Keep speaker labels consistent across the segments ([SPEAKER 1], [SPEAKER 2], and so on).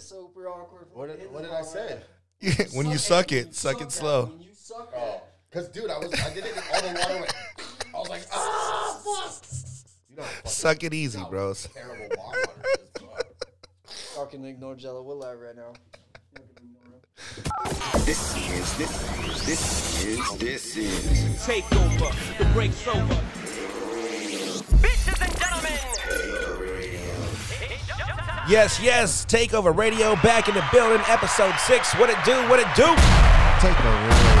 [SPEAKER 1] super awkward.
[SPEAKER 2] What
[SPEAKER 1] Hit
[SPEAKER 2] did,
[SPEAKER 1] the
[SPEAKER 2] what did I
[SPEAKER 1] ball.
[SPEAKER 2] say?
[SPEAKER 3] when you suck it, suck it
[SPEAKER 1] that.
[SPEAKER 3] slow.
[SPEAKER 1] When you suck
[SPEAKER 2] Oh,
[SPEAKER 1] that.
[SPEAKER 2] cause dude, I was I did it all the water. went- I was like, ah, fuck. You know, how fucking
[SPEAKER 3] Suck it easy, bros.
[SPEAKER 2] Terrible bar water is, bro. Oh.
[SPEAKER 1] Fucking ignore Jello Willard right now.
[SPEAKER 4] This is this this is this is
[SPEAKER 5] Take over. The break's over.
[SPEAKER 6] Bitches and gentlemen, it's showtime.
[SPEAKER 7] Yes, yes, Takeover Radio back in the building, episode six. What it do, what it do.
[SPEAKER 2] Take over radio.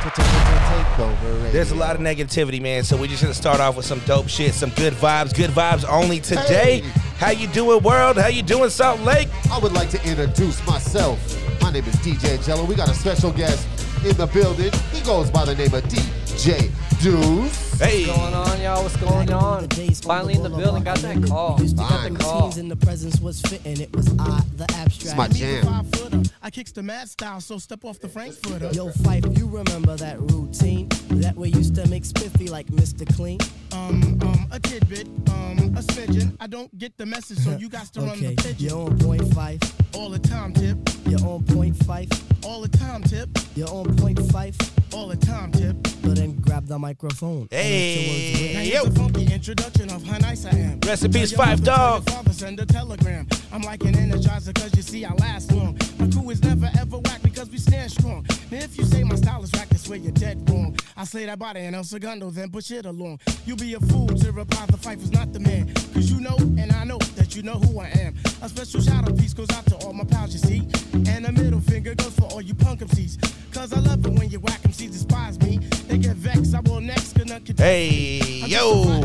[SPEAKER 2] Take, take, take, take over radio.
[SPEAKER 7] There's a lot of negativity, man, so we just gonna start off with some dope shit, some good vibes, good vibes only today.
[SPEAKER 2] Hey.
[SPEAKER 7] How you doing, world? How you doing, Salt Lake?
[SPEAKER 2] I would like to introduce myself. My name is DJ Jello. We got a special guest in the building. He goes by the name of DJ Deuce.
[SPEAKER 7] Hey.
[SPEAKER 1] What's going on, y'all? What's going on? Finally in the building. Got that call. Got
[SPEAKER 2] Fine.
[SPEAKER 1] the call.
[SPEAKER 8] Teams in the presence was fitting. It was I, the abstract.
[SPEAKER 2] my jam.
[SPEAKER 9] footer. I kicks the mad style, so step off the Frankfurter.
[SPEAKER 8] Yo, Fife, you remember that routine that we used to make spiffy like Mr. Clean?
[SPEAKER 9] Um, um, a tidbit, um, a smidgen. I don't get the message, so you got to run
[SPEAKER 8] Okay,
[SPEAKER 9] the pigeon.
[SPEAKER 8] you're on point Fife.
[SPEAKER 9] All the time, tip.
[SPEAKER 8] You're on point Fife.
[SPEAKER 9] All the time, tip.
[SPEAKER 8] You're on point Fife.
[SPEAKER 9] All the time, tip.
[SPEAKER 8] But then grab the microphone. and let your words
[SPEAKER 7] Hey,
[SPEAKER 9] Now
[SPEAKER 7] yo.
[SPEAKER 9] here's a funky introduction of how nice I am.
[SPEAKER 7] Rest in
[SPEAKER 9] Tell
[SPEAKER 7] peace,
[SPEAKER 9] your mother,
[SPEAKER 7] Five
[SPEAKER 9] tell your
[SPEAKER 7] Dog.
[SPEAKER 9] Father, send a telegram. I'm like an energizer, cause you see, I last long. My crew is never ever whack because we stand strong. Now, if you say my style is whack, that's where you're dead wrong. I say that by the El Segundo, then push it along. You be a fool to reply, the fight was not the man. Cause you know, and I know that you know who I am. A special shout out piece goes out to all my pals, you see. And a middle finger goes for all you punk MCs. Cause I love it when you whack MCs despise me. They get vexed, I will next, cause none can
[SPEAKER 7] Hey, yo.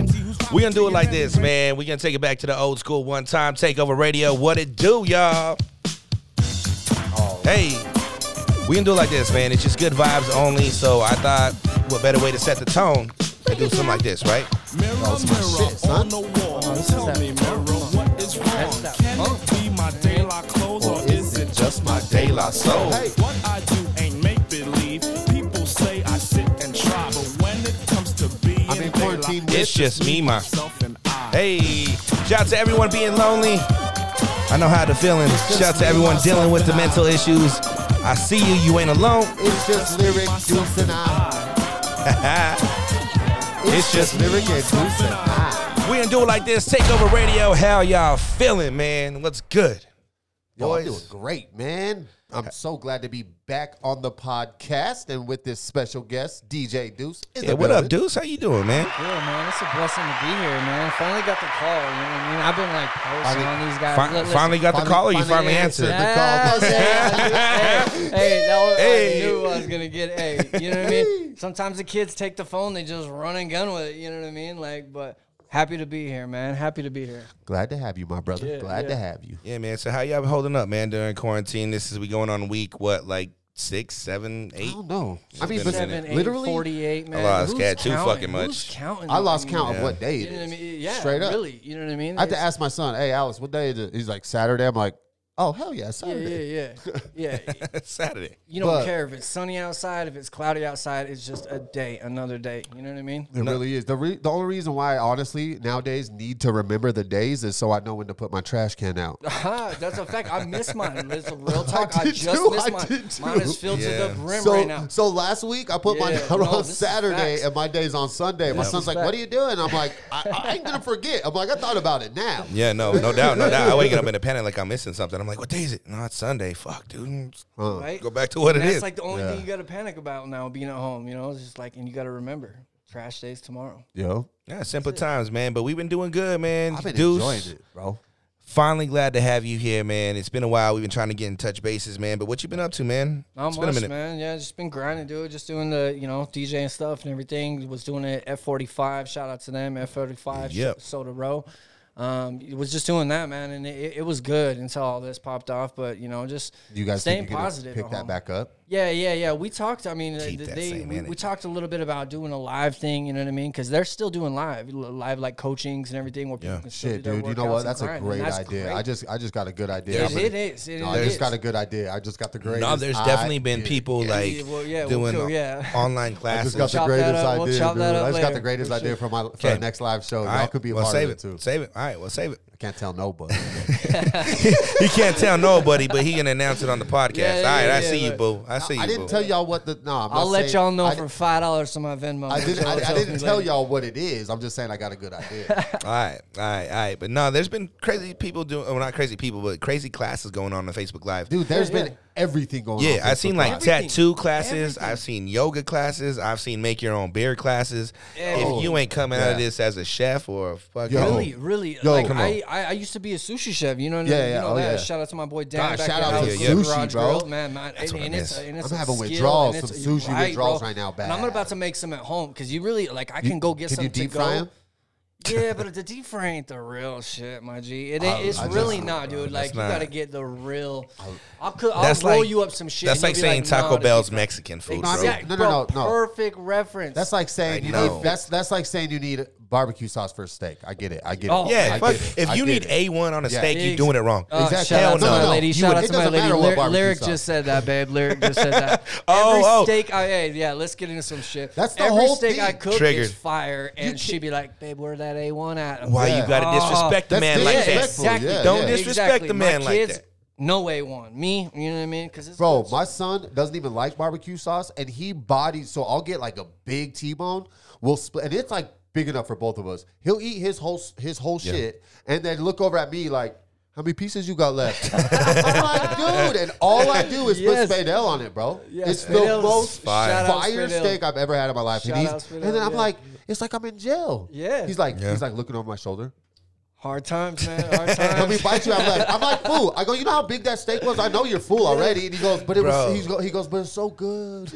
[SPEAKER 7] we gonna do it like this, man. we gonna take it back to the old school one time. Takeover Radio. What it do, y'all? Hey, we gonna do it like this, man. It's just good vibes only. So I thought, what better way to set the tone than do something like this, right?
[SPEAKER 10] Mirror, mirror on the wall, tell me, mirror, what is wrong? Can it be my day like clothes, or is it just my day like soul? What I do ain't make believe. People say I sit and try, but when it comes to being
[SPEAKER 2] I'm in quarantine
[SPEAKER 10] daylight,
[SPEAKER 2] with
[SPEAKER 7] It's just me, my.
[SPEAKER 10] myself and I.
[SPEAKER 7] Hey, shout out to everyone being lonely. I know how the feeling. Shout out to everyone dealing with the mental issues. I see you. You ain't alone.
[SPEAKER 2] It's just lyric Deuce and I.
[SPEAKER 7] It's just
[SPEAKER 2] lyric and Deuce and I.
[SPEAKER 7] We gonna do it like this. Takeover Radio. How y'all feeling, man? What's good?
[SPEAKER 2] Yo, I'm doing
[SPEAKER 7] Boys.
[SPEAKER 2] great, man. I'm so glad to be back on the podcast and with this special guest, DJ Deuce. in
[SPEAKER 7] Yeah,
[SPEAKER 2] the
[SPEAKER 7] what up,
[SPEAKER 2] building.
[SPEAKER 7] Deuce? How you doing, man?
[SPEAKER 1] Yeah, man, it's a blessing to be here, man. Finally got the call. You know what I mean? I've been like posting
[SPEAKER 2] Finally-
[SPEAKER 1] on these guys.
[SPEAKER 7] Fin-
[SPEAKER 1] Li- listen.
[SPEAKER 7] finally got the
[SPEAKER 2] Finally-
[SPEAKER 7] call, or you
[SPEAKER 2] finally
[SPEAKER 7] finally
[SPEAKER 2] answered.
[SPEAKER 7] answered.
[SPEAKER 2] the call.
[SPEAKER 1] Yes, hey, hey, that was,
[SPEAKER 7] Hey.
[SPEAKER 1] I knew I was gonna get. Hey, you know what I mean? Sometimes the kids take the phone, they just run and gun with it. You know what I mean? Like, but happy to be here, man. Happy to be here.
[SPEAKER 2] Glad to have you, my brother.
[SPEAKER 1] Yeah,
[SPEAKER 2] glad to
[SPEAKER 1] yeah.
[SPEAKER 2] have you.
[SPEAKER 7] Yeah, man. So how y'all been holding up, man? During quarantine, this is we going on week what, like six, seven,
[SPEAKER 2] I
[SPEAKER 7] eight?
[SPEAKER 2] don't know. I mean,
[SPEAKER 7] been a
[SPEAKER 2] but
[SPEAKER 1] Seven, eight,
[SPEAKER 2] literally,
[SPEAKER 1] forty-eight, man.
[SPEAKER 7] lost
[SPEAKER 1] Who's
[SPEAKER 7] count too
[SPEAKER 1] counting?
[SPEAKER 7] fucking
[SPEAKER 1] Who's
[SPEAKER 7] much.
[SPEAKER 1] counting?
[SPEAKER 2] I lost
[SPEAKER 1] mean,
[SPEAKER 2] count of
[SPEAKER 7] Yeah.
[SPEAKER 2] what day
[SPEAKER 1] You
[SPEAKER 2] it
[SPEAKER 1] know what I
[SPEAKER 2] is.
[SPEAKER 1] mean? Yeah,
[SPEAKER 2] Straight up.
[SPEAKER 1] Really? You know what I mean?
[SPEAKER 2] I had to
[SPEAKER 1] It's-
[SPEAKER 2] ask my son, "Hey, Alice, what day is it?" He's like, "Saturday." I'm like, "Oh, hell yeah,
[SPEAKER 1] Yeah,
[SPEAKER 2] Saturday."
[SPEAKER 1] yeah, yeah, yeah.
[SPEAKER 7] Saturday.
[SPEAKER 1] You don't
[SPEAKER 2] But-
[SPEAKER 1] care if it's sunny outside, if it's cloudy outside. It's just a day, another day. You know what I mean?
[SPEAKER 2] It really is. The re- the only reason why I honestly nowadays need to remember the days is so I know when to put my trash can out.
[SPEAKER 1] Huh, that's a fact. I missed mine. It's a real talk. I,
[SPEAKER 2] did
[SPEAKER 1] just
[SPEAKER 2] too,
[SPEAKER 1] missed
[SPEAKER 2] I
[SPEAKER 1] mine.
[SPEAKER 2] did
[SPEAKER 1] Mine is
[SPEAKER 2] too.
[SPEAKER 1] filled to
[SPEAKER 7] Yeah.
[SPEAKER 1] the brim
[SPEAKER 2] so,
[SPEAKER 1] right now.
[SPEAKER 2] so last week I put mine
[SPEAKER 1] Yeah,
[SPEAKER 2] out
[SPEAKER 1] no,
[SPEAKER 2] on
[SPEAKER 1] this is
[SPEAKER 2] Saturday
[SPEAKER 1] facts.
[SPEAKER 2] and my day's on Sunday. My
[SPEAKER 7] Yeah.
[SPEAKER 2] son's like, "What are you doing?" I'm like, I, "I ain't gonna forget." I'm like, "I thought about it now."
[SPEAKER 7] Yeah, no, no doubt, no doubt. I wake up in a panic like I'm missing something. I'm like, what day is it? No, it's Sunday. Fuck, dude.
[SPEAKER 1] right?
[SPEAKER 7] Go back to what
[SPEAKER 1] and
[SPEAKER 7] it
[SPEAKER 1] that's
[SPEAKER 7] is.
[SPEAKER 1] like the only thing you got to panic about now, being at home. You know, it's just like, and you got to remember, trash day's tomorrow.
[SPEAKER 2] Yo,
[SPEAKER 7] yeah, simple times, man. But we've been doing good, man.
[SPEAKER 2] I've been
[SPEAKER 7] Deuce,
[SPEAKER 2] enjoying it, bro.
[SPEAKER 7] Finally, glad to have you here, man. It's been a while. We've been trying to get in touch bases, man. But what you been up to, man?
[SPEAKER 1] Not
[SPEAKER 7] it's
[SPEAKER 1] much,
[SPEAKER 7] been a minute.
[SPEAKER 1] man. Yeah, just been grinding, dude. Just doing the, you know, DJ and stuff and everything. Was doing it at F45. Shout out to them, F45,
[SPEAKER 7] Yep.
[SPEAKER 1] yep. Soda Row. Um, it was just doing that, man, and it, it was good until all this popped off. But you know, just
[SPEAKER 2] You guys
[SPEAKER 1] staying
[SPEAKER 2] think you could
[SPEAKER 1] positive.
[SPEAKER 2] Pick
[SPEAKER 1] at
[SPEAKER 2] that
[SPEAKER 1] home.
[SPEAKER 2] back up.
[SPEAKER 1] Yeah, yeah, yeah. We talked. I mean, uh,
[SPEAKER 7] Keep
[SPEAKER 1] th-
[SPEAKER 7] that
[SPEAKER 1] they
[SPEAKER 7] same
[SPEAKER 1] we, we
[SPEAKER 7] energy.
[SPEAKER 1] talked a little bit about doing a live thing. You know what I mean? Because they're still doing live, li- live like coachings and everything. Where people
[SPEAKER 7] Yeah.
[SPEAKER 1] can still
[SPEAKER 2] Shit,
[SPEAKER 1] do their
[SPEAKER 2] dude, you know
[SPEAKER 1] workouts
[SPEAKER 2] what?
[SPEAKER 1] and
[SPEAKER 2] That's a
[SPEAKER 1] grind, and
[SPEAKER 2] great
[SPEAKER 1] that's
[SPEAKER 2] idea.
[SPEAKER 1] great.
[SPEAKER 2] I just, I just got a good idea.
[SPEAKER 1] It-
[SPEAKER 2] I'm gonna-
[SPEAKER 1] it is. It,
[SPEAKER 2] No,
[SPEAKER 1] it
[SPEAKER 2] I just
[SPEAKER 1] is.
[SPEAKER 2] got a good idea. I just got the greatest.
[SPEAKER 7] No, there's definitely been
[SPEAKER 2] idea.
[SPEAKER 7] people like
[SPEAKER 1] Yeah, well, yeah, we'll
[SPEAKER 7] doing
[SPEAKER 1] go,
[SPEAKER 7] o-
[SPEAKER 1] yeah.
[SPEAKER 7] online
[SPEAKER 2] I
[SPEAKER 7] classes.
[SPEAKER 2] just got the
[SPEAKER 1] Chop that
[SPEAKER 2] greatest
[SPEAKER 1] up. We'll
[SPEAKER 2] idea.
[SPEAKER 1] chop
[SPEAKER 2] dude.
[SPEAKER 1] that up
[SPEAKER 2] I just got
[SPEAKER 1] later.
[SPEAKER 2] the greatest
[SPEAKER 1] For
[SPEAKER 2] idea
[SPEAKER 1] sure.
[SPEAKER 2] for my for our
[SPEAKER 7] Okay.
[SPEAKER 2] next live show.
[SPEAKER 7] All
[SPEAKER 2] Y'all
[SPEAKER 7] right,
[SPEAKER 2] could be a
[SPEAKER 7] well,
[SPEAKER 2] part of
[SPEAKER 7] save
[SPEAKER 2] it
[SPEAKER 7] it,
[SPEAKER 2] too.
[SPEAKER 7] Save it. All right, well, save it.
[SPEAKER 2] Can't tell nobody.
[SPEAKER 7] He can't tell nobody, but he can announce it on the podcast.
[SPEAKER 1] Yeah, yeah,
[SPEAKER 7] All right, I
[SPEAKER 1] yeah,
[SPEAKER 7] see you,
[SPEAKER 1] look.
[SPEAKER 7] boo. I see you.
[SPEAKER 2] I didn't
[SPEAKER 7] boo.
[SPEAKER 2] tell y'all what the. No, I'm not
[SPEAKER 1] I'll let
[SPEAKER 2] saying-
[SPEAKER 1] y'all know
[SPEAKER 2] I
[SPEAKER 1] for
[SPEAKER 2] di-
[SPEAKER 1] five dollars to my Venmo.
[SPEAKER 2] I didn't. I,
[SPEAKER 1] Y'all
[SPEAKER 2] I
[SPEAKER 1] tell
[SPEAKER 2] didn't
[SPEAKER 1] me
[SPEAKER 2] tell
[SPEAKER 1] later.
[SPEAKER 2] y'all what it is. I'm just saying I got a good idea.
[SPEAKER 7] All right, all right, all right. But no, there's been crazy people doing, well, not crazy people, but crazy classes going on on Facebook Live.
[SPEAKER 2] Dude, There's
[SPEAKER 1] Yeah,
[SPEAKER 2] been everything going on.
[SPEAKER 7] yeah, I've seen
[SPEAKER 2] Facebook
[SPEAKER 7] like
[SPEAKER 2] Live.
[SPEAKER 1] Everything.
[SPEAKER 7] tattoo classes.
[SPEAKER 1] Everything.
[SPEAKER 7] I've seen yoga classes. I've seen make your own beer classes.
[SPEAKER 1] Everything.
[SPEAKER 7] If you ain't coming out of
[SPEAKER 2] Oh, Yeah.
[SPEAKER 7] this as a chef or a fucking.
[SPEAKER 2] Yo.
[SPEAKER 1] Really, really.
[SPEAKER 2] Yo,
[SPEAKER 1] like
[SPEAKER 2] come
[SPEAKER 1] I, I, I used to be a sushi chef. You know, what I
[SPEAKER 2] Yeah,
[SPEAKER 1] mean?
[SPEAKER 2] yeah,
[SPEAKER 1] you know
[SPEAKER 2] oh,
[SPEAKER 1] that.
[SPEAKER 2] yeah.
[SPEAKER 1] Shout out to my boy Dan.
[SPEAKER 2] God,
[SPEAKER 1] back
[SPEAKER 2] shout
[SPEAKER 1] at
[SPEAKER 2] out
[SPEAKER 1] House
[SPEAKER 2] to
[SPEAKER 7] Yeah, yeah.
[SPEAKER 1] Garage
[SPEAKER 2] sushi, bro.
[SPEAKER 1] Grill. Man, man and,
[SPEAKER 7] what I
[SPEAKER 1] and it's,
[SPEAKER 7] miss.
[SPEAKER 1] a- and it's
[SPEAKER 2] I'm
[SPEAKER 1] a
[SPEAKER 2] having
[SPEAKER 1] skill,
[SPEAKER 2] withdrawals,
[SPEAKER 1] and it's
[SPEAKER 2] some
[SPEAKER 1] a-
[SPEAKER 2] sushi
[SPEAKER 1] right,
[SPEAKER 2] withdrawals
[SPEAKER 1] bro.
[SPEAKER 2] right now,
[SPEAKER 1] And I'm
[SPEAKER 2] bad.
[SPEAKER 1] about to make some at home because you really like. I
[SPEAKER 2] You-
[SPEAKER 1] can go get
[SPEAKER 2] can
[SPEAKER 1] some
[SPEAKER 2] you deep
[SPEAKER 1] to
[SPEAKER 2] fry
[SPEAKER 1] go.
[SPEAKER 2] 'em?
[SPEAKER 1] Yeah, but the deep fry ain't the real shit, my G. It ain't, it's
[SPEAKER 2] I just-
[SPEAKER 1] really not, dude. Like you
[SPEAKER 7] not-
[SPEAKER 1] gotta get the real. I'll, cook, I'll
[SPEAKER 7] That's
[SPEAKER 1] roll
[SPEAKER 7] like-
[SPEAKER 1] you up some shit.
[SPEAKER 7] That's
[SPEAKER 1] and you'll
[SPEAKER 7] like
[SPEAKER 1] be
[SPEAKER 7] saying
[SPEAKER 1] nah,
[SPEAKER 7] Taco
[SPEAKER 1] the deep
[SPEAKER 7] Bell's
[SPEAKER 1] fry-
[SPEAKER 7] Mexican food,
[SPEAKER 2] Nah,
[SPEAKER 7] bro.
[SPEAKER 2] yeah.
[SPEAKER 1] Exact-
[SPEAKER 2] No, no,
[SPEAKER 1] bro,
[SPEAKER 2] no, no.
[SPEAKER 1] Perfect reference.
[SPEAKER 2] That's like saying
[SPEAKER 7] I
[SPEAKER 2] you
[SPEAKER 7] know.
[SPEAKER 2] need. That's that's like saying you need barbecue sauce for a steak. I get it. I get
[SPEAKER 1] Oh,
[SPEAKER 2] it.
[SPEAKER 7] Yeah,
[SPEAKER 2] I
[SPEAKER 7] fuck,
[SPEAKER 2] get it. I
[SPEAKER 7] if you
[SPEAKER 2] get
[SPEAKER 7] need
[SPEAKER 2] it.
[SPEAKER 7] A one on a
[SPEAKER 2] Yeah.
[SPEAKER 7] steak, you're doing it wrong.
[SPEAKER 1] Uh,
[SPEAKER 2] Exactly.
[SPEAKER 1] Shout out
[SPEAKER 7] Hell
[SPEAKER 1] to
[SPEAKER 7] no.
[SPEAKER 1] my lady.
[SPEAKER 2] You
[SPEAKER 1] Shout
[SPEAKER 2] would-
[SPEAKER 1] out
[SPEAKER 2] it
[SPEAKER 1] to my
[SPEAKER 2] doesn't
[SPEAKER 1] lady.
[SPEAKER 2] matter what
[SPEAKER 1] Lyric,
[SPEAKER 2] barbecue
[SPEAKER 1] Lyric
[SPEAKER 2] sauce.
[SPEAKER 1] just said that, babe. Lyric just said that.
[SPEAKER 7] Oh,
[SPEAKER 1] Every
[SPEAKER 7] oh.
[SPEAKER 1] steak I ate, yeah, let's get into some shit.
[SPEAKER 2] That's the
[SPEAKER 1] Every
[SPEAKER 2] whole
[SPEAKER 1] steak I
[SPEAKER 2] thing.
[SPEAKER 1] cook
[SPEAKER 7] Triggered.
[SPEAKER 1] is fire, and she'd be like, "Babe, where that A one at?" I'm
[SPEAKER 7] Why
[SPEAKER 1] like,
[SPEAKER 7] you gotta
[SPEAKER 1] "Oh,
[SPEAKER 7] disrespect the
[SPEAKER 2] That's
[SPEAKER 7] man like
[SPEAKER 1] yeah,
[SPEAKER 7] that?
[SPEAKER 2] disrespectful.
[SPEAKER 1] Exactly.
[SPEAKER 2] Yeah,
[SPEAKER 7] Don't
[SPEAKER 2] yeah.
[SPEAKER 7] disrespect
[SPEAKER 1] Exactly.
[SPEAKER 7] the man
[SPEAKER 1] my
[SPEAKER 7] like
[SPEAKER 1] kids,
[SPEAKER 7] that.
[SPEAKER 1] No A one. Me, you know what I mean? Because it's
[SPEAKER 2] Bro,
[SPEAKER 1] good.
[SPEAKER 2] my son doesn't even like barbecue sauce, and he bodies. So I'll get like a big T-bone. We'll split, and it's like big enough for both of us. He'll eat his whole his whole shit, and then look over at me like, "How many pieces you got left?" I'm like, "Dude," and all I do is
[SPEAKER 1] Yes.
[SPEAKER 2] put Spadel on it, bro.
[SPEAKER 1] Yeah,
[SPEAKER 2] it's the
[SPEAKER 1] Spadel's
[SPEAKER 2] most
[SPEAKER 1] fire.
[SPEAKER 2] fire,
[SPEAKER 1] Shout out Spadel.
[SPEAKER 2] steak I've ever had in my life,
[SPEAKER 1] Shout
[SPEAKER 2] and, he's-
[SPEAKER 1] out Spadel,
[SPEAKER 2] and then I'm
[SPEAKER 1] yeah.
[SPEAKER 2] like, "It's like I'm in jail."
[SPEAKER 1] Yeah.
[SPEAKER 2] he's like,
[SPEAKER 7] Yeah.
[SPEAKER 2] he's like looking over my shoulder.
[SPEAKER 1] hard times, man. Hard times.
[SPEAKER 2] Let me bite you. I'm like, I'm like, fool. I go, you know how big that steak was? I know you're full already. And he goes, but it
[SPEAKER 7] Bro.
[SPEAKER 2] was, he's go, he goes, but it's so good.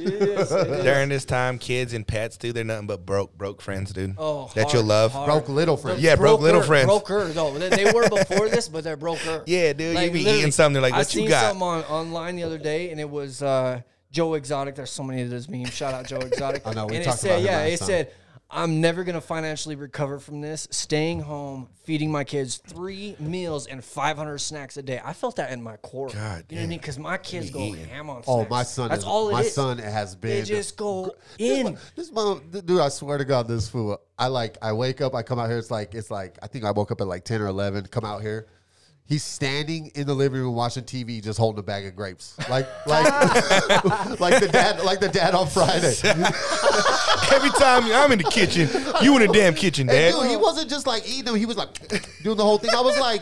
[SPEAKER 7] During this time, kids and pets, dude, they're nothing but broke, broke friends, dude.
[SPEAKER 1] Oh,
[SPEAKER 7] that
[SPEAKER 1] hard,
[SPEAKER 7] you'll love.
[SPEAKER 1] hard.
[SPEAKER 2] Broke little friend.
[SPEAKER 7] Yeah, broke little friends.
[SPEAKER 1] Broker, though. They, they were before this, but they're broker.
[SPEAKER 7] Yeah, dude, you be eating
[SPEAKER 1] literally,
[SPEAKER 7] something, they're like,
[SPEAKER 1] I
[SPEAKER 7] "What you
[SPEAKER 1] seen
[SPEAKER 7] got?"
[SPEAKER 1] something on, online the other day, and it was uh, Joe Exotic. There's so many of those memes. Shout out Joe Exotic.
[SPEAKER 2] I know, we
[SPEAKER 1] and
[SPEAKER 2] talked
[SPEAKER 1] it said,
[SPEAKER 2] about him
[SPEAKER 1] yeah,
[SPEAKER 2] last
[SPEAKER 1] it
[SPEAKER 2] time.
[SPEAKER 1] said, I'm never gonna financially recover from this. Staying home, feeding my kids three meals and 500 snacks a day. I felt that in my core.
[SPEAKER 7] God
[SPEAKER 1] you know what I
[SPEAKER 7] damn.
[SPEAKER 1] mean? Because my kids go ham on.
[SPEAKER 2] Oh,
[SPEAKER 1] snacks.
[SPEAKER 2] my son.
[SPEAKER 1] That's
[SPEAKER 2] is,
[SPEAKER 1] all it
[SPEAKER 2] My
[SPEAKER 1] is.
[SPEAKER 2] son has
[SPEAKER 1] They
[SPEAKER 2] been.
[SPEAKER 1] just go
[SPEAKER 2] This
[SPEAKER 1] in.
[SPEAKER 2] mo- This mom, dude, I swear to God, this fool. I like, I wake up, I come out here. It's like, it's like, I think I woke up at like 10 or 11, come out here. He's standing in the living room watching TV, just holding a bag of grapes, like, like, like the dad, like the dad on Friday.
[SPEAKER 7] Every time I'm in the kitchen, you in the damn kitchen,
[SPEAKER 2] And
[SPEAKER 7] dad.
[SPEAKER 2] dude, he wasn't just like eating them. He was like doing the whole thing. I was like,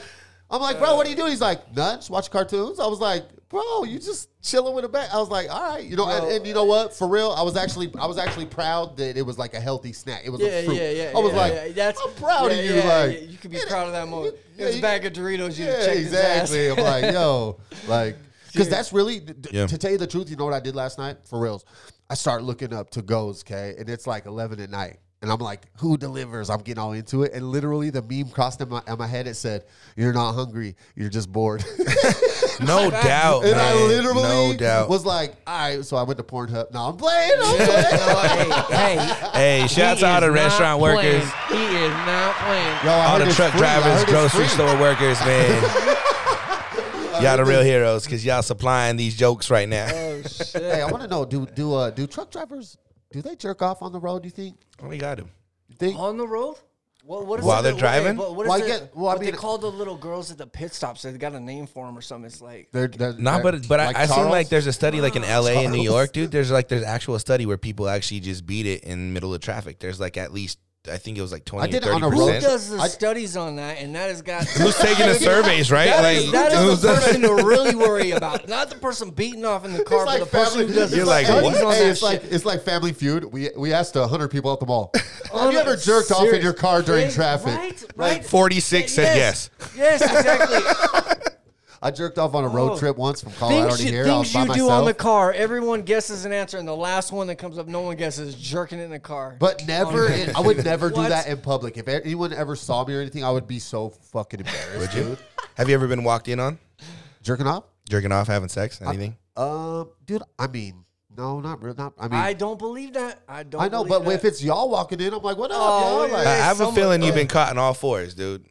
[SPEAKER 2] I'm like, bro, what are you doing? He's like, none. Just watch cartoons. I was like, bro, you just chilling with a bag. I was like, all right, you know. And, and you know what? For real, I was actually, I was actually proud that it was like a healthy snack. It was
[SPEAKER 1] Yeah,
[SPEAKER 2] a fruit.
[SPEAKER 1] yeah, yeah.
[SPEAKER 2] I was
[SPEAKER 1] yeah,
[SPEAKER 2] like,
[SPEAKER 1] yeah, that's,
[SPEAKER 2] I'm proud
[SPEAKER 1] yeah,
[SPEAKER 2] of you.
[SPEAKER 1] yeah,
[SPEAKER 2] like,
[SPEAKER 1] yeah, you could be
[SPEAKER 2] and-
[SPEAKER 1] proud of that moment.
[SPEAKER 2] yeah,
[SPEAKER 1] It was a
[SPEAKER 2] you-
[SPEAKER 1] bag of Doritos. You
[SPEAKER 2] yeah,
[SPEAKER 1] checked
[SPEAKER 2] exactly.
[SPEAKER 1] His
[SPEAKER 2] I'm
[SPEAKER 1] ass.
[SPEAKER 2] like, yo, like, because that's really d- d-
[SPEAKER 7] Yeah.
[SPEAKER 2] to tell you the truth. You know what I did last night for reals? I start looking up to goes, okay, and it's like eleven at night, and I'm like, who delivers? I'm getting all into it, and literally the meme crossed in my, in my head. It said, "You're not hungry, you're just bored."
[SPEAKER 7] No doubt,
[SPEAKER 2] and
[SPEAKER 7] man.
[SPEAKER 2] I literally
[SPEAKER 7] no doubt.
[SPEAKER 2] was like, all right. So I went to Pornhub. No, I'm playing. I'm playing.
[SPEAKER 1] hey, hey,
[SPEAKER 7] hey, shout out to all the restaurant workers,
[SPEAKER 1] He is not playing.
[SPEAKER 2] Yo, I
[SPEAKER 7] all
[SPEAKER 2] heard
[SPEAKER 7] the
[SPEAKER 2] it's
[SPEAKER 7] truck
[SPEAKER 2] free. I heard
[SPEAKER 7] drivers,
[SPEAKER 2] it's
[SPEAKER 7] grocery
[SPEAKER 2] free.
[SPEAKER 7] store workers, man. y'all the real heroes because y'all supplying these jokes right now.
[SPEAKER 1] Oh shit.
[SPEAKER 2] Hey, I want to know do do uh, do truck drivers do they jerk off on the road? Do you think?
[SPEAKER 7] Oh, we got him.
[SPEAKER 2] You think?
[SPEAKER 7] Oh.
[SPEAKER 1] On the road. What, what is
[SPEAKER 7] While
[SPEAKER 1] it
[SPEAKER 7] they're
[SPEAKER 1] that-
[SPEAKER 7] driving?
[SPEAKER 1] What, what is
[SPEAKER 2] Well, I
[SPEAKER 1] it-
[SPEAKER 2] get- well, I
[SPEAKER 1] what they
[SPEAKER 2] mean-
[SPEAKER 1] call the little girls at the pit stops? They got a name for them or something. It's like
[SPEAKER 2] They're, they're,
[SPEAKER 7] Nah,
[SPEAKER 2] they're-
[SPEAKER 7] but but I, I seen
[SPEAKER 2] Charles?
[SPEAKER 7] like there's a study like in L.A. and New York, dude. There's like there's actual study where people actually just beat it in the middle of traffic. There's like at least I think it was like twenty
[SPEAKER 2] did it
[SPEAKER 7] or
[SPEAKER 2] on a
[SPEAKER 7] thirty
[SPEAKER 1] who
[SPEAKER 2] road-
[SPEAKER 7] percent.
[SPEAKER 1] does the
[SPEAKER 2] I-
[SPEAKER 1] studies on that? And that has got
[SPEAKER 7] Who's taking the surveys, right?
[SPEAKER 1] That
[SPEAKER 7] like
[SPEAKER 1] is- that is the
[SPEAKER 7] who's-
[SPEAKER 1] person to really worry about, not the person beating off in the car,
[SPEAKER 2] It's
[SPEAKER 1] but
[SPEAKER 2] like
[SPEAKER 1] the person
[SPEAKER 2] family.
[SPEAKER 1] who does.
[SPEAKER 7] You're
[SPEAKER 2] it's
[SPEAKER 7] like,
[SPEAKER 2] hey,
[SPEAKER 7] what?
[SPEAKER 2] It's,
[SPEAKER 1] on
[SPEAKER 2] hey,
[SPEAKER 1] that
[SPEAKER 2] it's like
[SPEAKER 1] shit.
[SPEAKER 2] it's like Family Feud. We we asked hundred people at the mall.
[SPEAKER 1] On
[SPEAKER 2] Have you
[SPEAKER 1] a
[SPEAKER 2] ever jerked off in
[SPEAKER 1] serious-
[SPEAKER 2] your car during
[SPEAKER 1] Right,
[SPEAKER 2] traffic?
[SPEAKER 1] Right, right.
[SPEAKER 7] 46 said Oh,
[SPEAKER 1] Yes, exactly.
[SPEAKER 2] I jerked off on a road
[SPEAKER 1] Oh.
[SPEAKER 2] trip once from Colorado
[SPEAKER 1] things
[SPEAKER 2] to
[SPEAKER 1] you,
[SPEAKER 2] here. I was
[SPEAKER 1] things
[SPEAKER 2] by
[SPEAKER 1] you
[SPEAKER 2] myself.
[SPEAKER 1] do on the car, everyone guesses an answer, and the last one that comes up, no one guesses, jerking it in the car.
[SPEAKER 2] But never, in, I would never do
[SPEAKER 1] Oh, What?
[SPEAKER 2] that in public. If anyone ever saw me or anything, I would be so fucking embarrassed, dude.
[SPEAKER 7] Have you ever been walked in on,
[SPEAKER 2] Jerking off?
[SPEAKER 7] jerking off, having sex, anything?
[SPEAKER 2] Um, dude. I mean, no, not real. Not. I mean,
[SPEAKER 1] I
[SPEAKER 2] I,
[SPEAKER 1] don't believe that. I don't.
[SPEAKER 2] know,
[SPEAKER 1] believe
[SPEAKER 2] but
[SPEAKER 1] that.
[SPEAKER 2] if it's y'all walking in, I'm like, what up,
[SPEAKER 1] Oh,
[SPEAKER 2] y'all?
[SPEAKER 1] yeah.
[SPEAKER 2] Like,
[SPEAKER 7] I I have a
[SPEAKER 1] someone-
[SPEAKER 7] feeling you've been caught in all fours, dude.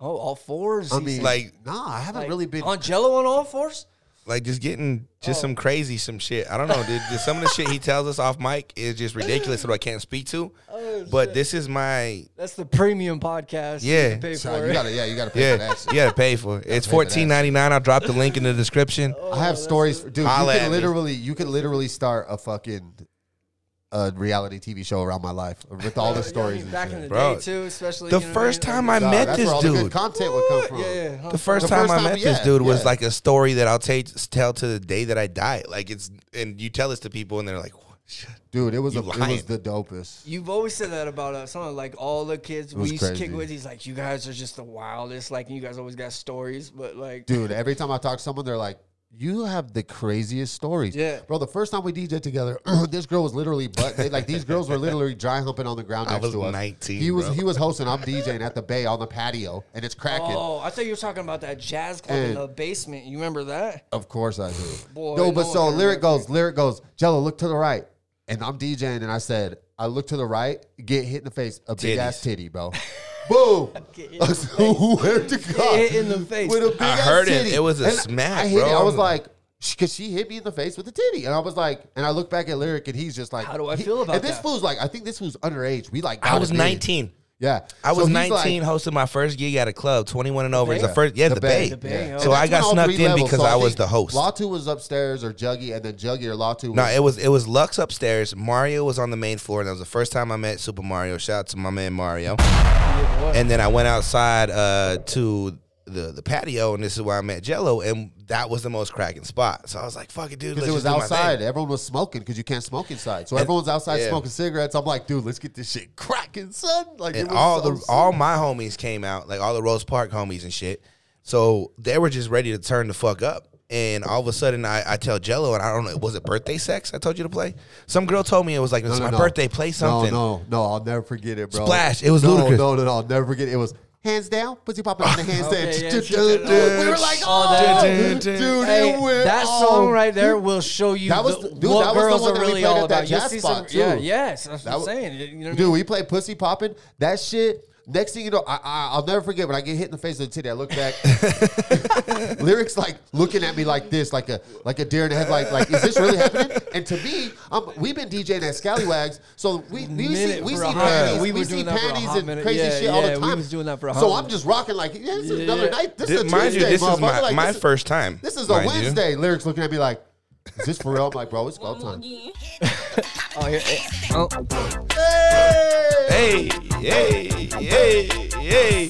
[SPEAKER 1] oh all fours,
[SPEAKER 2] I
[SPEAKER 1] he
[SPEAKER 2] mean,
[SPEAKER 1] said.
[SPEAKER 7] Like-
[SPEAKER 2] nah, I haven't
[SPEAKER 1] Like,
[SPEAKER 2] really been.
[SPEAKER 1] on Jello on all fours.
[SPEAKER 7] like just getting just
[SPEAKER 2] Oh.
[SPEAKER 7] some crazy some shit. I don't know. Dude, just some of the shit he tells us off mic is just ridiculous that I can't speak to.
[SPEAKER 2] Oh,
[SPEAKER 7] but this is my
[SPEAKER 1] That's the premium podcast. You
[SPEAKER 7] Yeah.
[SPEAKER 1] have to pay
[SPEAKER 2] So
[SPEAKER 1] for
[SPEAKER 2] you
[SPEAKER 1] it.
[SPEAKER 2] gotta, yeah, you gotta pay for
[SPEAKER 7] yeah
[SPEAKER 2] that shit.
[SPEAKER 7] yeah pay for it. It's
[SPEAKER 2] pay for that Oh,
[SPEAKER 7] fourteen ninety nine. I'll drop the link in the description.
[SPEAKER 2] I
[SPEAKER 1] Oh,
[SPEAKER 2] have stories, for, dude. You
[SPEAKER 7] Holla at
[SPEAKER 2] could
[SPEAKER 7] me.
[SPEAKER 2] literally, you could literally start a fucking a reality TV show around my life with all
[SPEAKER 1] Yeah, I
[SPEAKER 2] the
[SPEAKER 1] mean,
[SPEAKER 2] stories. and
[SPEAKER 1] back
[SPEAKER 2] shit.
[SPEAKER 1] in the
[SPEAKER 7] Bro,
[SPEAKER 1] day too, especially
[SPEAKER 7] The
[SPEAKER 1] you know what
[SPEAKER 7] first
[SPEAKER 1] mean?
[SPEAKER 7] time I
[SPEAKER 2] Nah,
[SPEAKER 7] met
[SPEAKER 2] that's
[SPEAKER 7] this
[SPEAKER 2] where all The
[SPEAKER 7] dude,
[SPEAKER 2] good content would come from.
[SPEAKER 1] yeah, yeah, huh.
[SPEAKER 7] the first
[SPEAKER 2] The
[SPEAKER 7] time
[SPEAKER 2] first
[SPEAKER 7] I
[SPEAKER 2] time,
[SPEAKER 7] met this
[SPEAKER 2] yeah,
[SPEAKER 7] dude was
[SPEAKER 2] yeah.
[SPEAKER 7] like a story that I'll take tell to the day that I die. Like it's and you tell this to people and they're like, "What? Shit."
[SPEAKER 2] dude, it was
[SPEAKER 7] You
[SPEAKER 2] a, it
[SPEAKER 7] lying.
[SPEAKER 2] was the dopest.
[SPEAKER 1] You've always said that about us, huh? Like all the kids
[SPEAKER 2] was
[SPEAKER 1] we used to kick
[SPEAKER 2] crazy.
[SPEAKER 1] with, he's like, "You guys are just the wildest." Like you guys always got stories, but like,
[SPEAKER 2] Dude, every time I talk to someone, they're like, "You have the craziest stories."
[SPEAKER 1] Yeah.
[SPEAKER 2] bro. The first time we DJ together, this girl was literally butt they, like these girls were literally dry humping on the ground.
[SPEAKER 7] I
[SPEAKER 2] Next
[SPEAKER 7] was
[SPEAKER 2] to us.
[SPEAKER 7] 19,
[SPEAKER 2] He was
[SPEAKER 7] bro.
[SPEAKER 2] he was hosting. I'm DJing at the bay on the patio, and it's cracking.
[SPEAKER 1] oh, I thought you were talking about that jazz club in
[SPEAKER 2] And-
[SPEAKER 1] the basement. You remember that?
[SPEAKER 2] Of course I do.
[SPEAKER 1] Boy,
[SPEAKER 2] no, but
[SPEAKER 1] no
[SPEAKER 2] so
[SPEAKER 1] one
[SPEAKER 2] lyric
[SPEAKER 1] remembers.
[SPEAKER 2] goes, lyric goes, Jello, look to the right. And I'm DJing and I said, I look to the right, get hit in the face, a big
[SPEAKER 7] Titties.
[SPEAKER 2] ass titty, bro. Boom! Where to God?
[SPEAKER 1] hit in the face.
[SPEAKER 2] With a big
[SPEAKER 7] I
[SPEAKER 2] ass
[SPEAKER 7] heard it.
[SPEAKER 2] titty.
[SPEAKER 7] It was a
[SPEAKER 2] And I
[SPEAKER 7] smack,
[SPEAKER 2] hit
[SPEAKER 7] bro.
[SPEAKER 2] it. I was
[SPEAKER 7] I'm-
[SPEAKER 2] like, because she hit me in the face with a titty, and I was like, and I look back at lyric, and he's just like,
[SPEAKER 1] How do I
[SPEAKER 2] he-
[SPEAKER 1] feel about
[SPEAKER 2] And this
[SPEAKER 1] that?
[SPEAKER 2] fool's like, I think this fool's underage. We like,
[SPEAKER 7] I
[SPEAKER 2] got
[SPEAKER 7] was
[SPEAKER 2] it in.
[SPEAKER 7] nineteen.
[SPEAKER 2] Yeah,
[SPEAKER 7] I was
[SPEAKER 2] So he's
[SPEAKER 7] 19,
[SPEAKER 2] Like,
[SPEAKER 7] hosted my first gig at a club, 21 and over. It's the
[SPEAKER 2] Bay?
[SPEAKER 7] first, yeah, the,
[SPEAKER 2] The
[SPEAKER 7] Bay.
[SPEAKER 2] Bay.
[SPEAKER 1] The Bay,
[SPEAKER 7] So
[SPEAKER 1] oh.
[SPEAKER 7] I
[SPEAKER 2] That's
[SPEAKER 7] got
[SPEAKER 2] when all
[SPEAKER 7] snuck
[SPEAKER 2] three
[SPEAKER 7] in
[SPEAKER 2] levels.
[SPEAKER 7] because
[SPEAKER 2] So
[SPEAKER 7] I was
[SPEAKER 2] think
[SPEAKER 7] the host.
[SPEAKER 2] Latu was upstairs or Juggy, and then Juggy or Latu.
[SPEAKER 7] No,
[SPEAKER 2] was-
[SPEAKER 7] it was it was Lux upstairs. Mario was on the main floor, and that was the first time I met Super Mario. Shout out to my man Mario. And then I went outside uh, to the the patio, and this is where I met Jello, and that was the most cracking spot. So I was like, "Fuck it, dude!"
[SPEAKER 2] Because
[SPEAKER 7] let's
[SPEAKER 2] it was
[SPEAKER 7] just do my thing.
[SPEAKER 2] outside. Everyone was smoking because you can't smoke inside. So
[SPEAKER 7] And-
[SPEAKER 2] everyone's outside
[SPEAKER 7] yeah.
[SPEAKER 2] smoking cigarettes. I'm like, dude, let's get this shit cracking, son. Like, it
[SPEAKER 7] and
[SPEAKER 2] was
[SPEAKER 7] all
[SPEAKER 2] so
[SPEAKER 7] the
[SPEAKER 2] sick.
[SPEAKER 7] all my homies came out, like all the Rose Park homies and shit. So they were just ready to turn the fuck up. And all of a sudden, I, I tell Jello, and I don't know, was it birthday sex? I told you to play. Some girl told me it was like, it's
[SPEAKER 2] No, no,
[SPEAKER 7] my
[SPEAKER 2] no.
[SPEAKER 7] birthday. Play something.
[SPEAKER 2] No, no, no. I'll never forget it, bro.
[SPEAKER 7] Splash. It was
[SPEAKER 2] no,
[SPEAKER 7] ludicrous.
[SPEAKER 2] No, no, no. I'll never forget it. It was hands down, pussy popping on the handstand.
[SPEAKER 1] Okay, yeah,
[SPEAKER 2] Dude,
[SPEAKER 1] shit, that-
[SPEAKER 2] dude, we were like,
[SPEAKER 1] all
[SPEAKER 2] oh,
[SPEAKER 1] that.
[SPEAKER 2] dude, it
[SPEAKER 1] Hey,
[SPEAKER 2] went
[SPEAKER 1] that
[SPEAKER 2] off.
[SPEAKER 1] song right there will show you
[SPEAKER 2] That was
[SPEAKER 1] the-
[SPEAKER 2] the- dude,
[SPEAKER 1] what
[SPEAKER 2] that was the
[SPEAKER 1] girls
[SPEAKER 2] one
[SPEAKER 1] are
[SPEAKER 2] that we
[SPEAKER 1] really
[SPEAKER 2] played
[SPEAKER 1] all
[SPEAKER 2] at that
[SPEAKER 1] about. You'll
[SPEAKER 2] jazz
[SPEAKER 1] see
[SPEAKER 2] spot,
[SPEAKER 1] Yeah,
[SPEAKER 2] too.
[SPEAKER 1] yes, that's
[SPEAKER 2] That
[SPEAKER 1] what I'm
[SPEAKER 2] was-
[SPEAKER 1] saying. You know what I
[SPEAKER 2] Dude,
[SPEAKER 1] mean?
[SPEAKER 2] we played pussy popping. That shit. Next thing you know, I, I I'll never forget when I get hit in the face with a titty. I look back, lyrics like looking at me like this, like a like a deer in the headlight. Like, is this really happening? And to me, um, we've been DJing at Scallywags, so we we see
[SPEAKER 1] Minute
[SPEAKER 2] we
[SPEAKER 1] for
[SPEAKER 2] see
[SPEAKER 1] a hot
[SPEAKER 2] panties,
[SPEAKER 1] minute. We
[SPEAKER 2] we,
[SPEAKER 1] were
[SPEAKER 2] see
[SPEAKER 1] doing that for a
[SPEAKER 2] panties
[SPEAKER 1] hot
[SPEAKER 2] and
[SPEAKER 1] minute.
[SPEAKER 2] crazy
[SPEAKER 1] Yeah,
[SPEAKER 2] shit all the
[SPEAKER 1] yeah,
[SPEAKER 2] time.
[SPEAKER 1] we was doing that for a hot
[SPEAKER 2] So I'm
[SPEAKER 1] minute.
[SPEAKER 2] just rocking like, yeah, this is another
[SPEAKER 1] Yeah.
[SPEAKER 2] night. This
[SPEAKER 7] Th-
[SPEAKER 2] is a
[SPEAKER 7] mind you,
[SPEAKER 2] Tuesday,
[SPEAKER 7] this is my,
[SPEAKER 2] motherfucker. Like,
[SPEAKER 7] my
[SPEAKER 2] this-
[SPEAKER 7] first time.
[SPEAKER 2] This is a
[SPEAKER 7] mind you.
[SPEAKER 2] Wednesday. Lyrics looking at me like, is this for real? I'm like, bro, it's go time.
[SPEAKER 1] Oh, yeah, eh, oh,
[SPEAKER 7] Hey, hey, hey, hey.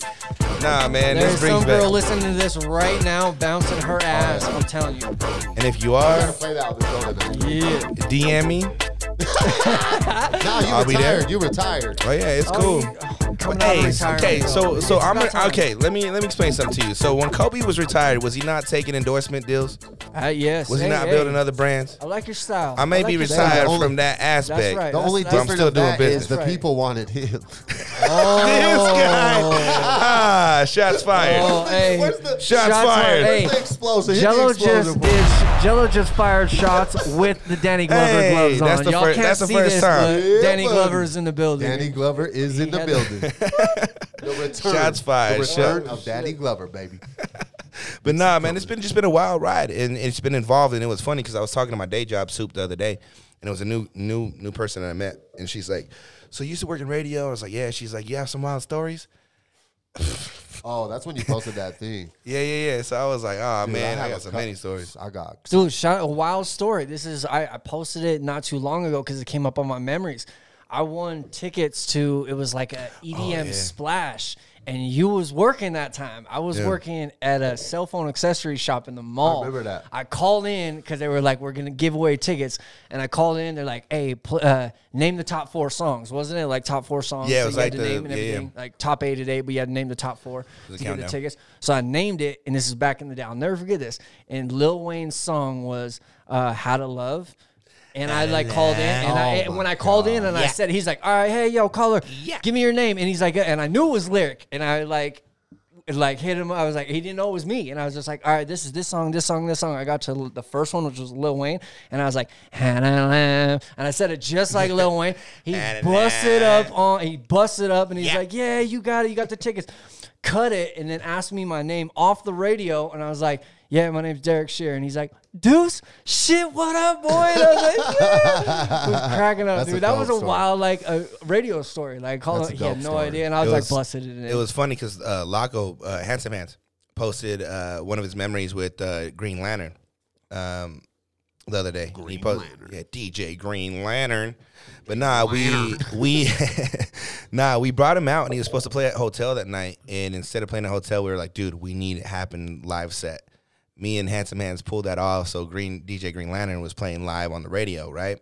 [SPEAKER 7] Nah, man,
[SPEAKER 1] there's
[SPEAKER 7] this brings
[SPEAKER 1] some girl
[SPEAKER 7] back. Oh,
[SPEAKER 1] listening to this right now, bouncing her ass. I'm telling you.
[SPEAKER 7] And if you
[SPEAKER 2] I
[SPEAKER 7] are,
[SPEAKER 2] gotta play that on the show tonight.
[SPEAKER 1] Yeah.
[SPEAKER 7] DM me.
[SPEAKER 2] Nah, you
[SPEAKER 7] I'll be there.
[SPEAKER 2] retired. You retired.
[SPEAKER 7] Oh yeah, it's cool.
[SPEAKER 1] Coming out of
[SPEAKER 7] Hey,
[SPEAKER 1] retirement,
[SPEAKER 7] okay,
[SPEAKER 1] bro.
[SPEAKER 7] so so
[SPEAKER 1] It's
[SPEAKER 7] I'm
[SPEAKER 1] about
[SPEAKER 7] gonna,
[SPEAKER 1] time.
[SPEAKER 7] okay. Let me let me explain something to you. So when Kobe was retired, was he not taking endorsement deals?
[SPEAKER 1] Uh, yes.
[SPEAKER 7] Was he
[SPEAKER 1] Hey,
[SPEAKER 7] not
[SPEAKER 1] hey.
[SPEAKER 7] building other brands?
[SPEAKER 1] I like your style.
[SPEAKER 7] I may
[SPEAKER 1] like
[SPEAKER 7] be
[SPEAKER 1] your
[SPEAKER 2] style.
[SPEAKER 7] retired
[SPEAKER 2] The only-
[SPEAKER 7] from that aspect.
[SPEAKER 1] right.
[SPEAKER 2] The
[SPEAKER 1] That's
[SPEAKER 2] only
[SPEAKER 1] nice. But I'm
[SPEAKER 2] difference
[SPEAKER 7] still
[SPEAKER 2] of
[SPEAKER 7] doing
[SPEAKER 2] that
[SPEAKER 7] business.
[SPEAKER 2] is the
[SPEAKER 1] Right.
[SPEAKER 2] people wanted him.
[SPEAKER 7] This guy. Ah, shots fired.
[SPEAKER 1] Oh, hey.
[SPEAKER 2] Where's the-
[SPEAKER 7] shots,
[SPEAKER 1] shots
[SPEAKER 7] fired.
[SPEAKER 1] fired. Hey.
[SPEAKER 2] Hit the explosive. Hit the
[SPEAKER 1] Jello just
[SPEAKER 2] explosive.
[SPEAKER 1] did. Jello just fired shots with the Danny Glover
[SPEAKER 7] Hey,
[SPEAKER 1] gloves on.
[SPEAKER 7] that's the
[SPEAKER 1] Y'all
[SPEAKER 7] fir-
[SPEAKER 1] can't
[SPEAKER 7] that's the
[SPEAKER 1] see
[SPEAKER 7] first
[SPEAKER 1] this,
[SPEAKER 7] time.
[SPEAKER 1] but Danny
[SPEAKER 2] Yeah,
[SPEAKER 1] Glover
[SPEAKER 2] buddy.
[SPEAKER 1] is in the building.
[SPEAKER 2] Danny Glover is in the
[SPEAKER 1] had-
[SPEAKER 2] building. the return.
[SPEAKER 7] Shots fired.
[SPEAKER 2] The return
[SPEAKER 7] Shut-
[SPEAKER 2] of Danny Glover, baby.
[SPEAKER 7] But nah, man, it's been just been a wild ride, and it's been involved, and it was funny because I was talking to my day job soup the other day, and it was a new new new person that I met, and she's like, "So you used to work in radio?" I was like, "Yeah." She's like, "You have some wild stories?"
[SPEAKER 2] Oh, that's when you posted that thing.
[SPEAKER 7] Yeah, yeah, yeah. So I was like, "Oh
[SPEAKER 2] Dude,
[SPEAKER 7] man, I,
[SPEAKER 2] have
[SPEAKER 7] got
[SPEAKER 2] a
[SPEAKER 7] so
[SPEAKER 2] cou-
[SPEAKER 7] many stories."
[SPEAKER 2] I got.
[SPEAKER 1] Dude, shout a wild story. This is I, I posted it not too long ago because it came up on my memories. I won tickets to it was like a EDM
[SPEAKER 7] Oh, yeah.
[SPEAKER 1] splash, and you was working that time. I was
[SPEAKER 7] Yeah.
[SPEAKER 1] working at a cell phone accessory shop in the mall.
[SPEAKER 2] remember that.
[SPEAKER 1] I called in because they were like, "We're gonna give away tickets," and I called in. They're like, "Hey, pl- uh, name the top four songs." Wasn't it like top four songs?
[SPEAKER 7] Yeah, it
[SPEAKER 1] So
[SPEAKER 7] was
[SPEAKER 1] you had
[SPEAKER 7] like
[SPEAKER 1] to
[SPEAKER 7] the-
[SPEAKER 1] name and
[SPEAKER 7] yeah, yeah.
[SPEAKER 1] everything like top eight at eight, but you had to name the top four
[SPEAKER 7] was
[SPEAKER 1] to
[SPEAKER 7] a
[SPEAKER 1] get the
[SPEAKER 7] countdown.
[SPEAKER 1] tickets. So I named it, and this is back in the day. I'll never forget this. And Lil Wayne's song was uh, "How to Love." And I like called in, and, I,
[SPEAKER 2] Oh
[SPEAKER 1] and when
[SPEAKER 2] my
[SPEAKER 1] I called in, and I said, "He's like, all right, hey, yo, caller, give me your name." And he's like, uh, and I knew it was lyric, and I like, like hit him. I was like, he didn't know it was me, and I was just like, all right, this is this song, this song, this song. I got to the first one, which was Lil Wayne, and I was like, "Ha-na-na," and I said it just like Lil Wayne. He busted up on, he busted up, and he's like, yeah, you got it, you got the tickets. cut it and then asked me my name off the radio. And I was like, yeah, my name's Derek Shear. And he's like, Deuce, shit, what up, boy? And I was like, yeah. It was cracking up,
[SPEAKER 2] That's a
[SPEAKER 1] dude. That was a
[SPEAKER 2] dope story.
[SPEAKER 1] wild, like, a radio story. Like, call
[SPEAKER 2] That's
[SPEAKER 1] him,
[SPEAKER 2] a
[SPEAKER 1] he had
[SPEAKER 2] dope
[SPEAKER 1] no
[SPEAKER 2] story.
[SPEAKER 1] idea. And I was, like, busted in it.
[SPEAKER 7] It was funny because uh, Laco uh, Handsome Hands posted uh, one of his memories with uh, Green Lantern um, the other day. Green Lantern, yeah, DJ Green Lantern. But nah, we we nah we brought him out and he was supposed to play at hotel that night. And instead of playing at hotel, we were like, dude, we need it happen live set. Me and Handsome Hands pulled that off. So Green DJ Green Lantern was playing live on the radio, right?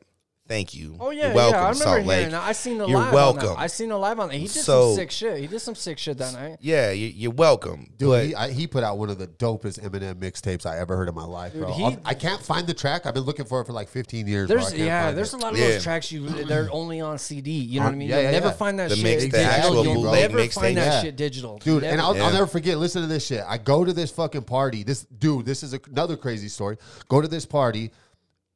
[SPEAKER 7] Thank you.
[SPEAKER 1] Oh yeah,
[SPEAKER 7] You're welcome,
[SPEAKER 1] yeah. I remember
[SPEAKER 7] Salt
[SPEAKER 1] hearing
[SPEAKER 7] Lake.
[SPEAKER 1] that. I seen the
[SPEAKER 7] You're
[SPEAKER 1] live.
[SPEAKER 7] welcome.
[SPEAKER 1] On that. I seen the live on that. He did
[SPEAKER 7] So-
[SPEAKER 1] some sick shit. He did some sick shit that night.
[SPEAKER 7] yeah, you, you're welcome.
[SPEAKER 2] Dude,
[SPEAKER 7] But-
[SPEAKER 2] he, I, he put out one of the dopest Eminem mixtapes I ever heard in my life, bro.
[SPEAKER 1] he-
[SPEAKER 2] I'll- I can't find the track. I've been looking for it for like 15 years. bro. I
[SPEAKER 1] There's
[SPEAKER 2] can't
[SPEAKER 1] yeah,
[SPEAKER 2] find
[SPEAKER 1] there's
[SPEAKER 2] it.
[SPEAKER 1] a lot of
[SPEAKER 7] Yeah.
[SPEAKER 1] those tracks you they're only on CD. You know what I mean?
[SPEAKER 2] yeah,
[SPEAKER 1] You'll
[SPEAKER 2] yeah,
[SPEAKER 1] never
[SPEAKER 2] yeah.
[SPEAKER 1] find that
[SPEAKER 7] The
[SPEAKER 1] shit.
[SPEAKER 7] mix- the
[SPEAKER 2] actual
[SPEAKER 1] You'll
[SPEAKER 2] bootleg
[SPEAKER 1] never
[SPEAKER 7] mixtape.
[SPEAKER 1] find that
[SPEAKER 2] Yeah.
[SPEAKER 1] shit digital,
[SPEAKER 2] Dude, and
[SPEAKER 1] Never.
[SPEAKER 2] I'll, I'll
[SPEAKER 7] Yeah.
[SPEAKER 2] never forget. Listen to this shit. I go to this fucking party. This dude, this is a, another crazy story. Go to this party.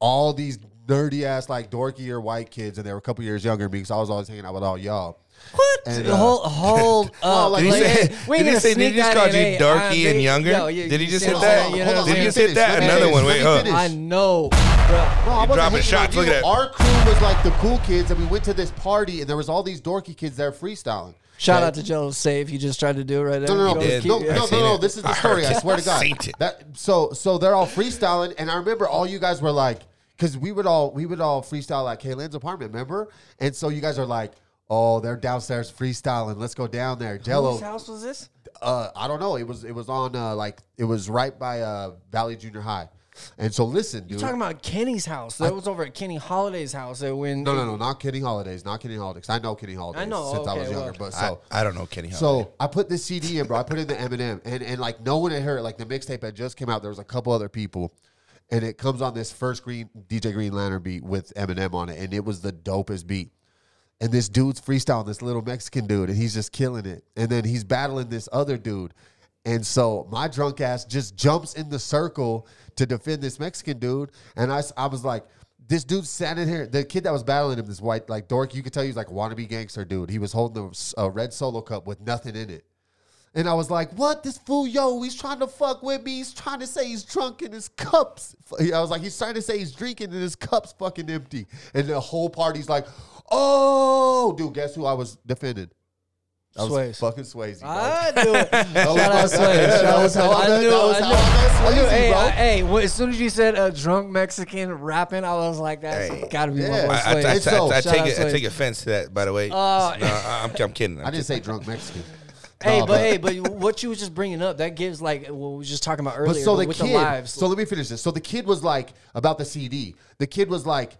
[SPEAKER 2] All these nerdy ass, like dorky or white kids, and they were a couple years younger than me because I was always hanging out with all y'all.
[SPEAKER 1] what?
[SPEAKER 2] and,
[SPEAKER 1] The
[SPEAKER 2] uh,
[SPEAKER 1] whole hold up.
[SPEAKER 2] like, Did he
[SPEAKER 1] wait,
[SPEAKER 7] say-
[SPEAKER 1] we ain't
[SPEAKER 7] did he
[SPEAKER 1] gonna
[SPEAKER 7] say- did
[SPEAKER 1] sneak
[SPEAKER 7] he just
[SPEAKER 1] that
[SPEAKER 7] call
[SPEAKER 1] in,
[SPEAKER 7] you
[SPEAKER 1] hey,
[SPEAKER 7] darky
[SPEAKER 1] I'm
[SPEAKER 7] and
[SPEAKER 1] big-
[SPEAKER 7] younger?
[SPEAKER 1] Yo, yeah,
[SPEAKER 7] Did he
[SPEAKER 1] you
[SPEAKER 7] just
[SPEAKER 1] said
[SPEAKER 7] hit that?
[SPEAKER 1] you know
[SPEAKER 2] Hold
[SPEAKER 1] what
[SPEAKER 2] on,
[SPEAKER 1] I'm
[SPEAKER 2] let
[SPEAKER 7] Did he
[SPEAKER 2] me
[SPEAKER 1] saying?
[SPEAKER 7] just hit
[SPEAKER 2] finish,
[SPEAKER 7] that?
[SPEAKER 2] let me
[SPEAKER 7] Another
[SPEAKER 2] finish,
[SPEAKER 7] one.
[SPEAKER 2] let
[SPEAKER 7] Wait,
[SPEAKER 2] me
[SPEAKER 7] hold on.
[SPEAKER 2] finish.
[SPEAKER 1] I know,
[SPEAKER 2] No,
[SPEAKER 1] bro.
[SPEAKER 2] I wasn't
[SPEAKER 7] dropping
[SPEAKER 2] hanging
[SPEAKER 7] shots,
[SPEAKER 2] out.
[SPEAKER 7] look at
[SPEAKER 2] You-
[SPEAKER 7] that.
[SPEAKER 2] Our crew was like the cool kids, and we went to this party, and there was all these dorky kids there freestyling.
[SPEAKER 1] Shout
[SPEAKER 2] Okay?
[SPEAKER 1] out to Jello Save. He just tried to do it right there. He
[SPEAKER 2] No, no, no,
[SPEAKER 1] goes,
[SPEAKER 7] did.
[SPEAKER 2] no,
[SPEAKER 1] keep-
[SPEAKER 2] no, no,
[SPEAKER 7] seen
[SPEAKER 2] no,
[SPEAKER 7] it.
[SPEAKER 2] This is
[SPEAKER 7] I
[SPEAKER 2] the story. I
[SPEAKER 7] heard it.
[SPEAKER 2] swear to God.
[SPEAKER 7] Seen it.
[SPEAKER 2] That so so they're all freestyling, and I remember all you guys were like, because we would all we would all freestyle at Kaylin's apartment, remember? And so you guys are like, oh, they're downstairs freestyling. Let's go down there,
[SPEAKER 1] Whose
[SPEAKER 2] Jello.
[SPEAKER 1] house was this?
[SPEAKER 2] Uh, I don't know. It was it was on uh, like it was right by uh, Valley Junior High, and so listen, dude.
[SPEAKER 1] You're talking about Kenny's house. That was over at Kenny Holiday's house. That when
[SPEAKER 2] no, no, no, not Kenny Holidays, not Kenny Holidays. I know Kenny Holidays
[SPEAKER 1] know,
[SPEAKER 2] since I
[SPEAKER 1] okay,
[SPEAKER 2] was younger,
[SPEAKER 1] well.
[SPEAKER 2] but
[SPEAKER 7] I,
[SPEAKER 2] so
[SPEAKER 7] I don't know Kenny Holiday.
[SPEAKER 2] So I put this CD in, bro. I put in the Eminem, and and like no one had heard. it. Like the mixtape had just came out. There was a couple other people, and it comes on this first green DJ Green Lantern beat with Eminem on it, and it was the dopest beat. And this dude's freestyling, this little Mexican dude, and he's just killing it. And then he's battling this other dude. And so my drunk ass just jumps in the circle to defend this Mexican dude. And I, s- I was like, this dude sat in here. The kid that was battling him, this white, like dork, you could tell he was like a wannabe gangster dude. He was holding a s- a red solo cup with nothing in it. And I was like, what? This fool, yo, he's trying to fuck with me. He's trying to say he's drunk in his cups. I was like, he's trying to say he's drinking and his cup's fucking empty. And the whole party's like, oh, dude, guess who I was defending? That was
[SPEAKER 1] Swayze.
[SPEAKER 2] fucking Swayze. bro.
[SPEAKER 1] I knew it.
[SPEAKER 2] That was
[SPEAKER 1] Shout out
[SPEAKER 2] my-
[SPEAKER 1] Sway. Shout
[SPEAKER 2] That
[SPEAKER 1] out
[SPEAKER 2] was
[SPEAKER 1] Sway.
[SPEAKER 2] how I
[SPEAKER 1] I
[SPEAKER 2] met-
[SPEAKER 1] knew.
[SPEAKER 2] that was
[SPEAKER 1] I
[SPEAKER 2] how
[SPEAKER 1] knew.
[SPEAKER 2] I
[SPEAKER 1] I
[SPEAKER 2] met
[SPEAKER 1] knew.
[SPEAKER 2] Swayze,
[SPEAKER 1] Hey,
[SPEAKER 2] bro.
[SPEAKER 1] I- hey. well, As soon as you said a drunk Mexican rapping, I was like, that's
[SPEAKER 7] Hey.
[SPEAKER 1] gotta be my
[SPEAKER 2] Yeah.
[SPEAKER 1] boy
[SPEAKER 7] I, I, I,
[SPEAKER 1] Sway.
[SPEAKER 7] I,
[SPEAKER 2] It's so-
[SPEAKER 7] I, I
[SPEAKER 1] shout
[SPEAKER 7] take
[SPEAKER 1] out
[SPEAKER 7] it, I
[SPEAKER 1] Sway.
[SPEAKER 7] take offense to that. By the way,
[SPEAKER 1] Uh,
[SPEAKER 7] no, I, I'm, I'm kidding. I'm
[SPEAKER 2] I didn't say drunk Mexican.
[SPEAKER 1] Hey,
[SPEAKER 2] Nah,
[SPEAKER 1] but hey, but what you was just bringing up that gives like what we was just talking about earlier
[SPEAKER 2] But so the
[SPEAKER 1] with
[SPEAKER 2] kid,
[SPEAKER 1] the lives.
[SPEAKER 2] so let me finish this. So the kid was like about the CD. The kid was like,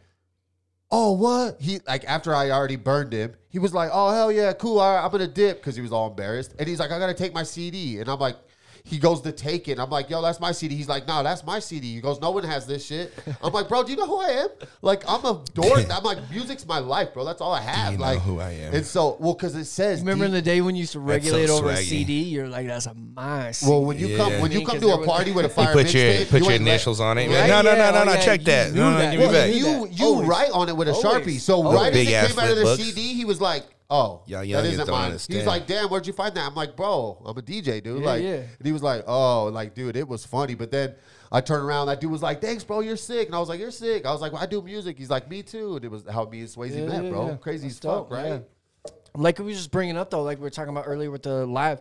[SPEAKER 2] "Oh, what?" He like after I already burned him, he was like, "Oh hell yeah, cool. All right, I'm gonna dip" because he was all embarrassed, and he's like, "I gotta take my CD," and I'm like. He goes to take it. I'm like, yo, that's my CD. He's like, no, that's my CD. He goes, no one has this shit. I'm like, bro, do you know who I am? Like, I'm a dork. I'm like, music's my life, bro. That's all I have.
[SPEAKER 7] you know
[SPEAKER 2] like,
[SPEAKER 7] who I am?
[SPEAKER 2] And so, well, because it says,
[SPEAKER 1] Remember in
[SPEAKER 2] D-
[SPEAKER 1] the day when you used to regulate
[SPEAKER 7] so
[SPEAKER 1] over a
[SPEAKER 7] swaggy.
[SPEAKER 1] CD, you're like, that's a my CD.
[SPEAKER 2] well, when you come,
[SPEAKER 7] Yeah.
[SPEAKER 2] when you
[SPEAKER 1] Yeah,
[SPEAKER 2] come
[SPEAKER 1] 'cause
[SPEAKER 2] to
[SPEAKER 1] there
[SPEAKER 2] a
[SPEAKER 1] was-
[SPEAKER 2] party with a fire
[SPEAKER 7] put your
[SPEAKER 2] mixtape,
[SPEAKER 7] put
[SPEAKER 2] you
[SPEAKER 7] your
[SPEAKER 2] ain't let-
[SPEAKER 7] initials on it.
[SPEAKER 1] Right?
[SPEAKER 7] No, no,
[SPEAKER 1] Yeah,
[SPEAKER 7] no, no,
[SPEAKER 1] oh,
[SPEAKER 7] no.
[SPEAKER 1] yeah,
[SPEAKER 7] Check
[SPEAKER 1] you
[SPEAKER 7] that.
[SPEAKER 1] knew
[SPEAKER 7] No, no,
[SPEAKER 1] that.
[SPEAKER 7] give me
[SPEAKER 1] Well,
[SPEAKER 7] back.
[SPEAKER 1] you-
[SPEAKER 2] You you
[SPEAKER 1] Always.
[SPEAKER 2] write on it with a
[SPEAKER 1] Always.
[SPEAKER 2] sharpie. So
[SPEAKER 1] Always.
[SPEAKER 2] right as
[SPEAKER 7] Big
[SPEAKER 2] it
[SPEAKER 7] ass
[SPEAKER 2] came out of the
[SPEAKER 7] flipbooks.
[SPEAKER 2] CD, he was like, "Oh,
[SPEAKER 7] Y'all
[SPEAKER 2] that
[SPEAKER 7] youngins
[SPEAKER 2] isn't
[SPEAKER 7] don't
[SPEAKER 2] mine." He
[SPEAKER 7] understand.
[SPEAKER 2] was like, "Damn, where'd you find that?" I'm like, "Bro, I'm a DJ, dude."
[SPEAKER 1] Yeah,
[SPEAKER 2] like,
[SPEAKER 1] yeah.
[SPEAKER 2] and he was like, "Oh, like, dude, it was funny." But then I turned around, that dude was like, "Thanks, bro, you're sick," and I was like, "You're sick." I was like, well, "I do music." He's like, "Me too." And it was how me and Swayze
[SPEAKER 1] Yeah,
[SPEAKER 2] met,
[SPEAKER 1] yeah,
[SPEAKER 2] bro.
[SPEAKER 1] yeah.
[SPEAKER 2] Crazy
[SPEAKER 1] That's
[SPEAKER 2] as fuck,
[SPEAKER 1] dope,
[SPEAKER 2] right?
[SPEAKER 1] yeah. like we were just bringing up though, like we were talking about earlier with the live,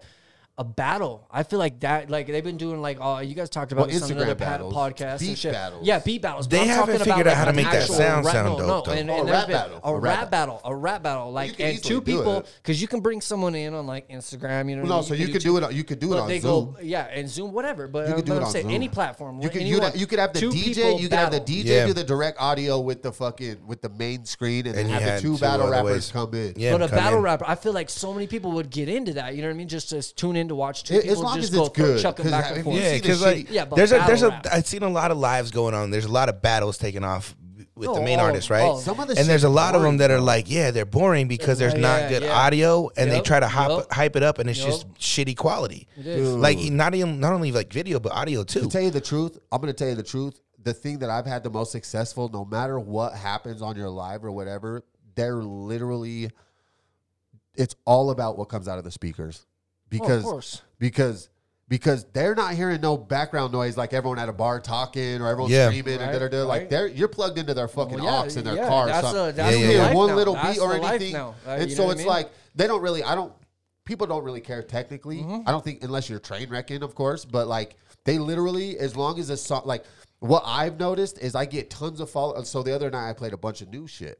[SPEAKER 1] a battle. I feel like that, like they've been doing like, oh, you guys talked about
[SPEAKER 2] Well,
[SPEAKER 1] this on
[SPEAKER 2] Instagram
[SPEAKER 1] another pat-
[SPEAKER 2] battles,
[SPEAKER 1] podcast,
[SPEAKER 2] beat
[SPEAKER 1] and shit.
[SPEAKER 2] battles.
[SPEAKER 1] Yeah, beat battles. but
[SPEAKER 7] They
[SPEAKER 1] I'm
[SPEAKER 7] haven't
[SPEAKER 1] talking
[SPEAKER 7] figured
[SPEAKER 1] about,
[SPEAKER 7] out how
[SPEAKER 1] like,
[SPEAKER 7] to make that
[SPEAKER 1] actual
[SPEAKER 7] sound
[SPEAKER 1] rap,
[SPEAKER 7] sound
[SPEAKER 1] no,
[SPEAKER 7] dope,
[SPEAKER 1] No,
[SPEAKER 7] though.
[SPEAKER 1] and,
[SPEAKER 2] Oh,
[SPEAKER 1] and
[SPEAKER 2] a
[SPEAKER 1] there's
[SPEAKER 2] rap
[SPEAKER 1] been
[SPEAKER 2] battle.
[SPEAKER 1] a
[SPEAKER 2] A rap
[SPEAKER 1] rap battle, a rap battle, like
[SPEAKER 2] can
[SPEAKER 1] and
[SPEAKER 2] easily
[SPEAKER 1] two
[SPEAKER 2] do
[SPEAKER 1] people,
[SPEAKER 2] it.
[SPEAKER 1] because you can bring someone in on like Instagram, you know. what I
[SPEAKER 2] No,
[SPEAKER 1] mean?
[SPEAKER 2] so you could
[SPEAKER 1] two-
[SPEAKER 2] do it. on- You could do it
[SPEAKER 1] but
[SPEAKER 2] on
[SPEAKER 1] they
[SPEAKER 2] Zoom.
[SPEAKER 1] go, yeah, and Zoom, whatever. But
[SPEAKER 2] You
[SPEAKER 1] I'm
[SPEAKER 2] could do it
[SPEAKER 1] gonna
[SPEAKER 2] on
[SPEAKER 1] say
[SPEAKER 2] Zoom.
[SPEAKER 1] any platform.
[SPEAKER 2] You
[SPEAKER 1] where
[SPEAKER 2] could you,
[SPEAKER 1] anyone-
[SPEAKER 2] could- you could have the
[SPEAKER 1] two
[SPEAKER 2] DJ,
[SPEAKER 1] people
[SPEAKER 2] you could have the
[SPEAKER 1] battle.
[SPEAKER 2] DJ
[SPEAKER 7] Yeah.
[SPEAKER 2] do the direct audio with the fucking with the main screen, and,
[SPEAKER 7] And
[SPEAKER 2] then
[SPEAKER 7] you
[SPEAKER 2] have
[SPEAKER 7] had
[SPEAKER 2] the two
[SPEAKER 7] two
[SPEAKER 2] battle
[SPEAKER 7] other
[SPEAKER 2] rappers
[SPEAKER 7] ways.
[SPEAKER 2] come in.
[SPEAKER 7] Yeah,
[SPEAKER 1] But a
[SPEAKER 7] come
[SPEAKER 1] battle
[SPEAKER 7] in.
[SPEAKER 1] rapper, I feel like so many people would get into that. You know what I mean? Just to tune in to watch two
[SPEAKER 2] As
[SPEAKER 1] people
[SPEAKER 2] long
[SPEAKER 1] just
[SPEAKER 2] as
[SPEAKER 1] go
[SPEAKER 2] it's good,
[SPEAKER 1] chuck 'em
[SPEAKER 2] 'cause
[SPEAKER 1] back
[SPEAKER 2] I-
[SPEAKER 1] and
[SPEAKER 2] if
[SPEAKER 1] forth.
[SPEAKER 2] you
[SPEAKER 7] Yeah,
[SPEAKER 2] see the
[SPEAKER 7] because like
[SPEAKER 2] shitty-
[SPEAKER 1] Yeah, but
[SPEAKER 7] there's a there's
[SPEAKER 1] battle
[SPEAKER 7] a
[SPEAKER 1] rap.
[SPEAKER 7] I've seen a lot of lives going on. There's a lot of battles taking off with
[SPEAKER 1] No,
[SPEAKER 7] the main
[SPEAKER 1] all-
[SPEAKER 7] artists, right?
[SPEAKER 1] all. Oh, Some
[SPEAKER 2] of the
[SPEAKER 7] and there's
[SPEAKER 2] shit's
[SPEAKER 7] a lot of them
[SPEAKER 2] boring,
[SPEAKER 7] that are
[SPEAKER 2] bro.
[SPEAKER 7] like, yeah, they're boring because there's
[SPEAKER 1] Yeah,
[SPEAKER 7] not good
[SPEAKER 1] yeah.
[SPEAKER 7] audio, and they
[SPEAKER 1] Yup,
[SPEAKER 7] try to hop,
[SPEAKER 1] yup.
[SPEAKER 7] hype it up, and it's just
[SPEAKER 1] Yup.
[SPEAKER 7] shitty quality.
[SPEAKER 1] It is.
[SPEAKER 7] Like not even not only like video but audio too.
[SPEAKER 2] To tell you the truth, I'm gonna tell you the truth. The thing that I've had the most successful, no matter what happens on your live or whatever, they're literally it's all about what comes out of the speakers. because
[SPEAKER 1] course.
[SPEAKER 2] because because they're not hearing no background noise like everyone at a bar talking or everyone
[SPEAKER 7] Yeah.
[SPEAKER 2] screaming
[SPEAKER 1] Right,
[SPEAKER 2] and da-da-da.
[SPEAKER 1] right.
[SPEAKER 2] like they're you're plugged into their fucking
[SPEAKER 1] Well, yeah,
[SPEAKER 2] aux in their
[SPEAKER 1] yeah,
[SPEAKER 2] car or
[SPEAKER 1] that's
[SPEAKER 2] something.
[SPEAKER 1] a- that's
[SPEAKER 2] you
[SPEAKER 7] the
[SPEAKER 2] hear
[SPEAKER 1] life
[SPEAKER 2] one
[SPEAKER 1] now.
[SPEAKER 2] little
[SPEAKER 1] That's
[SPEAKER 2] beat or
[SPEAKER 1] the life
[SPEAKER 2] anything,
[SPEAKER 1] now. Uh,
[SPEAKER 2] and
[SPEAKER 1] you know
[SPEAKER 2] so
[SPEAKER 1] what I
[SPEAKER 2] it's
[SPEAKER 1] mean?
[SPEAKER 2] like they don't really. I don't. People don't really care technically.
[SPEAKER 7] Mm-hmm.
[SPEAKER 2] I don't think unless you're train wrecking, of course. But like they literally, as long as a song, like what I've noticed is I get tons of follow. So the other night I played a bunch of new shit.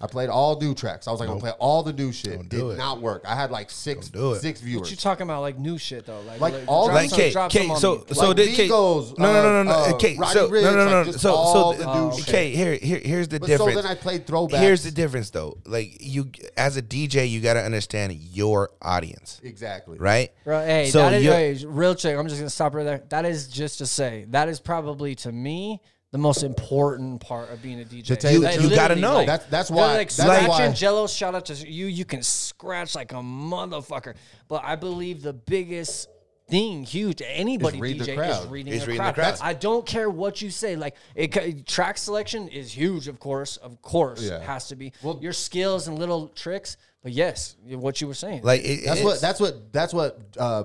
[SPEAKER 2] I played all new tracks. I was like, I'm gonna play all the new shit.
[SPEAKER 7] do
[SPEAKER 2] Did
[SPEAKER 7] it.
[SPEAKER 2] not work. I had like six
[SPEAKER 7] do it.
[SPEAKER 2] six
[SPEAKER 1] What
[SPEAKER 2] viewers.
[SPEAKER 1] you talking about? Like new shit though. Like,
[SPEAKER 2] Like all
[SPEAKER 1] drop
[SPEAKER 2] the-
[SPEAKER 7] Like
[SPEAKER 1] some-
[SPEAKER 7] Kate,
[SPEAKER 1] drop some
[SPEAKER 7] Kate,
[SPEAKER 1] on
[SPEAKER 7] so
[SPEAKER 1] me.
[SPEAKER 7] so
[SPEAKER 2] Like
[SPEAKER 7] did Kate?
[SPEAKER 2] Migos,
[SPEAKER 7] no, no, no,
[SPEAKER 2] uh,
[SPEAKER 7] no, no,
[SPEAKER 2] uh,
[SPEAKER 7] Kate.
[SPEAKER 2] Roddy
[SPEAKER 7] So
[SPEAKER 2] Ricch,
[SPEAKER 7] no, no, no.
[SPEAKER 2] like,
[SPEAKER 7] no.
[SPEAKER 2] just
[SPEAKER 7] So
[SPEAKER 2] all the
[SPEAKER 7] so
[SPEAKER 2] new shit.
[SPEAKER 7] Kate, here here here's the
[SPEAKER 2] But so then
[SPEAKER 7] difference.
[SPEAKER 2] I played throwbacks.
[SPEAKER 7] Here's the difference though. Like you, as a DJ, you got to understand your audience,
[SPEAKER 2] exactly.
[SPEAKER 7] right?
[SPEAKER 1] Bro, hey,
[SPEAKER 7] So
[SPEAKER 1] that is,
[SPEAKER 7] you're-
[SPEAKER 1] hey, real chick. I'm just gonna stop right there. That is just to say that is probably to me the most important part of being a DJ.
[SPEAKER 2] To tell you the
[SPEAKER 1] Like,
[SPEAKER 2] truth.
[SPEAKER 7] You gotta
[SPEAKER 1] literally,
[SPEAKER 7] know.
[SPEAKER 1] like,
[SPEAKER 2] That's that's
[SPEAKER 1] they're
[SPEAKER 2] why.
[SPEAKER 1] like
[SPEAKER 2] that's
[SPEAKER 1] scratching
[SPEAKER 2] why.
[SPEAKER 1] Jello. Shout out to you. You can scratch like a motherfucker. But I believe the biggest thing, huge to anybody
[SPEAKER 2] Is read the
[SPEAKER 1] DJ is
[SPEAKER 2] crowd.
[SPEAKER 1] reading,
[SPEAKER 7] Is
[SPEAKER 1] the,
[SPEAKER 7] reading the
[SPEAKER 1] crowd.
[SPEAKER 7] crowd.
[SPEAKER 1] I don't care what you say. Like it, c- track selection is huge, of course, of course,
[SPEAKER 2] Yeah.
[SPEAKER 1] has to be. your skills and little tricks. But yes, what you were saying.
[SPEAKER 7] Like it,
[SPEAKER 2] That's
[SPEAKER 7] it's-
[SPEAKER 2] what that's what that's what uh,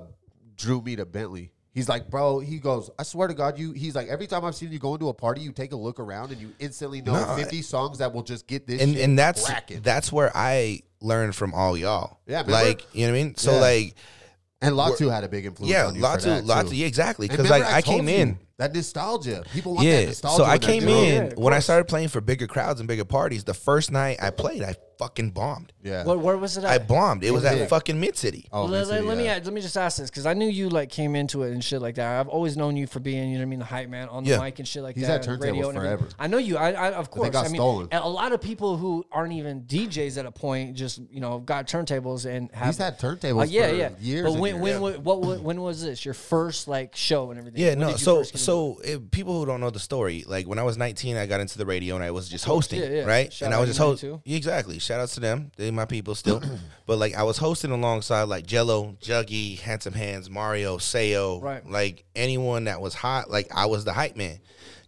[SPEAKER 2] drew me to Bentley. He's like, bro. He goes, I swear to God, you. He's like, every time I've seen you go into a party, you take a look around and you instantly know fifty songs that will just get this.
[SPEAKER 7] and
[SPEAKER 2] shit
[SPEAKER 7] and that's
[SPEAKER 2] cracking.
[SPEAKER 7] that's where I learned from all y'all.
[SPEAKER 2] Yeah, remember?
[SPEAKER 7] like you know what I mean. So
[SPEAKER 2] Yeah.
[SPEAKER 7] like
[SPEAKER 2] and Latu had a big influence.
[SPEAKER 7] yeah,
[SPEAKER 2] on you
[SPEAKER 7] Latu-
[SPEAKER 2] for that,
[SPEAKER 7] Latu-
[SPEAKER 2] too.
[SPEAKER 7] yeah, exactly,
[SPEAKER 2] And
[SPEAKER 7] 'cause,
[SPEAKER 2] remember
[SPEAKER 7] like, I
[SPEAKER 2] told
[SPEAKER 7] came
[SPEAKER 2] you,
[SPEAKER 7] in-
[SPEAKER 2] that nostalgia. People want that
[SPEAKER 7] yeah.
[SPEAKER 2] nostalgia.
[SPEAKER 7] So I
[SPEAKER 2] when they're
[SPEAKER 7] came
[SPEAKER 2] doing it.
[SPEAKER 7] in
[SPEAKER 1] Yeah, of
[SPEAKER 7] when I
[SPEAKER 1] course.
[SPEAKER 7] started playing for bigger crowds and bigger parties. The first night I played, I fucking bombed.
[SPEAKER 2] Yeah.
[SPEAKER 1] What, where was it at?
[SPEAKER 7] I bombed. It was
[SPEAKER 2] Yeah.
[SPEAKER 7] at fucking Mid City.
[SPEAKER 2] Oh,
[SPEAKER 1] let, let,
[SPEAKER 2] mentally,
[SPEAKER 1] let me
[SPEAKER 2] yeah.
[SPEAKER 1] add, let me just ask this because I knew you like came into it and shit like that. I've always known you for being you know what I mean the hype man on the
[SPEAKER 7] Yeah.
[SPEAKER 1] mic and shit like
[SPEAKER 2] He's
[SPEAKER 1] that.
[SPEAKER 2] had
[SPEAKER 1] and
[SPEAKER 2] turntables
[SPEAKER 1] radio and everything.
[SPEAKER 2] forever.
[SPEAKER 1] I know you. I, I of course.
[SPEAKER 2] got
[SPEAKER 1] I mean,
[SPEAKER 2] stolen.
[SPEAKER 1] and a lot of people who aren't even DJs at a point just you know got turntables and have Uh,
[SPEAKER 2] He's had turntables
[SPEAKER 1] yeah,
[SPEAKER 2] for
[SPEAKER 1] yeah.
[SPEAKER 2] years
[SPEAKER 1] But
[SPEAKER 2] and
[SPEAKER 1] when
[SPEAKER 2] years.
[SPEAKER 1] when wa- what, wa- when was this your first like show and everything?
[SPEAKER 7] Yeah,
[SPEAKER 1] When
[SPEAKER 7] no.
[SPEAKER 1] did you
[SPEAKER 7] So,
[SPEAKER 1] first get into it?
[SPEAKER 7] so if people who don't know the story, like when I was 19, I got into the radio and I was just hosting,
[SPEAKER 1] yeah, yeah.
[SPEAKER 7] right?
[SPEAKER 1] Shout
[SPEAKER 7] and I
[SPEAKER 1] out to
[SPEAKER 7] was just
[SPEAKER 1] you
[SPEAKER 7] hosting.
[SPEAKER 1] too.
[SPEAKER 7] Exactly. Shout outs to them. They my people still. but like I was hosting alongside like Jello, Juggy, Handsome Hands, Mario, Sayo,
[SPEAKER 1] Right.
[SPEAKER 7] Like anyone that was hot, like I was the hype man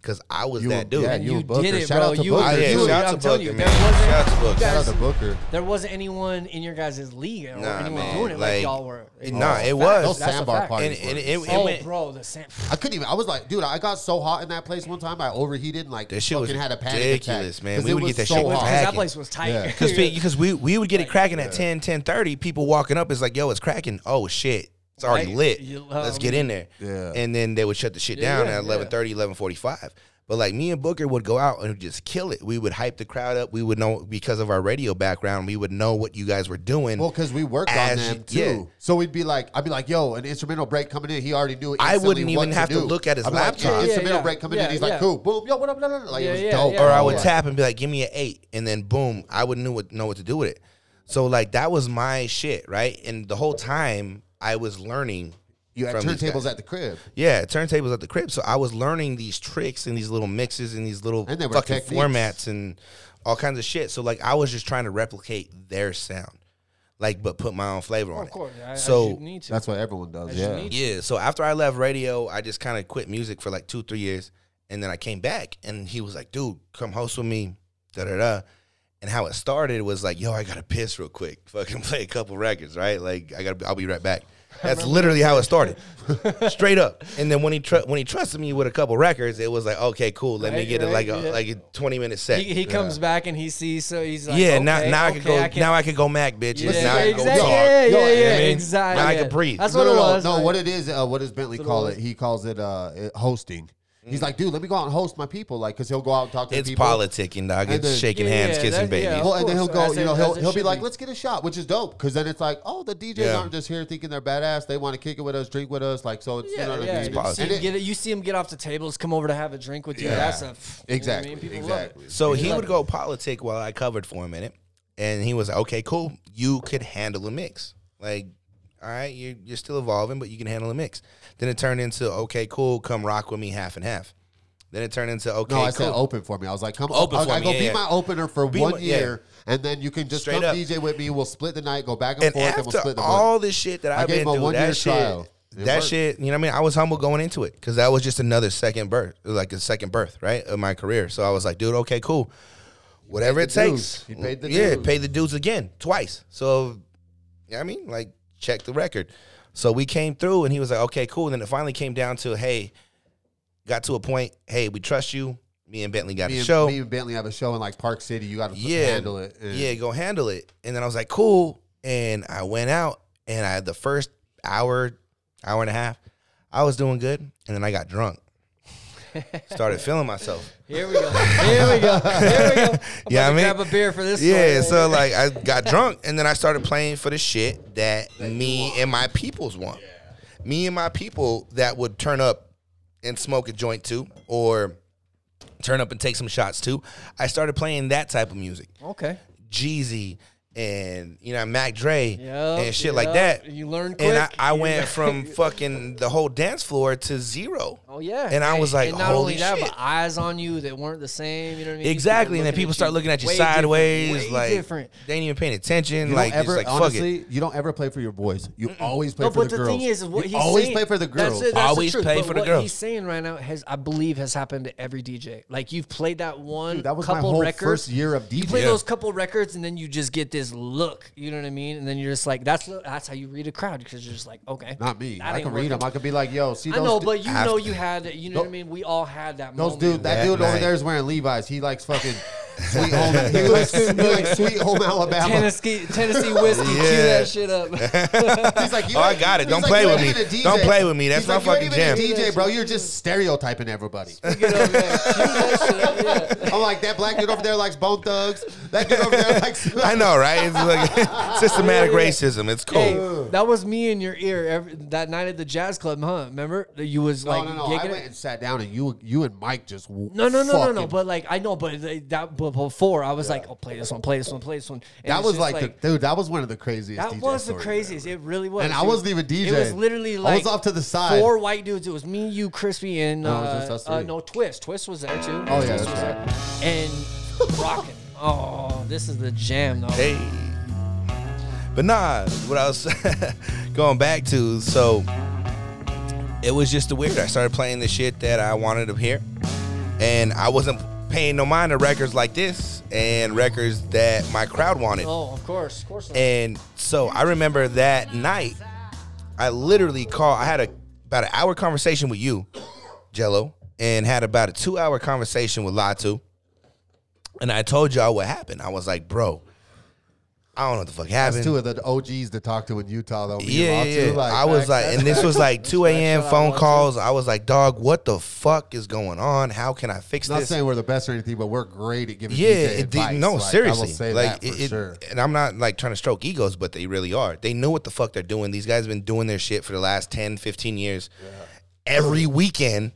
[SPEAKER 7] because I was
[SPEAKER 2] You were-
[SPEAKER 7] that dude.
[SPEAKER 2] yeah,
[SPEAKER 1] And
[SPEAKER 2] you
[SPEAKER 1] you
[SPEAKER 2] and Booker.
[SPEAKER 1] did it,
[SPEAKER 2] Shout
[SPEAKER 1] bro.
[SPEAKER 2] out to
[SPEAKER 1] you
[SPEAKER 2] Booker.
[SPEAKER 1] were
[SPEAKER 7] Ah,
[SPEAKER 1] the
[SPEAKER 7] yeah,
[SPEAKER 1] dude.
[SPEAKER 7] shout out
[SPEAKER 1] I'm
[SPEAKER 7] to
[SPEAKER 1] telling
[SPEAKER 7] Booker,
[SPEAKER 1] you,
[SPEAKER 7] man.
[SPEAKER 1] there wasn't-
[SPEAKER 7] Shout out to Booker.
[SPEAKER 1] you
[SPEAKER 7] Shout
[SPEAKER 2] Shout out
[SPEAKER 1] guys-
[SPEAKER 2] to Booker.
[SPEAKER 1] There wasn't anyone in your guys' league or
[SPEAKER 7] Nah,
[SPEAKER 1] anyone
[SPEAKER 7] man,
[SPEAKER 1] doing it like,
[SPEAKER 7] like,
[SPEAKER 1] y'all were.
[SPEAKER 7] nah,
[SPEAKER 1] That's
[SPEAKER 7] it
[SPEAKER 1] a
[SPEAKER 7] was.
[SPEAKER 1] fact.
[SPEAKER 2] Those
[SPEAKER 1] That's a
[SPEAKER 2] sandbar
[SPEAKER 1] fact.
[SPEAKER 2] parties
[SPEAKER 7] and, and it, it
[SPEAKER 1] Oh,
[SPEAKER 7] went.
[SPEAKER 1] bro, the sand.
[SPEAKER 2] I couldn't even. I was like, dude, I got so hot in that place one time. I overheated and like
[SPEAKER 7] That shit was
[SPEAKER 2] fucking had a panic
[SPEAKER 7] ridiculous,
[SPEAKER 2] attack.
[SPEAKER 7] man.
[SPEAKER 2] 'Cause
[SPEAKER 7] We
[SPEAKER 2] it
[SPEAKER 7] would
[SPEAKER 2] was
[SPEAKER 7] get that
[SPEAKER 2] so
[SPEAKER 7] shit
[SPEAKER 2] hot.
[SPEAKER 7] packed.
[SPEAKER 1] that place was tight.
[SPEAKER 2] Yeah.
[SPEAKER 7] Because because we, we would get it cracking at 10, 10 People walking up, it's like, yo, it's cracking. Oh, shit. It's already
[SPEAKER 1] Right.
[SPEAKER 7] lit.
[SPEAKER 1] You- um,
[SPEAKER 7] Let's get in there.
[SPEAKER 2] Yeah.
[SPEAKER 7] And then they would shut the shit
[SPEAKER 1] Yeah,
[SPEAKER 7] down
[SPEAKER 1] yeah,
[SPEAKER 7] at 1130, 1145. But like me and Booker would go out and just kill it. We would hype the crowd up. We would know because of our radio background, we would know what you guys were doing.
[SPEAKER 2] Well, because we worked on
[SPEAKER 7] As
[SPEAKER 2] them too.
[SPEAKER 7] you- yeah.
[SPEAKER 2] So we'd be like, I'd be like, yo, an instrumental break coming in. He already knew. instantly
[SPEAKER 7] I wouldn't
[SPEAKER 2] what
[SPEAKER 7] even have to
[SPEAKER 2] do.
[SPEAKER 7] look at his
[SPEAKER 2] I'd be like, yeah,
[SPEAKER 7] laptop.
[SPEAKER 2] instrumental
[SPEAKER 1] Yeah,
[SPEAKER 2] break coming
[SPEAKER 1] yeah,
[SPEAKER 2] in. He's
[SPEAKER 1] yeah.
[SPEAKER 2] like, cool, boom, yo, what up, blah, blah, blah. Like
[SPEAKER 1] Yeah,
[SPEAKER 2] it was
[SPEAKER 1] yeah,
[SPEAKER 2] dope.
[SPEAKER 1] yeah.
[SPEAKER 7] or I
[SPEAKER 1] Oh,
[SPEAKER 7] would
[SPEAKER 1] yeah.
[SPEAKER 7] tap and be like, "Give me an eight. and then boom, I would knew what know what to do with it. So like that was my shit, right? And the whole time I was learning.
[SPEAKER 2] You had
[SPEAKER 7] from these guys.
[SPEAKER 2] turntables at the crib,
[SPEAKER 7] Yeah, turntables at the crib. So I was learning these tricks and these little mixes and these little
[SPEAKER 2] And they were
[SPEAKER 7] fucking
[SPEAKER 2] techniques.
[SPEAKER 7] formats and all kinds of shit. So like I was just trying to replicate their sound, like but put my own flavor on
[SPEAKER 1] Of course,
[SPEAKER 7] it.
[SPEAKER 1] I, I
[SPEAKER 7] so
[SPEAKER 1] should need to.
[SPEAKER 2] that's what everyone does.
[SPEAKER 1] should
[SPEAKER 2] Yeah,
[SPEAKER 1] need
[SPEAKER 7] yeah, so after I left radio, I just kind of quit music for like two three years, and then I came back and he was like, "Dude, come host with me." Da da da. And how it started was like, "Yo, I gotta piss real quick. Fucking play a couple records, right? Like I gotta, I'll be right back." That's literally how it started, straight up. And then when he tr- when he trusted me with a couple records, it was like, "Okay, cool. Let me
[SPEAKER 1] Right,
[SPEAKER 7] get it
[SPEAKER 1] right,
[SPEAKER 7] like a
[SPEAKER 1] yeah.
[SPEAKER 7] like a twenty minute set."
[SPEAKER 1] He, he comes back and he sees, so he's like,
[SPEAKER 7] yeah,
[SPEAKER 1] okay,
[SPEAKER 7] now now I
[SPEAKER 1] okay,
[SPEAKER 7] could go now I could go Mac bitches.
[SPEAKER 1] yeah, yeah,
[SPEAKER 7] now I could
[SPEAKER 1] exactly,
[SPEAKER 7] go talk.
[SPEAKER 1] yeah,
[SPEAKER 2] Yo,
[SPEAKER 1] yeah,
[SPEAKER 2] you know
[SPEAKER 1] yeah,
[SPEAKER 2] what I mean?
[SPEAKER 1] exactly.
[SPEAKER 7] Now I
[SPEAKER 1] yeah.
[SPEAKER 7] can breathe.
[SPEAKER 1] That's
[SPEAKER 2] no,
[SPEAKER 1] what
[SPEAKER 2] no,
[SPEAKER 1] it
[SPEAKER 2] no,
[SPEAKER 1] was.
[SPEAKER 2] No,
[SPEAKER 1] like-
[SPEAKER 2] what it is? Uh, what does Bentley
[SPEAKER 1] That's what it
[SPEAKER 2] call
[SPEAKER 1] was. Mm.
[SPEAKER 2] it? He calls it uh, it- hosting. He's like, dude, let me go out and host my people, like, cause he'll go out and talk to
[SPEAKER 7] It's
[SPEAKER 2] people.
[SPEAKER 7] politicking, dog.
[SPEAKER 2] And
[SPEAKER 7] It's
[SPEAKER 2] then-
[SPEAKER 7] shaking
[SPEAKER 1] Yeah,
[SPEAKER 7] hands,
[SPEAKER 1] yeah,
[SPEAKER 7] kissing
[SPEAKER 1] that- yeah.
[SPEAKER 7] babies.
[SPEAKER 2] Well, and then he'll
[SPEAKER 1] course,
[SPEAKER 2] go,
[SPEAKER 1] as
[SPEAKER 2] you
[SPEAKER 1] it-
[SPEAKER 2] know, he'll
[SPEAKER 1] as it
[SPEAKER 2] he'll be
[SPEAKER 1] should
[SPEAKER 2] like,
[SPEAKER 1] be.
[SPEAKER 2] let's get a shot, which is dope. Because then it's like, oh, the DJs
[SPEAKER 7] Yeah.
[SPEAKER 2] aren't just here thinking they're badass. They want to kick it with us, drink with us. Like, so it's, you know
[SPEAKER 1] Yeah,
[SPEAKER 2] what
[SPEAKER 1] yeah.
[SPEAKER 2] I mean?
[SPEAKER 1] You see,
[SPEAKER 2] And
[SPEAKER 1] him
[SPEAKER 2] it-
[SPEAKER 1] get it, you see him get off the tables, come over to have a drink with you. That's a you know what I mean?
[SPEAKER 2] Exactly,
[SPEAKER 1] People love it.
[SPEAKER 2] exactly.
[SPEAKER 7] So he
[SPEAKER 1] Exactly.
[SPEAKER 7] would go politic while I covered for a minute, and he was like, "Okay, cool, you could handle a mix. Like, all right, you're you're still evolving, but you can handle a mix." Then it turned into, "Okay, cool, come rock with me half and half." Then it turned into, "Okay,
[SPEAKER 2] No, I
[SPEAKER 7] cool,
[SPEAKER 2] said open for me. I was like, come
[SPEAKER 7] Open
[SPEAKER 2] open. I was
[SPEAKER 7] for
[SPEAKER 2] like,
[SPEAKER 7] me,
[SPEAKER 2] go
[SPEAKER 7] yeah,
[SPEAKER 2] be
[SPEAKER 7] yeah.
[SPEAKER 2] my opener for
[SPEAKER 7] Be my-
[SPEAKER 2] one
[SPEAKER 7] yeah.
[SPEAKER 2] year, and then you can just
[SPEAKER 7] Straight
[SPEAKER 2] come
[SPEAKER 7] up.
[SPEAKER 2] DJ with me. We'll split the night, go back and,
[SPEAKER 7] and
[SPEAKER 2] forth, and we'll
[SPEAKER 7] after
[SPEAKER 2] split the money.
[SPEAKER 7] all this shit that
[SPEAKER 2] I
[SPEAKER 7] I've
[SPEAKER 2] gave him
[SPEAKER 7] been
[SPEAKER 2] a
[SPEAKER 7] through,
[SPEAKER 2] one-year
[SPEAKER 7] that shit,
[SPEAKER 2] trial. It
[SPEAKER 7] that
[SPEAKER 2] worked.
[SPEAKER 7] shit, you know what I mean? I was humble going into it because that was just another second birth, like a second birth, right, of my career. So I was like, dude, okay, cool, whatever it
[SPEAKER 2] the
[SPEAKER 7] takes.
[SPEAKER 2] dues. He paid the
[SPEAKER 7] yeah,
[SPEAKER 2] dues.
[SPEAKER 7] pay the dudes again twice. So, you know what I mean, like, check the record. So we came through, and he was like, "Okay, cool." And then it finally came down to, "Hey, got to a point. Hey, we trust you. Me and Bentley got
[SPEAKER 2] me
[SPEAKER 7] a
[SPEAKER 2] and,
[SPEAKER 7] show.
[SPEAKER 2] me and Bentley have a show in like Park City. You got to
[SPEAKER 7] yeah,
[SPEAKER 2] handle it. And
[SPEAKER 7] Yeah, go handle it. And then I was like, cool. And I went out, and I the first hour, hour and a half, I was doing good, and then I got drunk. Started feeling myself.
[SPEAKER 1] Here we go. Here we go. Here we go. I'm
[SPEAKER 7] Yeah,
[SPEAKER 1] about
[SPEAKER 7] I mean,
[SPEAKER 1] to grab a beer for this.
[SPEAKER 7] Yeah,
[SPEAKER 1] one.
[SPEAKER 7] so like I got drunk and then I started playing for the shit that, me and my peoples want. Me and my people that would turn up and smoke a joint too, or turn up and take some shots too. I started playing that type of music,
[SPEAKER 1] okay.
[SPEAKER 7] Jeezy and you know Mac Dre
[SPEAKER 1] Yup,
[SPEAKER 7] and shit like
[SPEAKER 1] yup.
[SPEAKER 7] that.
[SPEAKER 1] You learn
[SPEAKER 7] and I,
[SPEAKER 1] quick.
[SPEAKER 7] I
[SPEAKER 1] You-
[SPEAKER 7] went from fucking the whole dance floor to zero.
[SPEAKER 1] Oh yeah.
[SPEAKER 7] and I was like,
[SPEAKER 1] and not
[SPEAKER 7] holy
[SPEAKER 1] only that,
[SPEAKER 7] shit.
[SPEAKER 1] but eyes on you that weren't the same. You know what I mean?
[SPEAKER 7] Exactly, and then people start looking at you
[SPEAKER 1] way different,
[SPEAKER 7] sideways,
[SPEAKER 1] way
[SPEAKER 7] like
[SPEAKER 1] different.
[SPEAKER 7] they ain't even paying attention.
[SPEAKER 2] You
[SPEAKER 7] like,
[SPEAKER 2] don't ever,
[SPEAKER 7] just like fuck it.
[SPEAKER 2] honestly, you don't ever play for your boys. You always play
[SPEAKER 1] No,
[SPEAKER 2] for
[SPEAKER 1] but
[SPEAKER 2] the,
[SPEAKER 1] the,
[SPEAKER 2] girls.
[SPEAKER 1] thing is, is what
[SPEAKER 2] you
[SPEAKER 1] he's
[SPEAKER 2] always
[SPEAKER 1] saying,
[SPEAKER 2] play for the girls.
[SPEAKER 1] That's, it, that's
[SPEAKER 7] Always
[SPEAKER 1] the truth.
[SPEAKER 7] play
[SPEAKER 1] but
[SPEAKER 7] for the
[SPEAKER 1] what
[SPEAKER 7] girls.
[SPEAKER 1] He's saying right now has, I believe, has happened to every DJ. Like you've played that one
[SPEAKER 2] Dude, that was my
[SPEAKER 1] couple
[SPEAKER 2] whole
[SPEAKER 1] records.
[SPEAKER 2] first year of
[SPEAKER 1] You play
[SPEAKER 2] DJ.
[SPEAKER 1] those couple records, and then you just get this look. You know what I mean? And then you're just like, that's that's how you read a crowd because you're just like, okay,
[SPEAKER 2] Not me.
[SPEAKER 1] that
[SPEAKER 2] I
[SPEAKER 1] ain't
[SPEAKER 2] can read
[SPEAKER 1] working.
[SPEAKER 2] them. I can be like, yo, see
[SPEAKER 1] I
[SPEAKER 2] those.
[SPEAKER 1] know,
[SPEAKER 2] du-
[SPEAKER 1] but you
[SPEAKER 7] have
[SPEAKER 1] know
[SPEAKER 7] to-
[SPEAKER 1] you had, you know what I
[SPEAKER 2] Those-
[SPEAKER 1] mean? We all had that
[SPEAKER 2] Those
[SPEAKER 1] moment.
[SPEAKER 2] dude, that,
[SPEAKER 7] That
[SPEAKER 2] dude over
[SPEAKER 7] night.
[SPEAKER 2] there is wearing Levi's. He likes fucking sweet home. He likes, he likes sweet home Alabama.
[SPEAKER 1] Tennessee, Tennessee whiskey, cue
[SPEAKER 7] Yeah.
[SPEAKER 1] that shit up.
[SPEAKER 2] He's like, you
[SPEAKER 7] Oh, I
[SPEAKER 2] ain't-
[SPEAKER 7] got it.
[SPEAKER 2] he's
[SPEAKER 7] Don't
[SPEAKER 2] like,
[SPEAKER 7] play
[SPEAKER 2] you
[SPEAKER 7] with
[SPEAKER 2] ain't
[SPEAKER 7] me.
[SPEAKER 2] even a
[SPEAKER 7] Don't
[SPEAKER 2] DJ.
[SPEAKER 7] play with me. That's
[SPEAKER 2] He's
[SPEAKER 7] my
[SPEAKER 2] like, you ain't
[SPEAKER 7] fucking
[SPEAKER 2] even a
[SPEAKER 7] jam.
[SPEAKER 2] DJ, bro, you're just stereotyping everybody.
[SPEAKER 1] Get over there, cue that shit up, yeah.
[SPEAKER 2] I'm like that black dude over there likes Bone Thugs. That dude over there likes.
[SPEAKER 7] I know, right? It's like systematic
[SPEAKER 1] Yeah, yeah.
[SPEAKER 7] racism. It's cool.
[SPEAKER 1] Hey, that was me in your ear every, that night at the jazz club, huh? Remember That you was
[SPEAKER 2] No,
[SPEAKER 1] like
[SPEAKER 2] Oh, no, no. I
[SPEAKER 1] giggling-
[SPEAKER 2] went and sat down, and you, you and Mike just w-
[SPEAKER 1] no, no, no, no, no.
[SPEAKER 2] fucking-
[SPEAKER 1] But like I know, but they- that but before I was like, oh, play this one, play this one, play this one. And
[SPEAKER 2] that
[SPEAKER 1] it's
[SPEAKER 2] was
[SPEAKER 1] just
[SPEAKER 2] like, the, dude. That was one of the craziest.
[SPEAKER 1] that
[SPEAKER 2] DJ
[SPEAKER 1] was the
[SPEAKER 2] stories
[SPEAKER 1] craziest.
[SPEAKER 2] ever.
[SPEAKER 1] It really was.
[SPEAKER 2] And I
[SPEAKER 1] It was-
[SPEAKER 2] wasn't even
[SPEAKER 1] It was
[SPEAKER 2] DJing.
[SPEAKER 1] literally
[SPEAKER 2] I
[SPEAKER 1] like
[SPEAKER 2] was off to the side.
[SPEAKER 1] Four white dudes. It was me, you, Crispy, and
[SPEAKER 2] No, it was
[SPEAKER 1] uh,
[SPEAKER 2] just us
[SPEAKER 1] uh,
[SPEAKER 2] three.
[SPEAKER 1] no Twist. Twist was there too.
[SPEAKER 2] Oh, yeah,
[SPEAKER 1] Twist
[SPEAKER 2] that's
[SPEAKER 1] was there. and rocking. Oh, this is the jam though.
[SPEAKER 7] Hey. But nah, what I was going back to, so it was just the weird. I started playing the shit that I wanted to hear. And I wasn't paying no mind to records like this and records that my crowd wanted.
[SPEAKER 1] Oh, of course, of course. Not.
[SPEAKER 7] And so I remember that night, I literally called. I had a about an hour conversation with you, Jello, and had about a two hour conversation with Latu. And I told y'all what happened. I was like, bro, I don't know what the fuck happened.
[SPEAKER 2] That's two of the OGs to talk to in Utah. That we
[SPEAKER 7] yeah,
[SPEAKER 2] talk
[SPEAKER 7] yeah.
[SPEAKER 2] to. Like,
[SPEAKER 7] I was like, and this was like 2 a.m.
[SPEAKER 1] I
[SPEAKER 7] phone
[SPEAKER 1] love
[SPEAKER 7] calls. I was like, dog, what the fuck is going on? How can I fix
[SPEAKER 2] Not
[SPEAKER 7] this?
[SPEAKER 2] saying we're the best or anything, but we're great at giving.
[SPEAKER 7] yeah,
[SPEAKER 2] DJ
[SPEAKER 7] it
[SPEAKER 2] advice.
[SPEAKER 7] didn't. No,
[SPEAKER 2] Like,
[SPEAKER 7] seriously,
[SPEAKER 2] I will say
[SPEAKER 7] like
[SPEAKER 2] that for
[SPEAKER 7] it, it-
[SPEAKER 2] sure.
[SPEAKER 7] and I'm not like trying to stroke egos, but they really are. They know what the fuck they're doing. These guys have been doing their shit for the last 10, 15 years, every weekend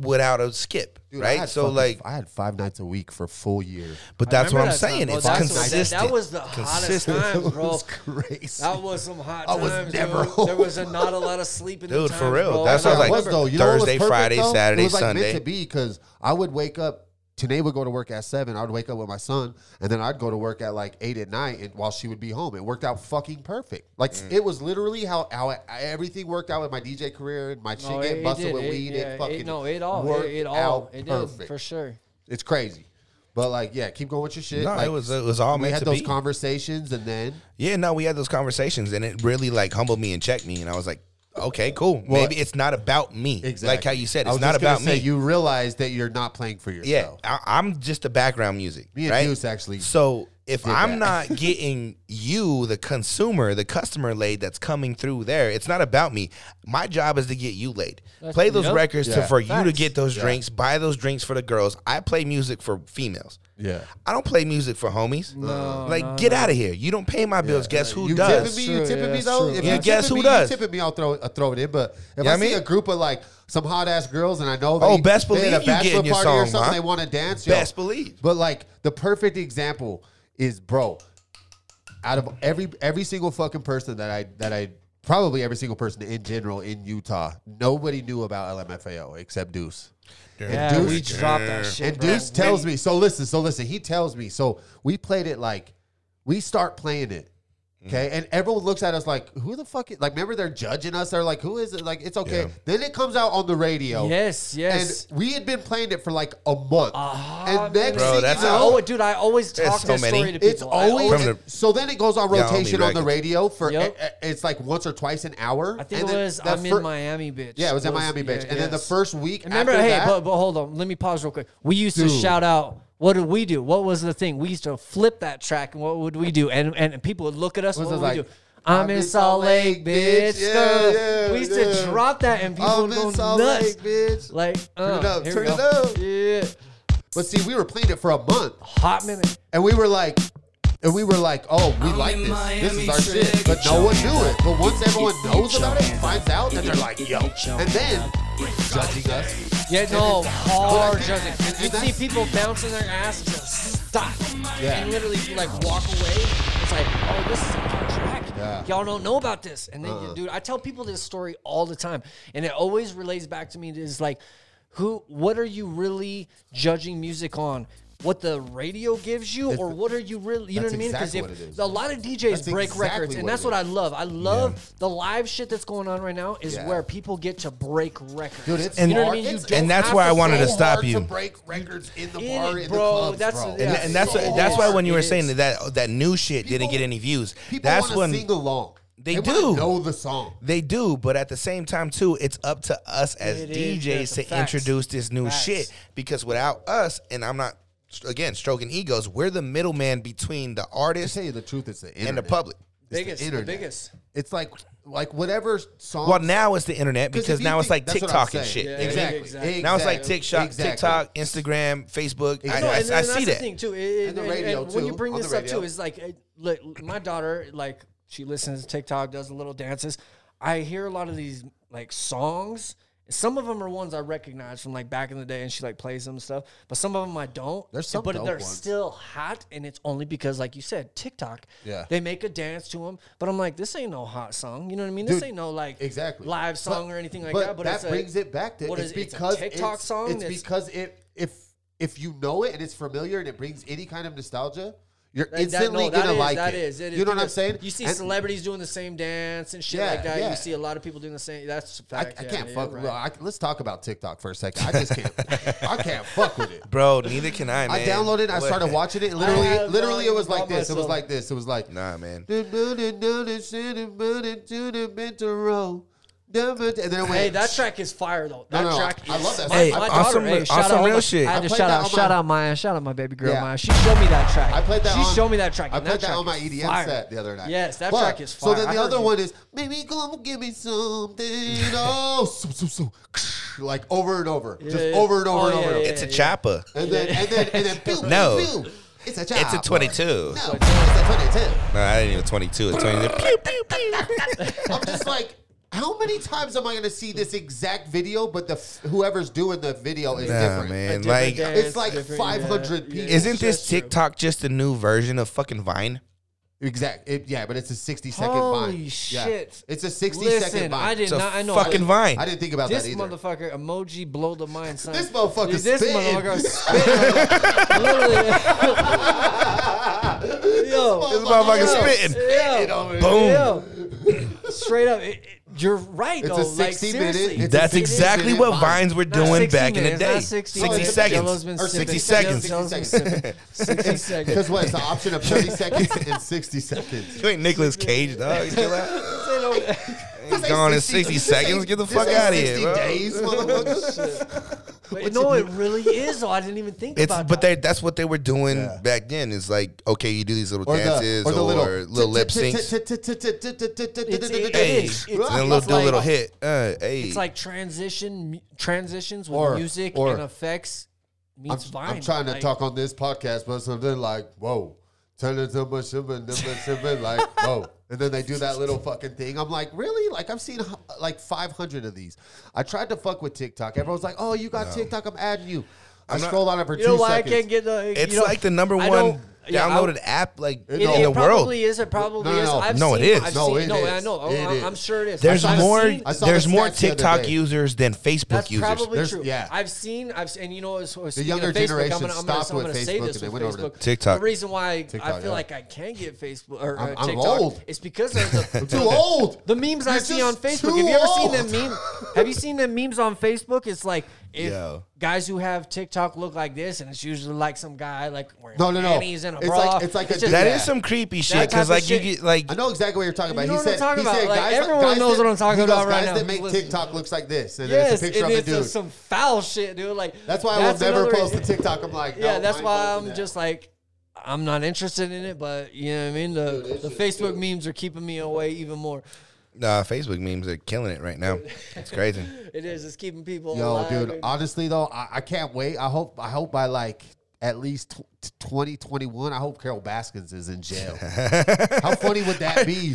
[SPEAKER 7] without a skip,
[SPEAKER 2] Uh-huh. Dude, I
[SPEAKER 7] right?
[SPEAKER 2] had
[SPEAKER 7] So
[SPEAKER 2] fucking-
[SPEAKER 7] like,
[SPEAKER 2] I had five nights a week for full year.
[SPEAKER 7] but that's what I'm
[SPEAKER 1] Remember that
[SPEAKER 7] saying.
[SPEAKER 1] time, bro?
[SPEAKER 7] it's
[SPEAKER 1] That's what- that-
[SPEAKER 7] consistent.
[SPEAKER 1] That was the hottest
[SPEAKER 7] Consistent.
[SPEAKER 1] time, bro.
[SPEAKER 2] crazy.
[SPEAKER 1] That was some hot
[SPEAKER 2] I
[SPEAKER 1] times.
[SPEAKER 2] was never
[SPEAKER 1] dude. There was a not a lot of sleep in the
[SPEAKER 7] Dude,
[SPEAKER 1] time,
[SPEAKER 7] for real.
[SPEAKER 1] Bro.
[SPEAKER 7] That's
[SPEAKER 1] And
[SPEAKER 7] what I was like,
[SPEAKER 2] was though. You know what was
[SPEAKER 7] Thursday,
[SPEAKER 2] perfect,
[SPEAKER 7] Friday,
[SPEAKER 2] though?
[SPEAKER 7] Saturday,
[SPEAKER 2] it was like
[SPEAKER 7] Sunday.
[SPEAKER 2] Meant to be because I would wake up. Today would go to work at seven. I would wake up with my son, and then I'd go to work at like eight at night, and while she would be home, it worked out fucking perfect. Like
[SPEAKER 7] Mm.
[SPEAKER 2] it was literally how how I- everything worked out with my DJ career and my shit
[SPEAKER 1] No,
[SPEAKER 2] getting
[SPEAKER 1] it
[SPEAKER 2] busted
[SPEAKER 1] did.
[SPEAKER 2] with
[SPEAKER 1] It-
[SPEAKER 2] weed.
[SPEAKER 1] yeah,
[SPEAKER 2] it fucking
[SPEAKER 1] no, it all,
[SPEAKER 2] worked
[SPEAKER 1] it, it all,
[SPEAKER 2] out
[SPEAKER 1] it did
[SPEAKER 2] perfect.
[SPEAKER 1] for sure.
[SPEAKER 2] It's crazy, but like yeah, keep going with your shit.
[SPEAKER 7] No, it
[SPEAKER 2] Like,
[SPEAKER 7] was- it was all
[SPEAKER 2] we
[SPEAKER 7] meant
[SPEAKER 2] had
[SPEAKER 7] to
[SPEAKER 2] those
[SPEAKER 7] be.
[SPEAKER 2] conversations, and then
[SPEAKER 7] yeah, no, we had those conversations, and it really like humbled me and checked me, and I was like, okay, cool. Maybe it's not about me. Like how you said,
[SPEAKER 2] I
[SPEAKER 7] it's
[SPEAKER 2] was
[SPEAKER 7] not
[SPEAKER 2] just gonna
[SPEAKER 7] about me.
[SPEAKER 2] say, You realize that you're not playing for yourself.
[SPEAKER 7] Yeah, I, I'm just the background music.
[SPEAKER 2] Me and
[SPEAKER 7] right?
[SPEAKER 2] Deuce actually
[SPEAKER 7] So if
[SPEAKER 2] did
[SPEAKER 7] I'm
[SPEAKER 2] that.
[SPEAKER 7] not getting you, the consumer, the customer laid that's coming through there, it's not about me. My job is to get you laid. play those
[SPEAKER 1] yep.
[SPEAKER 7] records to,
[SPEAKER 2] Yeah.
[SPEAKER 7] for you to
[SPEAKER 1] Facts.
[SPEAKER 7] get those drinks, buy those drinks for the girls. I play music for females.
[SPEAKER 2] Yeah. Uh,
[SPEAKER 7] I don't play music for homies. No, like get out of here. You don't pay my bills. Guess who
[SPEAKER 2] you
[SPEAKER 7] does?
[SPEAKER 2] tipping me?
[SPEAKER 1] That's
[SPEAKER 2] You tipping
[SPEAKER 1] true,
[SPEAKER 2] me
[SPEAKER 1] yeah,
[SPEAKER 2] though?
[SPEAKER 1] that's
[SPEAKER 2] If
[SPEAKER 1] true.
[SPEAKER 7] Yeah,
[SPEAKER 2] you
[SPEAKER 7] guess
[SPEAKER 2] tipping
[SPEAKER 7] who
[SPEAKER 2] me, you
[SPEAKER 7] does?
[SPEAKER 2] tipping me, I'll throw I'll throw it in. But if
[SPEAKER 7] Yeah,
[SPEAKER 2] I
[SPEAKER 7] I
[SPEAKER 2] see
[SPEAKER 7] mean-
[SPEAKER 2] a group of like some hot ass girls and I know
[SPEAKER 7] Oh,
[SPEAKER 2] they,
[SPEAKER 7] best
[SPEAKER 2] they
[SPEAKER 7] believe
[SPEAKER 2] had
[SPEAKER 7] you
[SPEAKER 2] a
[SPEAKER 7] getting
[SPEAKER 2] bachelor
[SPEAKER 7] your
[SPEAKER 2] party or
[SPEAKER 7] song,
[SPEAKER 2] something,
[SPEAKER 7] ma.
[SPEAKER 2] they want to dance. yo.
[SPEAKER 7] Best believe.
[SPEAKER 2] But like the perfect example is bro. Out of every every single fucking person that I that I probably every single person in general in Utah, nobody knew about LMFAO except Deuce.
[SPEAKER 1] Yeah, we dropped that shit.
[SPEAKER 2] And
[SPEAKER 1] bro.
[SPEAKER 2] Deuce tells me, so listen, so listen, he tells me, so we played it like, we start playing it
[SPEAKER 7] Mm.
[SPEAKER 2] Okay, and everyone looks at us like, "Who the fuck?" Is, like, remember they're judging us. They're like, "Who is it?" Like, it's okay.
[SPEAKER 7] Yeah.
[SPEAKER 2] Then it comes out on the radio.
[SPEAKER 1] Yes, yes.
[SPEAKER 2] And we had been playing it for like a month.
[SPEAKER 1] Ah,
[SPEAKER 2] and
[SPEAKER 1] man.
[SPEAKER 2] next
[SPEAKER 1] Oh,
[SPEAKER 7] Bro,
[SPEAKER 2] thing
[SPEAKER 7] that's
[SPEAKER 2] you
[SPEAKER 1] I
[SPEAKER 7] how-
[SPEAKER 2] know,
[SPEAKER 1] owe it, dude. I always
[SPEAKER 7] There's
[SPEAKER 1] talk
[SPEAKER 7] so
[SPEAKER 1] this
[SPEAKER 7] many.
[SPEAKER 1] story to people.
[SPEAKER 2] It's always
[SPEAKER 1] I,
[SPEAKER 7] From the-
[SPEAKER 2] so. Then it goes on
[SPEAKER 7] Yeah, I only
[SPEAKER 2] rotation on the
[SPEAKER 7] reckon.
[SPEAKER 2] radio for
[SPEAKER 1] Yep.
[SPEAKER 2] eh, eh, it's like once or twice an hour.
[SPEAKER 1] I think
[SPEAKER 2] And
[SPEAKER 1] it
[SPEAKER 2] then
[SPEAKER 1] was
[SPEAKER 2] that
[SPEAKER 1] I'm
[SPEAKER 2] fir-
[SPEAKER 1] in Miami, bitch.
[SPEAKER 2] Yeah, it was at Miami
[SPEAKER 1] yeah,
[SPEAKER 2] Beach, and then the
[SPEAKER 1] yes.
[SPEAKER 2] first week.
[SPEAKER 1] Remember,
[SPEAKER 2] after
[SPEAKER 1] hey,
[SPEAKER 2] that,
[SPEAKER 1] but, but hold on. Let me pause real quick. We used
[SPEAKER 2] Dude.
[SPEAKER 1] to shout out. What did we do? What was the thing? We used to flip that track, and what would we do? And and people would look at us.
[SPEAKER 2] Was
[SPEAKER 1] What
[SPEAKER 2] it
[SPEAKER 1] would we
[SPEAKER 2] like,
[SPEAKER 1] do? I'm, in Salt Lake, bitch.
[SPEAKER 2] Yeah, yeah,
[SPEAKER 1] we used to
[SPEAKER 2] yeah.
[SPEAKER 1] drop that, and people
[SPEAKER 2] I'm
[SPEAKER 1] would go
[SPEAKER 2] in Salt
[SPEAKER 1] nuts.
[SPEAKER 2] Lake, bitch.
[SPEAKER 1] Like, uh,
[SPEAKER 2] it up,
[SPEAKER 1] here
[SPEAKER 2] turn
[SPEAKER 1] we
[SPEAKER 2] it
[SPEAKER 1] go.
[SPEAKER 2] up.
[SPEAKER 1] Yeah,
[SPEAKER 2] But see, we were playing it for a month,
[SPEAKER 1] hot minute.
[SPEAKER 2] and we were like, and we were like, oh, we like this. this is our shit. But no one knew it. But once everyone knows about it, finds out, then they're like, yo. And then judging us.
[SPEAKER 1] Yeah, no, hard
[SPEAKER 2] think-
[SPEAKER 1] judging.
[SPEAKER 2] and
[SPEAKER 1] You'd
[SPEAKER 2] that's-
[SPEAKER 1] see people bouncing their ass to stop.
[SPEAKER 2] Yeah.
[SPEAKER 1] And literally like walk away. It's like, oh, this is a hard track.
[SPEAKER 2] Yeah. Uh-uh.
[SPEAKER 1] Y'all don't know about this. And then, you, dude, I tell people this story all the time. And it always relates back to me is like, who, what are you really judging music on? What the radio gives you, or what are you really, you know
[SPEAKER 2] that's
[SPEAKER 1] what I mean?
[SPEAKER 2] exactly
[SPEAKER 1] if-
[SPEAKER 2] what it is.
[SPEAKER 1] a lot of DJs
[SPEAKER 2] That's
[SPEAKER 1] break
[SPEAKER 2] exactly
[SPEAKER 1] records, and
[SPEAKER 2] what
[SPEAKER 1] that's
[SPEAKER 2] it
[SPEAKER 1] what I
[SPEAKER 2] is.
[SPEAKER 1] love. I love the live shit that's going on right now, is
[SPEAKER 2] Yeah.
[SPEAKER 1] where people get to break records.
[SPEAKER 2] Dude, it's
[SPEAKER 1] you know what I
[SPEAKER 2] hard.
[SPEAKER 1] mean? You
[SPEAKER 2] It's-
[SPEAKER 1] don't
[SPEAKER 7] and that's
[SPEAKER 1] have
[SPEAKER 7] why I wanted
[SPEAKER 1] say
[SPEAKER 7] to stop
[SPEAKER 2] hard
[SPEAKER 7] you.
[SPEAKER 2] break records in the
[SPEAKER 1] Get
[SPEAKER 2] bar,
[SPEAKER 1] it,
[SPEAKER 2] in
[SPEAKER 1] bro.
[SPEAKER 2] the clubs,
[SPEAKER 1] That's-
[SPEAKER 2] bro.
[SPEAKER 1] yeah.
[SPEAKER 7] And, and that's
[SPEAKER 1] so
[SPEAKER 7] that's why when you
[SPEAKER 1] hard.
[SPEAKER 7] were
[SPEAKER 1] It
[SPEAKER 7] saying
[SPEAKER 1] is.
[SPEAKER 7] that that that new shit didn't
[SPEAKER 2] People-
[SPEAKER 7] get any views.
[SPEAKER 2] People
[SPEAKER 7] That's
[SPEAKER 2] wanna
[SPEAKER 7] when
[SPEAKER 2] sing along.
[SPEAKER 7] They
[SPEAKER 2] wanna
[SPEAKER 7] do.
[SPEAKER 2] know the song.
[SPEAKER 7] They do, but at the same time too, it's up to us as
[SPEAKER 1] It is,
[SPEAKER 7] DJs
[SPEAKER 1] that's a
[SPEAKER 7] to
[SPEAKER 1] fact.
[SPEAKER 7] introduce this new
[SPEAKER 1] Facts.
[SPEAKER 7] shit because without us, and I'm not again stroking egos, we're the middleman between the
[SPEAKER 2] To
[SPEAKER 7] artist
[SPEAKER 2] tell you the truth, it's the internet.
[SPEAKER 7] and the public.
[SPEAKER 2] It's
[SPEAKER 1] Biggest, the
[SPEAKER 2] internet.
[SPEAKER 1] biggest.
[SPEAKER 2] It's like like whatever song.
[SPEAKER 7] Well, now it's the internet because now it's like TikTok and shit.
[SPEAKER 1] Yeah,
[SPEAKER 2] exactly.
[SPEAKER 1] exactly.
[SPEAKER 7] Now it's like
[SPEAKER 2] Exactly.
[SPEAKER 7] TikTok,
[SPEAKER 2] Exactly.
[SPEAKER 7] TikTok, Instagram, Facebook. I-
[SPEAKER 2] No,
[SPEAKER 7] I,
[SPEAKER 1] and then
[SPEAKER 7] I see
[SPEAKER 1] that's
[SPEAKER 7] that.
[SPEAKER 1] The thing too, It- it-
[SPEAKER 2] And the
[SPEAKER 1] and-
[SPEAKER 2] radio,
[SPEAKER 1] and when you
[SPEAKER 2] too,
[SPEAKER 1] bring
[SPEAKER 2] on the
[SPEAKER 1] this up
[SPEAKER 2] radio.
[SPEAKER 1] too, is like, it- look, my daughter, like, she listens to TikTok, does little dances. I hear a lot of these like songs. Some of them are ones I recognize from like back in the day, and she like plays them and stuff. But some of them I don't.
[SPEAKER 2] There's some
[SPEAKER 1] but
[SPEAKER 2] dope
[SPEAKER 1] they're
[SPEAKER 2] ones.
[SPEAKER 1] still hot, and it's only because, like you said, TikTok.
[SPEAKER 2] Yeah.
[SPEAKER 1] They make a dance to them, but I'm like, this ain't no hot song. You know what I mean? this
[SPEAKER 2] Dude,
[SPEAKER 1] ain't no like
[SPEAKER 2] exactly
[SPEAKER 1] live song
[SPEAKER 2] But-
[SPEAKER 1] or anything like
[SPEAKER 2] but
[SPEAKER 1] that. But
[SPEAKER 2] that
[SPEAKER 1] it's a-
[SPEAKER 2] brings it back to
[SPEAKER 1] what
[SPEAKER 2] it's
[SPEAKER 1] is it?
[SPEAKER 2] because
[SPEAKER 1] it's a TikTok
[SPEAKER 2] it's,
[SPEAKER 1] song.
[SPEAKER 2] It's
[SPEAKER 1] that's-
[SPEAKER 2] because it if if you know it and it's familiar and it brings any kind of nostalgia, you're
[SPEAKER 1] Like that-
[SPEAKER 2] instantly
[SPEAKER 1] no, that
[SPEAKER 2] gonna
[SPEAKER 1] is-
[SPEAKER 2] like
[SPEAKER 1] that
[SPEAKER 2] it.
[SPEAKER 1] is, it is
[SPEAKER 2] You know what I'm
[SPEAKER 1] because
[SPEAKER 2] saying?
[SPEAKER 1] You see
[SPEAKER 2] And
[SPEAKER 1] celebrities doing the same dance and shit
[SPEAKER 2] Yeah,
[SPEAKER 1] like that.
[SPEAKER 2] yeah.
[SPEAKER 1] You see a lot of people doing the same. That's a
[SPEAKER 2] I, I
[SPEAKER 1] fact. Yeah,
[SPEAKER 2] can't
[SPEAKER 1] yeah,
[SPEAKER 2] fuck.
[SPEAKER 1] right.
[SPEAKER 2] Well, I, let's talk about TikTok for a second. I just can't. I can't fuck with it.
[SPEAKER 7] Bro, neither can I,
[SPEAKER 2] I
[SPEAKER 7] man.
[SPEAKER 2] downloaded. I
[SPEAKER 7] What-
[SPEAKER 2] started watching it. and Literally,
[SPEAKER 1] have
[SPEAKER 2] literally, it was
[SPEAKER 1] not
[SPEAKER 2] like this. It was
[SPEAKER 1] myself.
[SPEAKER 2] like this. It was like
[SPEAKER 7] Nah, man.
[SPEAKER 2] And then it went.
[SPEAKER 1] Hey, that track is fire though. That
[SPEAKER 2] No, no,
[SPEAKER 1] track is
[SPEAKER 2] I love
[SPEAKER 1] My,
[SPEAKER 2] that song.
[SPEAKER 1] my
[SPEAKER 2] Hey,
[SPEAKER 1] daughter,
[SPEAKER 7] awesome-
[SPEAKER 1] hey, shout
[SPEAKER 7] awesome
[SPEAKER 1] out,
[SPEAKER 7] real shit.
[SPEAKER 1] I had
[SPEAKER 2] I
[SPEAKER 1] to
[SPEAKER 2] played
[SPEAKER 1] shout
[SPEAKER 2] that
[SPEAKER 1] out,
[SPEAKER 2] on
[SPEAKER 1] shout
[SPEAKER 2] my-
[SPEAKER 1] out Maya, shout out my baby girl
[SPEAKER 2] Yeah.
[SPEAKER 1] Maya. She showed me that track.
[SPEAKER 2] I played that.
[SPEAKER 1] She
[SPEAKER 2] on-
[SPEAKER 1] showed me that track.
[SPEAKER 2] I
[SPEAKER 1] and
[SPEAKER 2] played that,
[SPEAKER 1] track
[SPEAKER 2] on my
[SPEAKER 1] is
[SPEAKER 2] EDM
[SPEAKER 1] fire.
[SPEAKER 2] set the other night.
[SPEAKER 1] Yes, that
[SPEAKER 2] But-
[SPEAKER 1] track is
[SPEAKER 2] So
[SPEAKER 1] fire.
[SPEAKER 2] then
[SPEAKER 1] I
[SPEAKER 2] the
[SPEAKER 1] heard
[SPEAKER 2] other
[SPEAKER 1] you.
[SPEAKER 2] one is maybe come give me something. Oh, so, so, so, like over and over, just
[SPEAKER 1] yeah.
[SPEAKER 2] over and over
[SPEAKER 1] Oh,
[SPEAKER 2] and
[SPEAKER 1] yeah,
[SPEAKER 2] over.
[SPEAKER 1] yeah,
[SPEAKER 7] It's a chopper.
[SPEAKER 2] And then and then and then pew, pew,
[SPEAKER 7] No.
[SPEAKER 2] pew. It's a
[SPEAKER 7] It's
[SPEAKER 2] child.
[SPEAKER 7] a 22.
[SPEAKER 2] No, it's a 22.
[SPEAKER 7] No, I didn't even 22. It's 22. Pew, pew, pew.
[SPEAKER 2] I'm just like, how many times am I going to see this exact video? But the f- whoever's doing the video is
[SPEAKER 7] Nah,
[SPEAKER 2] different.
[SPEAKER 7] man.
[SPEAKER 1] different
[SPEAKER 7] Like,
[SPEAKER 1] dance.
[SPEAKER 2] It's
[SPEAKER 1] It's
[SPEAKER 2] like
[SPEAKER 1] different,
[SPEAKER 2] 500
[SPEAKER 1] yeah.
[SPEAKER 2] people.
[SPEAKER 1] Yeah.
[SPEAKER 7] isn't this
[SPEAKER 1] That's true.
[SPEAKER 7] TikTok just a new version of fucking Vine?
[SPEAKER 2] Exact. It, yeah, but it's a 60 second
[SPEAKER 1] Holy
[SPEAKER 2] vine.
[SPEAKER 1] shit.
[SPEAKER 2] Yeah. It's a 60 second
[SPEAKER 1] Listen,
[SPEAKER 2] vine.
[SPEAKER 1] I did
[SPEAKER 7] It's a
[SPEAKER 1] not. I know.
[SPEAKER 7] fucking Vine.
[SPEAKER 2] I didn't think about
[SPEAKER 1] This
[SPEAKER 2] that either.
[SPEAKER 1] motherfucker emoji blow the mind sign.
[SPEAKER 2] This motherfucker
[SPEAKER 1] Dude, This
[SPEAKER 2] spitting.
[SPEAKER 1] motherfucker spitting. Literally.
[SPEAKER 2] Ah.
[SPEAKER 1] Yo.
[SPEAKER 7] This motherfucker spitting.
[SPEAKER 1] Yeah.
[SPEAKER 2] over
[SPEAKER 7] Boom.
[SPEAKER 1] Yeah. Straight up, it- it- you're right
[SPEAKER 2] It's
[SPEAKER 1] though.
[SPEAKER 2] a
[SPEAKER 1] like
[SPEAKER 2] 60 minute-
[SPEAKER 1] seriously,
[SPEAKER 2] it's a
[SPEAKER 7] That's
[SPEAKER 2] 60
[SPEAKER 7] exactly
[SPEAKER 2] minute
[SPEAKER 7] what
[SPEAKER 2] Vine.
[SPEAKER 7] Vines were
[SPEAKER 1] Not
[SPEAKER 7] doing
[SPEAKER 1] 60
[SPEAKER 7] back in the
[SPEAKER 1] minutes, not
[SPEAKER 7] day.
[SPEAKER 1] 60,
[SPEAKER 2] No,
[SPEAKER 7] 60
[SPEAKER 1] Jello's
[SPEAKER 2] it's-
[SPEAKER 7] seconds.
[SPEAKER 1] been
[SPEAKER 2] Or
[SPEAKER 1] sipping.
[SPEAKER 7] 60
[SPEAKER 1] Jello's-
[SPEAKER 7] seconds.
[SPEAKER 1] Jello's been
[SPEAKER 2] 60
[SPEAKER 1] sipping. 60 seconds.
[SPEAKER 2] Because what? It's the option of 30 seconds and 60 seconds.
[SPEAKER 7] You ain't Nicolas Cage, dog. Chill out.
[SPEAKER 1] This ain't no-
[SPEAKER 7] It's gone in 60 seconds. Get the fuck out of here, bro.
[SPEAKER 2] days, motherfucker.
[SPEAKER 1] But no, it really is though. I didn't even think
[SPEAKER 7] It's
[SPEAKER 1] about
[SPEAKER 7] but
[SPEAKER 1] that.
[SPEAKER 7] they that's what they were doing back then. It's like okay, you do these little dances or, little, lip syncs.
[SPEAKER 1] It's-
[SPEAKER 7] Hey,
[SPEAKER 1] it is.
[SPEAKER 7] and
[SPEAKER 1] It's-
[SPEAKER 7] then little
[SPEAKER 1] it's
[SPEAKER 7] do a little
[SPEAKER 1] like- oh,
[SPEAKER 7] hit. Uh, hey,
[SPEAKER 1] It's like transition mu- transitions with
[SPEAKER 2] Or-
[SPEAKER 1] music
[SPEAKER 2] or-
[SPEAKER 1] and effects
[SPEAKER 2] I'm,
[SPEAKER 1] meets Vine.
[SPEAKER 2] I'm trying to
[SPEAKER 1] Like,
[SPEAKER 2] talk on this podcast, but something like, whoa, turn it to my shiver, and then my shiver, like, whoa. And then they do that little fucking thing. I'm like, really? Like, I've seen h- like 500 of these. I tried to fuck with TikTok. Everyone's like, oh, you got TikTok. I'm adding you. I
[SPEAKER 7] I'm not-
[SPEAKER 2] scroll on it for
[SPEAKER 1] You
[SPEAKER 2] two
[SPEAKER 1] know why
[SPEAKER 2] seconds.
[SPEAKER 1] I can't get the?
[SPEAKER 7] It's
[SPEAKER 1] you know,
[SPEAKER 7] like the number
[SPEAKER 1] I
[SPEAKER 7] one
[SPEAKER 1] don't- Yeah, I
[SPEAKER 7] downloaded
[SPEAKER 1] would-
[SPEAKER 7] app like
[SPEAKER 1] It,
[SPEAKER 7] in
[SPEAKER 1] it
[SPEAKER 7] the world.
[SPEAKER 1] probably is. It probably
[SPEAKER 2] no,
[SPEAKER 1] is.
[SPEAKER 2] no.
[SPEAKER 1] I've
[SPEAKER 7] No,
[SPEAKER 1] seen,
[SPEAKER 7] it is.
[SPEAKER 1] I've
[SPEAKER 2] No,
[SPEAKER 1] seen,
[SPEAKER 2] it
[SPEAKER 1] no,
[SPEAKER 2] is.
[SPEAKER 1] I know. Oh,
[SPEAKER 2] It
[SPEAKER 1] I'm,
[SPEAKER 2] is.
[SPEAKER 1] I'm sure it is.
[SPEAKER 7] There's
[SPEAKER 1] I've
[SPEAKER 7] more.
[SPEAKER 1] seen-
[SPEAKER 2] I saw
[SPEAKER 7] There's
[SPEAKER 2] the
[SPEAKER 7] more
[SPEAKER 2] stats the other
[SPEAKER 7] TikTok
[SPEAKER 2] day.
[SPEAKER 7] users than Facebook
[SPEAKER 1] That's
[SPEAKER 7] users.
[SPEAKER 1] probably
[SPEAKER 2] There's-
[SPEAKER 1] true.
[SPEAKER 2] yeah.
[SPEAKER 1] I've seen, I've seen, and you know, it's, it's
[SPEAKER 2] The
[SPEAKER 1] Facebook,
[SPEAKER 2] younger
[SPEAKER 1] I'm
[SPEAKER 2] generation
[SPEAKER 1] gonna, I'm gonna,
[SPEAKER 2] stopped
[SPEAKER 1] I'm
[SPEAKER 2] with
[SPEAKER 1] gonna say
[SPEAKER 2] Facebook
[SPEAKER 1] this
[SPEAKER 2] and they
[SPEAKER 1] with
[SPEAKER 2] went over to
[SPEAKER 1] Facebook.
[SPEAKER 7] TikTok.
[SPEAKER 1] The reason why I
[SPEAKER 2] TikTok,
[SPEAKER 1] feel
[SPEAKER 2] yeah.
[SPEAKER 1] like I can't get Facebook or
[SPEAKER 2] I'm-
[SPEAKER 1] uh,
[SPEAKER 2] I'm
[SPEAKER 1] TikTok
[SPEAKER 2] old.
[SPEAKER 1] is because of the,
[SPEAKER 2] I'm
[SPEAKER 1] the-
[SPEAKER 2] too old.
[SPEAKER 1] The memes I
[SPEAKER 2] You're
[SPEAKER 1] see on
[SPEAKER 2] just
[SPEAKER 1] Facebook.
[SPEAKER 2] too
[SPEAKER 1] Have you ever seen
[SPEAKER 2] old.
[SPEAKER 1] them meme? Have you seen them memes on Facebook? It's like if
[SPEAKER 7] Yo.
[SPEAKER 1] guys who have TikTok look like this, and it's usually like some guy like wearing
[SPEAKER 2] No, no, no.
[SPEAKER 1] panties and a
[SPEAKER 2] It's
[SPEAKER 1] bra.
[SPEAKER 2] like- it's like a
[SPEAKER 1] just-
[SPEAKER 2] dude
[SPEAKER 7] That is
[SPEAKER 2] Yeah.
[SPEAKER 7] some creepy
[SPEAKER 1] type
[SPEAKER 7] shit because
[SPEAKER 1] of
[SPEAKER 7] like
[SPEAKER 1] shit.
[SPEAKER 7] you get like
[SPEAKER 2] I know exactly what you're talking about.
[SPEAKER 1] You
[SPEAKER 2] he
[SPEAKER 1] know what I'm
[SPEAKER 2] said,
[SPEAKER 1] talking
[SPEAKER 2] he said,
[SPEAKER 1] about. Like,
[SPEAKER 2] guys,
[SPEAKER 1] everyone
[SPEAKER 2] guys
[SPEAKER 1] knows
[SPEAKER 2] that,
[SPEAKER 1] what I'm talking
[SPEAKER 2] he
[SPEAKER 1] about
[SPEAKER 2] goes,
[SPEAKER 1] right
[SPEAKER 2] guys
[SPEAKER 1] now.
[SPEAKER 2] that make
[SPEAKER 1] Listen.
[SPEAKER 2] TikTok looks like this, and
[SPEAKER 1] Yes,
[SPEAKER 2] it's a picture
[SPEAKER 1] and
[SPEAKER 2] of a
[SPEAKER 1] it's
[SPEAKER 2] dude.
[SPEAKER 1] just some foul shit, dude. Like
[SPEAKER 2] that's why I will
[SPEAKER 1] that's
[SPEAKER 2] never
[SPEAKER 1] another-
[SPEAKER 2] post a TikTok. I'm like,
[SPEAKER 1] Yeah,
[SPEAKER 2] no,
[SPEAKER 1] that's
[SPEAKER 2] I ain't
[SPEAKER 1] why
[SPEAKER 2] posting
[SPEAKER 1] I'm
[SPEAKER 2] that.
[SPEAKER 1] just like, I'm not interested in it. But you know what I mean. The the Facebook memes are keeping me away even more.
[SPEAKER 7] nah, Facebook memes are killing it right now. It's crazy.
[SPEAKER 1] It is. It's keeping people.
[SPEAKER 2] Yo,
[SPEAKER 1] alive
[SPEAKER 2] dude.
[SPEAKER 1] and-
[SPEAKER 2] Honestly though, I, I can't wait. I hope. I hope by like at least tw- t- 2021. I hope Carol Baskins is in jail. How funny would that be?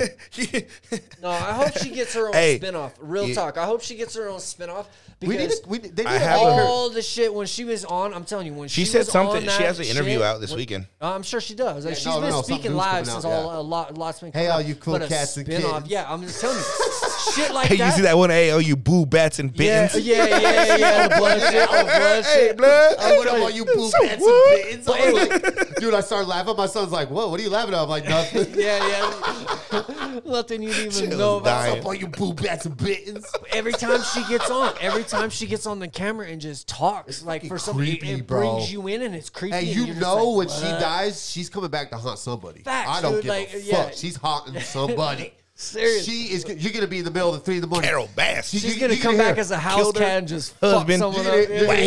[SPEAKER 1] no, I hope she gets her own
[SPEAKER 7] Hey,
[SPEAKER 1] spinoff. Real
[SPEAKER 7] you-
[SPEAKER 1] talk. I hope she gets her own spinoff
[SPEAKER 2] We
[SPEAKER 1] because
[SPEAKER 2] need. to- We need- they need
[SPEAKER 7] I
[SPEAKER 2] to
[SPEAKER 7] have
[SPEAKER 2] make
[SPEAKER 7] a-
[SPEAKER 2] her-
[SPEAKER 1] all the shit when she was on. I'm telling you, when
[SPEAKER 7] She,
[SPEAKER 1] she,
[SPEAKER 7] said
[SPEAKER 1] was
[SPEAKER 7] something.
[SPEAKER 1] on
[SPEAKER 7] She
[SPEAKER 1] that
[SPEAKER 7] has an interview
[SPEAKER 1] shit-
[SPEAKER 7] out this weekend.
[SPEAKER 1] Uh, I'm sure she does. Like,
[SPEAKER 2] Yeah,
[SPEAKER 1] she's
[SPEAKER 2] no, no,
[SPEAKER 1] been
[SPEAKER 2] no, something
[SPEAKER 1] speaking
[SPEAKER 2] new's
[SPEAKER 1] live
[SPEAKER 2] coming
[SPEAKER 1] since
[SPEAKER 2] out,
[SPEAKER 1] all
[SPEAKER 2] yeah.
[SPEAKER 1] a lot, lots been.
[SPEAKER 2] Hey,
[SPEAKER 1] coming
[SPEAKER 2] all
[SPEAKER 1] out,
[SPEAKER 2] you cool
[SPEAKER 1] but a
[SPEAKER 2] cats and
[SPEAKER 1] spin-off-
[SPEAKER 2] kittens.
[SPEAKER 1] Yeah, I'm just telling you, shit like
[SPEAKER 7] Hey,
[SPEAKER 1] that.
[SPEAKER 7] you see that one? Hey, oh, you boo bats and
[SPEAKER 1] Yeah,
[SPEAKER 7] bittens.
[SPEAKER 1] yeah, yeah, yeah. The blood shit, the blood
[SPEAKER 7] Hey,
[SPEAKER 1] shit.
[SPEAKER 7] blood.
[SPEAKER 2] Hey, what up, all you boo bats
[SPEAKER 7] what?
[SPEAKER 2] and kittens? I'm like- Dude, I started laughing. My son's like, "Whoa, what are you laughing at?" I'm like, "Nothing."
[SPEAKER 1] Yeah, yeah. Nothing you'd even know about.
[SPEAKER 2] What's up, all you boo bats and kittens?
[SPEAKER 1] Every time she gets on, every time she gets on the camera and just talks, like for some reason,
[SPEAKER 2] creepy,
[SPEAKER 1] it
[SPEAKER 2] bro.
[SPEAKER 1] brings you in and it's creepy.
[SPEAKER 2] Hey,
[SPEAKER 1] and
[SPEAKER 2] you
[SPEAKER 1] you're just
[SPEAKER 2] know
[SPEAKER 1] like,
[SPEAKER 2] when she
[SPEAKER 1] "What?"
[SPEAKER 2] dies, she's coming back to haunt somebody.
[SPEAKER 1] Facts,
[SPEAKER 2] I don't
[SPEAKER 1] dude,
[SPEAKER 2] give
[SPEAKER 1] like,
[SPEAKER 2] a fuck.
[SPEAKER 1] yeah.
[SPEAKER 2] She's haunting somebody.
[SPEAKER 1] Serious.
[SPEAKER 2] She is. You're gonna be in the middle of the three in the morning.
[SPEAKER 7] Carol Bass.
[SPEAKER 2] She's
[SPEAKER 1] She's
[SPEAKER 2] you-
[SPEAKER 1] gonna
[SPEAKER 2] you
[SPEAKER 1] come
[SPEAKER 2] can hear
[SPEAKER 1] back as a house
[SPEAKER 7] killed her
[SPEAKER 1] cat and just fuck
[SPEAKER 7] husband.
[SPEAKER 1] someone
[SPEAKER 2] You're
[SPEAKER 1] up.
[SPEAKER 2] gonna, you're gonna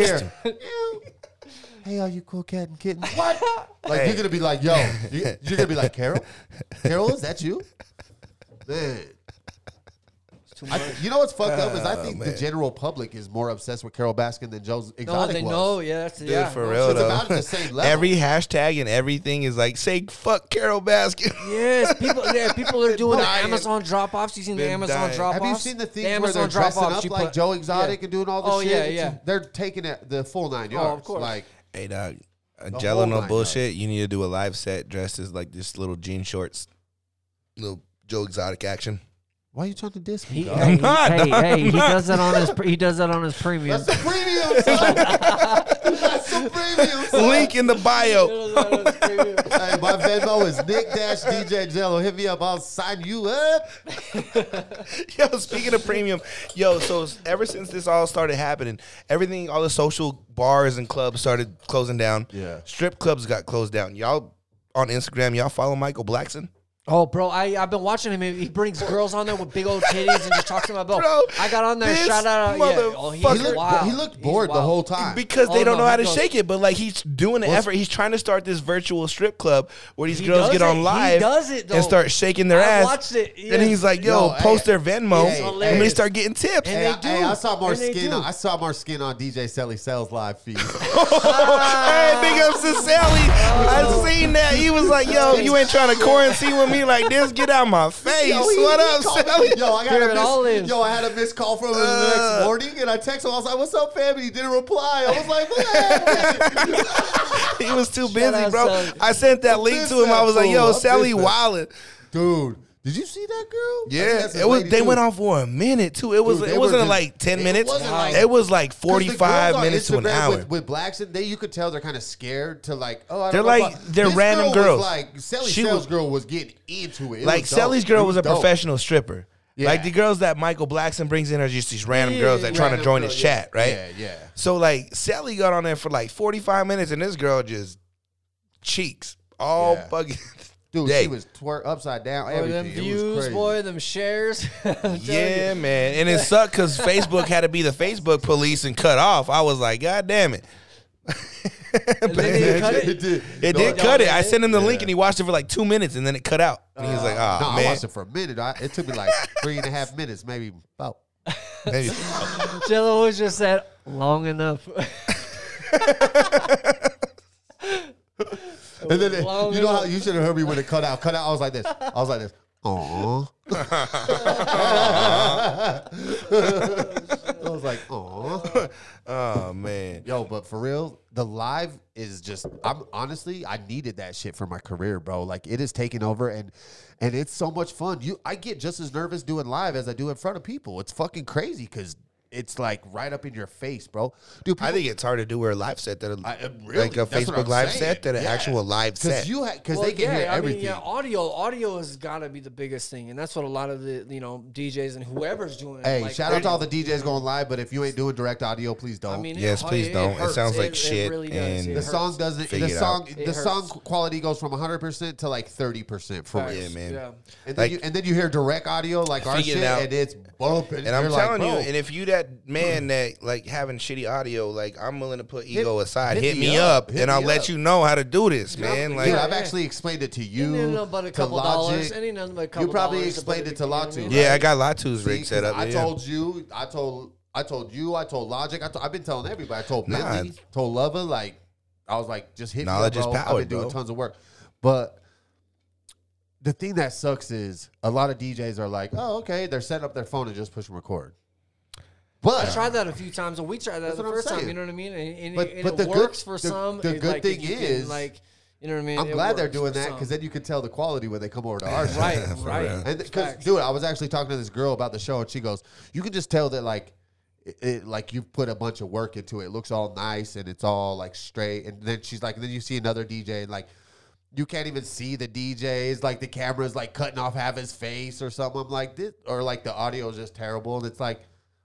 [SPEAKER 1] Yeah.
[SPEAKER 2] hear. Hey, all you cool cat and kitten? What? Like you're gonna be like, yo, you, are gonna be like, Carol, Carol, is that you? Man, I- you know what's fucked up is I think the general public is more obsessed with Carol Baskin than Joe's
[SPEAKER 1] No,
[SPEAKER 2] exotic
[SPEAKER 1] they
[SPEAKER 2] was.
[SPEAKER 1] know. Yeah, that's
[SPEAKER 7] Dude,
[SPEAKER 1] yeah.
[SPEAKER 7] for
[SPEAKER 1] no,
[SPEAKER 7] real
[SPEAKER 2] it's
[SPEAKER 7] though.
[SPEAKER 2] about the same level.
[SPEAKER 7] Every hashtag and everything is like, say fuck Carol Baskin.
[SPEAKER 1] Yes, people. Yeah, people are doing the
[SPEAKER 7] dying.
[SPEAKER 1] Amazon drop offs. You seen the
[SPEAKER 7] Been
[SPEAKER 1] Amazon
[SPEAKER 7] dying.
[SPEAKER 1] drop offs?
[SPEAKER 2] Have you seen the things where they're dressing up like Joe Exotic and doing all this
[SPEAKER 1] oh,
[SPEAKER 2] shit?
[SPEAKER 1] yeah,
[SPEAKER 2] It's-
[SPEAKER 1] yeah.
[SPEAKER 2] They're taking it the full nine
[SPEAKER 1] Oh, of
[SPEAKER 2] yards.
[SPEAKER 1] course.
[SPEAKER 2] Like,
[SPEAKER 7] Hey dog, uh,
[SPEAKER 2] The
[SPEAKER 7] Jello,
[SPEAKER 2] whole
[SPEAKER 7] no
[SPEAKER 2] nine
[SPEAKER 7] bullshit. You need to do a live set dressed as like just little jean shorts, little Joe Exotic action.
[SPEAKER 2] why are you trying to diss me?
[SPEAKER 1] He,
[SPEAKER 2] dog?
[SPEAKER 1] hey,
[SPEAKER 7] not,
[SPEAKER 1] hey, hey, he does that on his pre- he does that on his premium.
[SPEAKER 2] That's the premium. son. That's the premium. son.
[SPEAKER 7] Link in the bio.
[SPEAKER 2] Hey, my Venmo is Nick Dash DJ Jello. Hit me up. I'll sign you up.
[SPEAKER 7] Yo, speaking of premium, yo, so ever since this all started happening, everything, all the social bars and clubs started closing down.
[SPEAKER 2] Yeah.
[SPEAKER 7] Strip clubs got closed down. Y'all on Instagram, y'all follow Michael Blackson?
[SPEAKER 1] oh, bro, I I've been watching him. He brings girls on there with big old titties and just talks to my bro.
[SPEAKER 7] Bro,
[SPEAKER 1] I got on there,
[SPEAKER 7] this
[SPEAKER 1] shout out, yeah. Oh, he,
[SPEAKER 7] motherfucker-
[SPEAKER 2] He looked,
[SPEAKER 1] wild.
[SPEAKER 2] he looked
[SPEAKER 1] He's
[SPEAKER 2] bored the
[SPEAKER 1] wild.
[SPEAKER 2] whole time.
[SPEAKER 7] Because they
[SPEAKER 1] Oh,
[SPEAKER 7] don't
[SPEAKER 1] no,
[SPEAKER 7] know how
[SPEAKER 1] he
[SPEAKER 7] to
[SPEAKER 1] goes-
[SPEAKER 7] shake it, but like he's doing the
[SPEAKER 2] Well,
[SPEAKER 7] effort. He's trying to start this virtual strip club where these
[SPEAKER 1] He
[SPEAKER 7] girls
[SPEAKER 1] does
[SPEAKER 7] get
[SPEAKER 1] it.
[SPEAKER 7] on
[SPEAKER 1] He
[SPEAKER 7] live
[SPEAKER 1] does it, though.
[SPEAKER 7] and start shaking their
[SPEAKER 1] I
[SPEAKER 7] ass.
[SPEAKER 1] watched it,
[SPEAKER 7] And
[SPEAKER 1] yeah.
[SPEAKER 7] he's like, yo,
[SPEAKER 2] Yo,
[SPEAKER 7] post
[SPEAKER 2] hey,
[SPEAKER 7] their Venmo,
[SPEAKER 2] hey,
[SPEAKER 7] and then they
[SPEAKER 1] hey.
[SPEAKER 7] start getting tips.
[SPEAKER 1] And
[SPEAKER 2] Hey,
[SPEAKER 1] they
[SPEAKER 2] I, hey,
[SPEAKER 1] do.
[SPEAKER 2] I saw more
[SPEAKER 1] And they
[SPEAKER 2] skin.
[SPEAKER 1] do.
[SPEAKER 2] On, I saw more skin on DJ Selly Sales live feed.
[SPEAKER 7] hey, big ups to Sally. I seen that. He was like, yo, you ain't trying to quarantine with me like this. Get out my face.
[SPEAKER 2] he-
[SPEAKER 7] what
[SPEAKER 2] he
[SPEAKER 7] up,
[SPEAKER 2] called-
[SPEAKER 7] Sally?
[SPEAKER 2] Yo, I got
[SPEAKER 1] Here
[SPEAKER 2] a
[SPEAKER 1] it all
[SPEAKER 2] miss,
[SPEAKER 1] is.
[SPEAKER 2] yo, I had a missed call from him the
[SPEAKER 7] Uh.
[SPEAKER 2] next morning, and I texted him. I was like, "What's up, fam?" And he didn't reply. I was like, "What?"
[SPEAKER 7] He was too busy,
[SPEAKER 1] out,
[SPEAKER 7] bro.
[SPEAKER 1] Sally.
[SPEAKER 7] I sent that link
[SPEAKER 2] miss
[SPEAKER 7] to him. I
[SPEAKER 2] that
[SPEAKER 7] was like,
[SPEAKER 2] fool. I
[SPEAKER 7] yo,
[SPEAKER 2] miss
[SPEAKER 7] Sally
[SPEAKER 2] that.
[SPEAKER 7] Wildin'.
[SPEAKER 2] Dude, did you see that girl? I think
[SPEAKER 7] Yeah,
[SPEAKER 2] that's his
[SPEAKER 7] it was.
[SPEAKER 2] lady,
[SPEAKER 7] They
[SPEAKER 2] too.
[SPEAKER 7] went on for a minute too. It was.
[SPEAKER 2] Dude, they
[SPEAKER 7] it
[SPEAKER 2] were
[SPEAKER 7] wasn't
[SPEAKER 2] just-
[SPEAKER 7] like ten
[SPEAKER 2] it
[SPEAKER 7] minutes.
[SPEAKER 2] wasn't like-
[SPEAKER 7] it was like
[SPEAKER 2] 'Cause the girls
[SPEAKER 7] forty-five
[SPEAKER 2] on
[SPEAKER 7] minutes to an
[SPEAKER 2] Instagram
[SPEAKER 7] hour.
[SPEAKER 2] With, with blacks, and they you could tell they're kind of scared to like. Oh, I don't
[SPEAKER 7] They're
[SPEAKER 2] know
[SPEAKER 7] like-
[SPEAKER 2] about-
[SPEAKER 7] they're
[SPEAKER 2] This
[SPEAKER 7] random
[SPEAKER 2] girl
[SPEAKER 7] girls.
[SPEAKER 2] Was like Sally
[SPEAKER 7] She
[SPEAKER 2] Sales
[SPEAKER 7] was-
[SPEAKER 2] girl was getting into it. it
[SPEAKER 7] like
[SPEAKER 2] was dope.
[SPEAKER 7] Sally's girl
[SPEAKER 2] It
[SPEAKER 7] was a
[SPEAKER 2] dope.
[SPEAKER 7] professional stripper.
[SPEAKER 2] Yeah.
[SPEAKER 7] Like the girls that Michael Blackson brings in are just these random girls that
[SPEAKER 2] yeah,
[SPEAKER 7] trying to
[SPEAKER 2] random
[SPEAKER 7] join
[SPEAKER 2] girl,
[SPEAKER 7] his
[SPEAKER 2] yeah.
[SPEAKER 7] chat, right?
[SPEAKER 2] Yeah, yeah.
[SPEAKER 7] So like Sally got on there for like forty-five minutes, and this girl just cheeks all
[SPEAKER 2] Yeah.
[SPEAKER 7] fucking.
[SPEAKER 2] Dude,
[SPEAKER 7] day.
[SPEAKER 2] she was twerk upside down.
[SPEAKER 1] Boy,
[SPEAKER 2] Everything.
[SPEAKER 1] them
[SPEAKER 2] it was
[SPEAKER 1] views,
[SPEAKER 2] crazy.
[SPEAKER 1] boy, them shares. I'm telling you.
[SPEAKER 7] Yeah, man, and it sucked because Facebook had to be the Facebook police and cut off. I was like, God damn it!
[SPEAKER 1] And then they cut it.
[SPEAKER 2] did.
[SPEAKER 7] It
[SPEAKER 2] No, Uh,
[SPEAKER 7] did
[SPEAKER 1] no,
[SPEAKER 7] cut it.
[SPEAKER 1] it
[SPEAKER 7] I
[SPEAKER 1] did.
[SPEAKER 7] sent him the link and he watched it for like two minutes and then it cut out. And he was like,
[SPEAKER 2] No,
[SPEAKER 7] oh,
[SPEAKER 2] I
[SPEAKER 7] man.
[SPEAKER 2] watched it for a minute. I, it took me like three and a half minutes, maybe about.
[SPEAKER 7] Maybe.
[SPEAKER 1] Jello was just said long enough.
[SPEAKER 2] And then it-
[SPEAKER 1] long
[SPEAKER 2] you know how
[SPEAKER 1] enough.
[SPEAKER 2] you should have heard me when it cut out. Cut out. I was like this. I was like this. Aww. I was like, aww.
[SPEAKER 7] Oh, man.
[SPEAKER 2] Yo, but for real, the live is just I'm honestly I needed that shit for my career, bro. Like it is taking over and and it's so much fun. You I get just as nervous doing live as I do in front of people. It's fucking crazy cuz it's like right up in your face, bro. Dude,
[SPEAKER 7] I think it's hard to do a live set that a,
[SPEAKER 2] I- uh, really,
[SPEAKER 7] like a
[SPEAKER 2] that's what I'm
[SPEAKER 7] Facebook live
[SPEAKER 2] saying.
[SPEAKER 7] set than an
[SPEAKER 2] Yeah.
[SPEAKER 7] actual live
[SPEAKER 2] cuz
[SPEAKER 7] set.
[SPEAKER 2] you ha- cuz
[SPEAKER 1] Well,
[SPEAKER 2] they can
[SPEAKER 1] yeah,
[SPEAKER 2] hear
[SPEAKER 1] I
[SPEAKER 2] everything.
[SPEAKER 1] mean, yeah, audio, audio has got to be the biggest thing, and that's what a lot of the you know DJs and whoever's doing. it,
[SPEAKER 2] Hey,
[SPEAKER 1] like,
[SPEAKER 2] shout out to all the
[SPEAKER 1] audio,
[SPEAKER 2] DJs going live, but if you ain't doing direct audio, please don't.
[SPEAKER 1] I mean,
[SPEAKER 7] Yes,
[SPEAKER 1] it,
[SPEAKER 7] please
[SPEAKER 1] it,
[SPEAKER 7] don't. It
[SPEAKER 1] It, hurts.
[SPEAKER 7] sounds like
[SPEAKER 1] it,
[SPEAKER 7] shit
[SPEAKER 1] It really does.
[SPEAKER 7] and-
[SPEAKER 1] It
[SPEAKER 2] the
[SPEAKER 1] hurts.
[SPEAKER 2] song doesn't.
[SPEAKER 7] Figure
[SPEAKER 2] The
[SPEAKER 7] it
[SPEAKER 2] song,
[SPEAKER 1] out. It
[SPEAKER 2] the
[SPEAKER 1] hurts.
[SPEAKER 2] song quality goes from 100 percent to like 30 percent for
[SPEAKER 1] Facts.
[SPEAKER 2] real.
[SPEAKER 7] Yeah, man.
[SPEAKER 1] Yeah.
[SPEAKER 2] And then,
[SPEAKER 7] Like-
[SPEAKER 2] you, and then you hear direct audio like our
[SPEAKER 7] Figure it
[SPEAKER 2] shit,
[SPEAKER 7] out.
[SPEAKER 2] and it's bumping.
[SPEAKER 7] and I'm
[SPEAKER 2] You're
[SPEAKER 7] telling
[SPEAKER 2] like,
[SPEAKER 7] you,
[SPEAKER 2] bro,
[SPEAKER 7] and if you that man that like having shitty audio, like I'm willing to put ego aside. Hit,
[SPEAKER 2] hit
[SPEAKER 7] me
[SPEAKER 2] me
[SPEAKER 7] up,
[SPEAKER 2] up. Hit
[SPEAKER 7] and I'll
[SPEAKER 2] me
[SPEAKER 7] let
[SPEAKER 2] up.
[SPEAKER 7] you know how to do this, man. Like
[SPEAKER 2] dude,
[SPEAKER 1] yeah,
[SPEAKER 2] I've
[SPEAKER 1] yeah.
[SPEAKER 2] actually explained it to
[SPEAKER 1] Ain't
[SPEAKER 2] you,
[SPEAKER 1] nothing but a
[SPEAKER 2] to
[SPEAKER 1] couple dollars.
[SPEAKER 2] Logic.
[SPEAKER 1] Ain't nothing but a couple
[SPEAKER 2] you probably
[SPEAKER 1] dollars to put
[SPEAKER 2] explained
[SPEAKER 1] it
[SPEAKER 2] it to
[SPEAKER 1] together, you
[SPEAKER 2] Latu.
[SPEAKER 1] know?
[SPEAKER 7] yeah, I got Latu's
[SPEAKER 2] See,
[SPEAKER 7] rig set
[SPEAKER 2] 'cause
[SPEAKER 7] up.
[SPEAKER 2] I
[SPEAKER 7] yeah.
[SPEAKER 2] told you, I told, I told you, I told Logic. I told, I've been telling everybody. I told
[SPEAKER 7] Nah.
[SPEAKER 2] Bentley, told Lover. Like I was like, just hit. me up,
[SPEAKER 7] Knowledge is
[SPEAKER 2] bro.
[SPEAKER 7] power,
[SPEAKER 2] I've been doing
[SPEAKER 7] bro.
[SPEAKER 2] tons of work, but the thing that sucks is a lot of DJs are like, oh, okay, they're setting up their phone and just pushing record. But
[SPEAKER 1] I tried that a few times, and we tried that
[SPEAKER 2] That's
[SPEAKER 1] the
[SPEAKER 2] what I'm
[SPEAKER 1] first time.
[SPEAKER 2] saying.
[SPEAKER 1] You know what I mean? And, and,
[SPEAKER 2] But-
[SPEAKER 1] and
[SPEAKER 2] but
[SPEAKER 1] it
[SPEAKER 2] the good-
[SPEAKER 1] works for
[SPEAKER 2] the-
[SPEAKER 1] some.
[SPEAKER 2] the
[SPEAKER 1] It,
[SPEAKER 2] good
[SPEAKER 1] like, if
[SPEAKER 2] thing
[SPEAKER 1] you can,
[SPEAKER 2] is-
[SPEAKER 1] like you know what I mean.
[SPEAKER 2] I'm
[SPEAKER 1] It
[SPEAKER 2] glad they're
[SPEAKER 1] works
[SPEAKER 2] doing
[SPEAKER 1] for
[SPEAKER 2] that
[SPEAKER 1] some.
[SPEAKER 2] because then you can tell the quality when they come over to our show.
[SPEAKER 1] right, right.
[SPEAKER 2] And because,
[SPEAKER 1] Facts.
[SPEAKER 2] dude, I was actually talking to this girl about the show, and she goes, "You can just tell that like, it, it- like you've put a bunch of work into it. It looks all nice and it's all like straight." And then she's like, and "Then you see another DJ, and like, you can't even see the DJs. Like the camera's like cutting off half his face or something. I'm like this, or like the audio is just terrible. And it's like,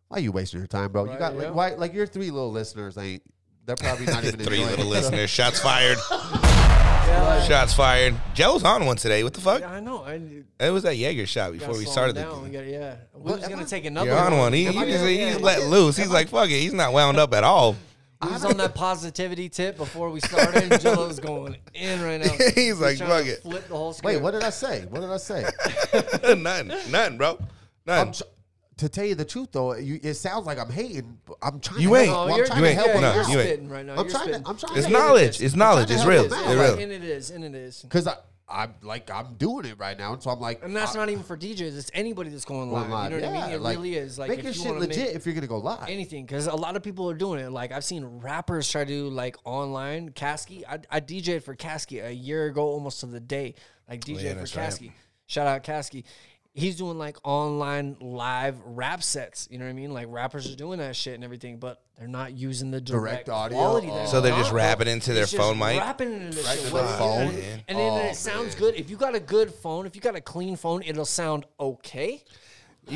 [SPEAKER 2] why are you wasting your time, bro? you
[SPEAKER 1] Right,
[SPEAKER 2] got
[SPEAKER 1] yeah.
[SPEAKER 2] like, why like your three little listeners ain't." They're probably not even
[SPEAKER 7] Three
[SPEAKER 2] enjoying
[SPEAKER 7] little
[SPEAKER 2] it.
[SPEAKER 7] listeners, shots fired,
[SPEAKER 1] Yeah, like-
[SPEAKER 7] shots fired. Joe's on one today. What the fuck?
[SPEAKER 1] I know. I,
[SPEAKER 7] It was that Jaeger shot before we started the
[SPEAKER 1] down. We gotta, yeah, we
[SPEAKER 2] What,
[SPEAKER 1] was
[SPEAKER 2] am
[SPEAKER 1] gonna
[SPEAKER 2] I-
[SPEAKER 1] take another
[SPEAKER 7] You're on one. He,
[SPEAKER 1] Am
[SPEAKER 7] he
[SPEAKER 1] I-
[SPEAKER 7] just,
[SPEAKER 1] yeah,
[SPEAKER 7] he's
[SPEAKER 1] yeah.
[SPEAKER 7] let loose. He's like, fuck it. He's not wound up at all.
[SPEAKER 1] He was on that positivity tip before we started. and Jello's going in right now.
[SPEAKER 7] He's like,
[SPEAKER 1] trying to
[SPEAKER 7] fuck it.
[SPEAKER 1] Flip the whole
[SPEAKER 2] Wait,
[SPEAKER 1] script.
[SPEAKER 2] what did I say? What did I say?
[SPEAKER 7] nothing. Nothing, bro.
[SPEAKER 2] I'm
[SPEAKER 7] Nothing.
[SPEAKER 2] tr- to tell you the truth, though, you, it sounds like I'm hating. but I'm trying.
[SPEAKER 7] You
[SPEAKER 2] to
[SPEAKER 7] ain't.
[SPEAKER 2] Help,
[SPEAKER 1] Oh,
[SPEAKER 2] I'm
[SPEAKER 1] you're,
[SPEAKER 2] trying
[SPEAKER 7] you
[SPEAKER 2] to
[SPEAKER 7] ain't.
[SPEAKER 2] help
[SPEAKER 1] Yeah,
[SPEAKER 2] him
[SPEAKER 7] No,
[SPEAKER 1] you're
[SPEAKER 2] out.
[SPEAKER 7] you ain't.
[SPEAKER 1] spitting right now.
[SPEAKER 2] I'm
[SPEAKER 1] you're
[SPEAKER 2] trying. To,
[SPEAKER 1] spitting.
[SPEAKER 2] I'm trying.
[SPEAKER 7] it's
[SPEAKER 2] to help him
[SPEAKER 7] knowledge. It's knowledge.
[SPEAKER 2] to
[SPEAKER 7] It's
[SPEAKER 2] help
[SPEAKER 7] real.
[SPEAKER 2] him
[SPEAKER 7] It's
[SPEAKER 2] out.
[SPEAKER 1] Right,
[SPEAKER 7] real.
[SPEAKER 1] and it is, and it is,
[SPEAKER 2] because I, I'm like I'm doing it right now, and so I'm like,
[SPEAKER 1] and that's
[SPEAKER 2] I-
[SPEAKER 1] not even for DJs. It's anybody that's going
[SPEAKER 2] I'm
[SPEAKER 1] live.
[SPEAKER 2] live.
[SPEAKER 1] You know what I mean?
[SPEAKER 2] Yeah,
[SPEAKER 1] It really is. Like,
[SPEAKER 2] make
[SPEAKER 1] if
[SPEAKER 2] your
[SPEAKER 1] you
[SPEAKER 2] shit
[SPEAKER 1] wanna make-
[SPEAKER 2] legit if you're gonna go live.
[SPEAKER 1] anything because a lot of people are doing it. Like I've seen rappers try to do like online Kasky. I, I DJed for Kasky a year ago, almost to the day. Like DJ for
[SPEAKER 7] Oh, that's right.
[SPEAKER 1] Kasky. Shout out Kasky. He's doing like online live rap sets. You know what I mean? Like rappers are doing that shit and everything, but they're not using the direct,
[SPEAKER 2] Direct audio.
[SPEAKER 1] quality.
[SPEAKER 2] Oh.
[SPEAKER 1] that's
[SPEAKER 7] So they're just
[SPEAKER 1] on, bro.
[SPEAKER 7] rapping into their
[SPEAKER 1] It's just
[SPEAKER 7] phone mic?
[SPEAKER 1] Rapping into this shit.
[SPEAKER 2] to
[SPEAKER 1] What-
[SPEAKER 2] their
[SPEAKER 1] and
[SPEAKER 2] phone.
[SPEAKER 1] then- And then
[SPEAKER 7] Oh,
[SPEAKER 1] it sounds good. If you got a good phone, if you got a clean phone, it'll sound okay.
[SPEAKER 7] You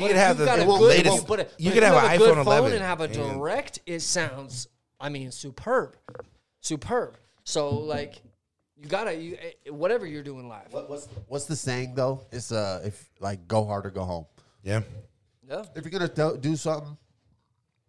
[SPEAKER 1] But
[SPEAKER 7] could
[SPEAKER 1] if
[SPEAKER 7] have
[SPEAKER 1] you've
[SPEAKER 7] the
[SPEAKER 1] got a good-
[SPEAKER 7] latest.
[SPEAKER 1] but- but
[SPEAKER 7] You
[SPEAKER 1] if
[SPEAKER 7] could have
[SPEAKER 1] a
[SPEAKER 7] an
[SPEAKER 1] good
[SPEAKER 7] iPhone 11
[SPEAKER 1] and have a
[SPEAKER 7] and-
[SPEAKER 1] direct. It sounds, I mean, superb, superb. So like, you gotta you eh, whatever you're doing live.
[SPEAKER 2] What- what's what's the saying though? It's uh, if like go hard or go home.
[SPEAKER 7] Yeah.
[SPEAKER 1] Yeah.
[SPEAKER 2] If you're gonna do, do something,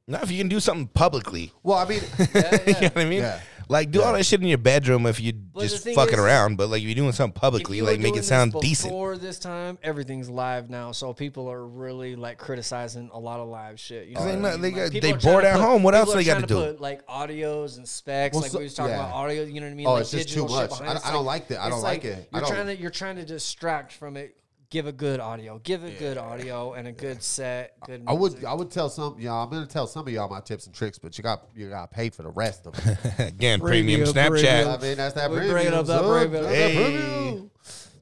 [SPEAKER 7] Not if you can do something publicly.
[SPEAKER 2] well, I mean,
[SPEAKER 7] you know what I mean?
[SPEAKER 2] Yeah.
[SPEAKER 7] Like do all that shit in your bedroom if you
[SPEAKER 1] the
[SPEAKER 7] just
[SPEAKER 1] thing
[SPEAKER 7] fucking
[SPEAKER 1] is,
[SPEAKER 7] around, but like if you're doing something
[SPEAKER 1] If
[SPEAKER 7] publicly,
[SPEAKER 1] you were
[SPEAKER 7] like make
[SPEAKER 1] doing
[SPEAKER 7] it
[SPEAKER 1] this
[SPEAKER 7] sound
[SPEAKER 1] before
[SPEAKER 7] decent.
[SPEAKER 1] this time, everything's live now, so people are really like criticizing a lot of live shit. You know
[SPEAKER 7] They
[SPEAKER 1] what I
[SPEAKER 7] not-
[SPEAKER 1] mean?
[SPEAKER 7] they
[SPEAKER 1] Like,
[SPEAKER 7] got-
[SPEAKER 1] people
[SPEAKER 7] they
[SPEAKER 1] are trying
[SPEAKER 7] bored
[SPEAKER 1] to
[SPEAKER 7] at
[SPEAKER 1] put-
[SPEAKER 7] home. What
[SPEAKER 1] people
[SPEAKER 7] else
[SPEAKER 1] are
[SPEAKER 7] they gotta
[SPEAKER 1] trying to
[SPEAKER 7] do?
[SPEAKER 1] Put, like audios and specs,
[SPEAKER 2] Well,
[SPEAKER 1] like
[SPEAKER 2] so-
[SPEAKER 1] we was talking
[SPEAKER 2] yeah.
[SPEAKER 1] about audio. You know what I mean?
[SPEAKER 2] Oh,
[SPEAKER 1] like,
[SPEAKER 2] it's just
[SPEAKER 1] digital
[SPEAKER 2] too
[SPEAKER 1] shit
[SPEAKER 2] much.
[SPEAKER 1] behind
[SPEAKER 2] I
[SPEAKER 1] it.
[SPEAKER 2] don't-
[SPEAKER 1] It's
[SPEAKER 2] I don't like that. I
[SPEAKER 1] it's
[SPEAKER 2] don't like it. I
[SPEAKER 1] You're
[SPEAKER 2] don't-
[SPEAKER 1] trying to you're trying to distract from it. Give a good audio. Give a good audio and a good set. Good.
[SPEAKER 2] I would
[SPEAKER 1] music.
[SPEAKER 2] I would tell some y'all. I'm gonna tell some of y'all my tips and tricks, but you got you got to pay for the rest of them.
[SPEAKER 7] Again, premium
[SPEAKER 1] Premium,
[SPEAKER 7] Snapchat.
[SPEAKER 2] I mean, that's that
[SPEAKER 1] We
[SPEAKER 2] preview.
[SPEAKER 1] bringing up that
[SPEAKER 2] son.
[SPEAKER 1] preview.
[SPEAKER 2] That
[SPEAKER 1] Hey.
[SPEAKER 2] preview.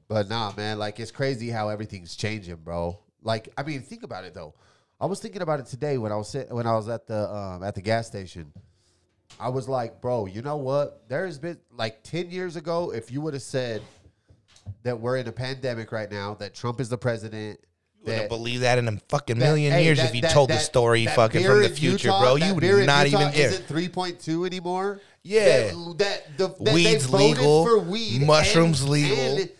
[SPEAKER 2] But nah, man, like it's crazy how everything's changing, bro. Like, I mean, think about it though. I was thinking about it today when I was sit- when I was at the um, at the gas station. I was like, bro, you know what? There has been like ten years ago, if you would have said that we're in a pandemic right now, that Trump is the president.
[SPEAKER 7] Wouldn't
[SPEAKER 2] That,
[SPEAKER 7] believe that in a fucking
[SPEAKER 2] that-
[SPEAKER 7] million
[SPEAKER 2] hey,
[SPEAKER 7] years
[SPEAKER 2] that-
[SPEAKER 7] if you
[SPEAKER 2] that-
[SPEAKER 7] told the
[SPEAKER 2] that-
[SPEAKER 7] story
[SPEAKER 2] that
[SPEAKER 7] fucking
[SPEAKER 2] beer
[SPEAKER 7] from the
[SPEAKER 2] in
[SPEAKER 7] future,
[SPEAKER 2] Utah-
[SPEAKER 7] bro.
[SPEAKER 2] that
[SPEAKER 7] You
[SPEAKER 2] beer
[SPEAKER 7] would
[SPEAKER 2] in
[SPEAKER 7] not
[SPEAKER 2] Utah
[SPEAKER 7] even air.
[SPEAKER 2] Isn't three point two anymore?
[SPEAKER 7] Yeah.
[SPEAKER 2] that, that the that
[SPEAKER 7] Weed's
[SPEAKER 2] they voted
[SPEAKER 7] legal,
[SPEAKER 2] for weed,
[SPEAKER 7] mushrooms
[SPEAKER 2] and-
[SPEAKER 7] legal.
[SPEAKER 2] and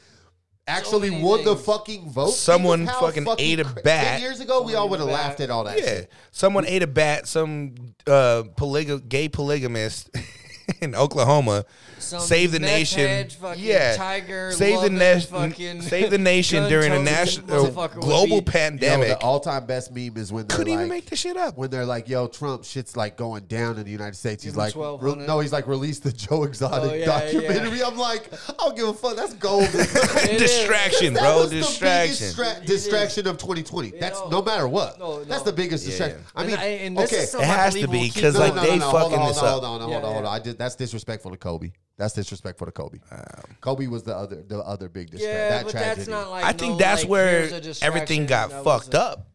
[SPEAKER 2] actually
[SPEAKER 1] many
[SPEAKER 2] won the
[SPEAKER 1] things.
[SPEAKER 2] fucking vote. Think
[SPEAKER 7] Someone
[SPEAKER 2] of how
[SPEAKER 7] fucking ate a
[SPEAKER 2] cra-
[SPEAKER 7] bat.
[SPEAKER 2] Ten years ago, we all would have
[SPEAKER 1] bat.
[SPEAKER 2] laughed at all that.
[SPEAKER 7] Yeah,
[SPEAKER 2] shit.
[SPEAKER 7] someone ate a bat. Some uh, polyg- gay polygamist in Oklahoma
[SPEAKER 1] Some
[SPEAKER 7] saved the
[SPEAKER 1] meth
[SPEAKER 7] nation.
[SPEAKER 1] head fucking
[SPEAKER 7] yeah,
[SPEAKER 1] tiger
[SPEAKER 7] saved the
[SPEAKER 1] loving
[SPEAKER 7] nation.
[SPEAKER 1] fucking
[SPEAKER 7] Saved the nation
[SPEAKER 1] gun
[SPEAKER 7] during a
[SPEAKER 1] toting
[SPEAKER 7] national
[SPEAKER 1] motherfucker with
[SPEAKER 7] global
[SPEAKER 1] beat.
[SPEAKER 2] You know,
[SPEAKER 7] pandemic.
[SPEAKER 2] the all-time best meme is when they're
[SPEAKER 7] Couldn't
[SPEAKER 2] like,
[SPEAKER 7] even make the shit up.
[SPEAKER 2] when they're like, "Yo, Trump, shit's like going down in the United States." He's
[SPEAKER 1] him
[SPEAKER 2] like,
[SPEAKER 1] 1200.
[SPEAKER 2] re- "No, he's like, release the Joe Exotic
[SPEAKER 1] Oh, yeah,
[SPEAKER 2] documentary." I'm like, "I don't give a fuck. That's gold."
[SPEAKER 1] It is.
[SPEAKER 7] distraction,
[SPEAKER 2] That
[SPEAKER 7] bro.
[SPEAKER 2] was the biggest
[SPEAKER 7] Distraction.
[SPEAKER 2] stra- distraction of 2020. That's
[SPEAKER 1] know.
[SPEAKER 2] no matter what.
[SPEAKER 1] No, no.
[SPEAKER 2] That's the biggest distraction. I
[SPEAKER 1] And
[SPEAKER 2] mean,
[SPEAKER 1] I- and this
[SPEAKER 2] okay.
[SPEAKER 1] is
[SPEAKER 7] It has to
[SPEAKER 1] unbelievable.
[SPEAKER 7] be,
[SPEAKER 1] Keep
[SPEAKER 7] 'cause,
[SPEAKER 2] No,
[SPEAKER 1] going.
[SPEAKER 7] like,
[SPEAKER 2] no,
[SPEAKER 7] they
[SPEAKER 2] no, no,
[SPEAKER 7] fucking
[SPEAKER 2] hold on,
[SPEAKER 7] this
[SPEAKER 2] hold on,
[SPEAKER 7] up.
[SPEAKER 2] Hold on,
[SPEAKER 1] Yeah,
[SPEAKER 2] hold on, hold on.
[SPEAKER 1] yeah.
[SPEAKER 2] I did. That's that's disrespectful to Kobe. That's disrespectful to Kobe.
[SPEAKER 7] Um,
[SPEAKER 2] Kobe was the other the other big disrespect.
[SPEAKER 1] Yeah,
[SPEAKER 2] that
[SPEAKER 1] but
[SPEAKER 2] tragedy.
[SPEAKER 1] that's not like
[SPEAKER 7] I think
[SPEAKER 1] no,
[SPEAKER 7] that's
[SPEAKER 1] like,
[SPEAKER 7] where
[SPEAKER 1] here's a distraction.
[SPEAKER 7] everything got
[SPEAKER 1] That was
[SPEAKER 7] fucked
[SPEAKER 1] a-
[SPEAKER 7] up.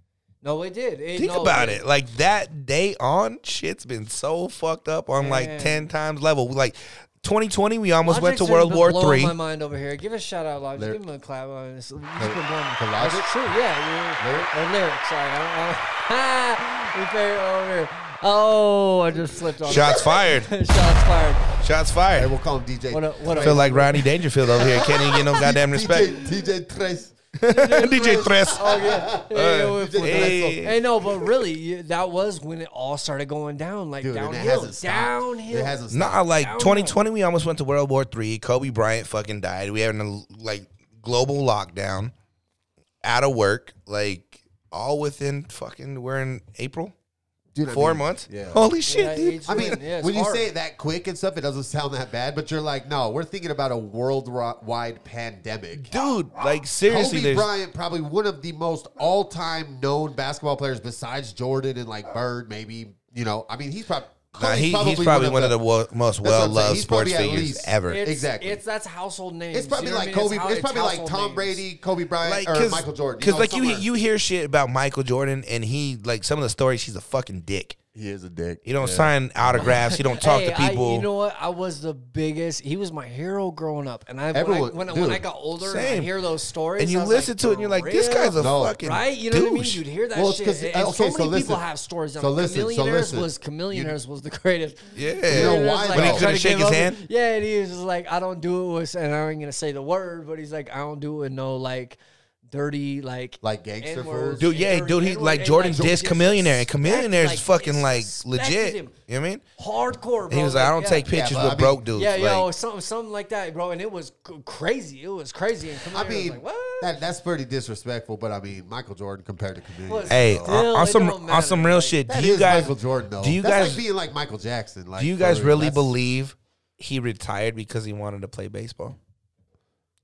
[SPEAKER 1] No, it did. It-
[SPEAKER 7] Think
[SPEAKER 1] no,
[SPEAKER 7] about it. Like that day on, shit's been so fucked up on
[SPEAKER 1] Man.
[SPEAKER 7] like ten times level. Like 2020, we almost went to
[SPEAKER 1] Logic's
[SPEAKER 7] World
[SPEAKER 1] been
[SPEAKER 7] War
[SPEAKER 1] blowing
[SPEAKER 7] Three.
[SPEAKER 1] My mind over here. Give a shout out, Logic.
[SPEAKER 2] Lyric.
[SPEAKER 1] Give him a clap. On this. He's been
[SPEAKER 2] Lyric.
[SPEAKER 1] blowing my-
[SPEAKER 2] To Logic?
[SPEAKER 1] That's true. Yeah.
[SPEAKER 2] Lyric?
[SPEAKER 1] Lyric. Or lyric. Sorry. I don't, I don't, we fair over here. Oh, I just slipped on.
[SPEAKER 7] Shots fired.
[SPEAKER 1] Shots fired.
[SPEAKER 7] Shots
[SPEAKER 2] Hey,
[SPEAKER 7] fired.
[SPEAKER 2] we'll call him DJ.
[SPEAKER 1] What a what a.
[SPEAKER 7] Feel like Ronnie Dangerfield over here. Can't even get no goddamn respect.
[SPEAKER 2] DJ, DJ Tres.
[SPEAKER 7] DJ Tres.
[SPEAKER 1] Oh yeah. Hey,
[SPEAKER 7] Uh,
[SPEAKER 1] we're
[SPEAKER 2] DJ
[SPEAKER 1] fucking-
[SPEAKER 7] hey.
[SPEAKER 1] Hey, no, but really, you- that was when it all started going down, like
[SPEAKER 2] Dude, and it
[SPEAKER 1] downhill,
[SPEAKER 2] hasn't stopped.
[SPEAKER 1] downhill.
[SPEAKER 2] It hasn't stopped.
[SPEAKER 7] Nah, like
[SPEAKER 1] Down.
[SPEAKER 7] 2020, we almost went to World War Three. Kobe Bryant fucking died. We had a like global lockdown, out of work, like all within fucking. We're in April,
[SPEAKER 2] Dude, I
[SPEAKER 7] four
[SPEAKER 2] mean,
[SPEAKER 7] months. Oh,
[SPEAKER 2] Yeah.
[SPEAKER 7] Holy
[SPEAKER 1] Yeah,
[SPEAKER 7] shit, dude.
[SPEAKER 1] each
[SPEAKER 2] I mean,
[SPEAKER 1] win. Yeah, it's
[SPEAKER 2] when you
[SPEAKER 1] hard.
[SPEAKER 2] say it that quick and stuff, it doesn't sound that bad. But you're like, no, we're thinking about a worldwide pandemic.
[SPEAKER 7] Dude, like seriously,
[SPEAKER 2] Kobe
[SPEAKER 7] there's
[SPEAKER 2] Bryant, probably one of the most all-time known basketball players besides Jordan and like Bird, maybe. You know, I mean, he's probably
[SPEAKER 7] Nah, he- he's probably one of the, wo- most
[SPEAKER 2] what I'm saying.
[SPEAKER 7] well loved
[SPEAKER 2] He's probably
[SPEAKER 7] sports
[SPEAKER 2] at
[SPEAKER 7] figures
[SPEAKER 2] least-
[SPEAKER 7] ever.
[SPEAKER 1] It's,
[SPEAKER 2] Exactly.
[SPEAKER 1] It's that's household names.
[SPEAKER 2] It's probably
[SPEAKER 1] you know what I
[SPEAKER 2] like
[SPEAKER 1] mean?
[SPEAKER 2] Kobe.
[SPEAKER 1] hou-
[SPEAKER 2] It's, probably like
[SPEAKER 1] household
[SPEAKER 2] Tom
[SPEAKER 1] names.
[SPEAKER 2] Brady, Kobe Bryant,
[SPEAKER 7] like
[SPEAKER 2] or Michael Jordan.
[SPEAKER 7] Because
[SPEAKER 2] know,
[SPEAKER 7] like you
[SPEAKER 2] somewhere.
[SPEAKER 7] you hear shit about Michael Jordan and he like some of the stories. He's a fucking dick.
[SPEAKER 2] he is a dick.
[SPEAKER 7] He don't sign autographs. He don't talk
[SPEAKER 1] Hey,
[SPEAKER 7] to people.
[SPEAKER 1] I, you know what? I was the biggest. He was my hero growing up, and I
[SPEAKER 2] Everyone-
[SPEAKER 1] when I, when, I, when I
[SPEAKER 2] dude.
[SPEAKER 1] got older, and I
[SPEAKER 7] Same.
[SPEAKER 1] hear those stories,
[SPEAKER 7] and
[SPEAKER 1] I
[SPEAKER 7] you
[SPEAKER 1] was
[SPEAKER 7] listen
[SPEAKER 1] like,
[SPEAKER 7] to it and you're
[SPEAKER 1] "For
[SPEAKER 7] like, this guy's a
[SPEAKER 1] real?"
[SPEAKER 2] No.
[SPEAKER 7] fucking
[SPEAKER 1] right. You know
[SPEAKER 7] douche.
[SPEAKER 1] what I mean? You'd hear that
[SPEAKER 2] Well, it's
[SPEAKER 1] shit.
[SPEAKER 2] 'cause-
[SPEAKER 1] and so
[SPEAKER 2] uh, okay,
[SPEAKER 1] many
[SPEAKER 2] so
[SPEAKER 1] people
[SPEAKER 2] listen.
[SPEAKER 1] have stories. I'm
[SPEAKER 2] So
[SPEAKER 1] like,
[SPEAKER 2] listen, so
[SPEAKER 1] Chamillionaires
[SPEAKER 2] listen.
[SPEAKER 1] was Chamillionaires was the greatest.
[SPEAKER 7] Yeah. You
[SPEAKER 2] know
[SPEAKER 1] Chamillionaires,
[SPEAKER 2] why, though? When
[SPEAKER 1] tried
[SPEAKER 2] he
[SPEAKER 1] to
[SPEAKER 7] couldn't
[SPEAKER 1] give
[SPEAKER 7] shake his
[SPEAKER 1] up-
[SPEAKER 7] hand?
[SPEAKER 1] Yeah, and he was just like, I don't do it with, and I ain't gonna say the word, but he's like, I don't do it with no like dirty like
[SPEAKER 2] Like gangster
[SPEAKER 1] N-words,
[SPEAKER 2] fools.
[SPEAKER 7] Dude, yeah,
[SPEAKER 1] dirty
[SPEAKER 7] dude, he
[SPEAKER 1] N-word,
[SPEAKER 7] like
[SPEAKER 1] and,
[SPEAKER 7] Jordan
[SPEAKER 1] just
[SPEAKER 7] dissed Chamillionaire, and
[SPEAKER 1] disrespect,
[SPEAKER 7] Chamillionaire's
[SPEAKER 1] like,
[SPEAKER 7] fucking like
[SPEAKER 1] disrespected
[SPEAKER 7] legit.
[SPEAKER 1] him.
[SPEAKER 7] You know what I mean?
[SPEAKER 1] hardcore. Bro.
[SPEAKER 7] He was like, I don't
[SPEAKER 1] yeah.
[SPEAKER 7] take pictures
[SPEAKER 2] but
[SPEAKER 7] with
[SPEAKER 2] I mean-
[SPEAKER 7] broke dudes.
[SPEAKER 1] Yeah,
[SPEAKER 7] like,
[SPEAKER 1] yo, something, something like that, bro. And it was c- crazy. It was crazy. And
[SPEAKER 2] I
[SPEAKER 1] Chamillionaire was
[SPEAKER 2] mean,
[SPEAKER 1] like, what?
[SPEAKER 2] that, that's pretty disrespectful. But I mean, Michael Jordan compared to Chameleon.
[SPEAKER 1] Was-
[SPEAKER 7] Hey,
[SPEAKER 1] Still,
[SPEAKER 7] on, on
[SPEAKER 1] it
[SPEAKER 7] some
[SPEAKER 1] don't
[SPEAKER 7] on
[SPEAKER 1] matter,
[SPEAKER 7] some real
[SPEAKER 1] like,
[SPEAKER 7] shit.
[SPEAKER 2] That
[SPEAKER 7] Do you
[SPEAKER 2] is
[SPEAKER 7] guys
[SPEAKER 2] Michael Jordan though.
[SPEAKER 7] do you
[SPEAKER 2] That's
[SPEAKER 7] guys
[SPEAKER 2] like being like Michael Jackson? Like,
[SPEAKER 7] do you
[SPEAKER 2] for
[SPEAKER 7] guys
[SPEAKER 2] real.
[SPEAKER 7] really
[SPEAKER 2] That's-
[SPEAKER 7] believe he retired because he wanted to play baseball?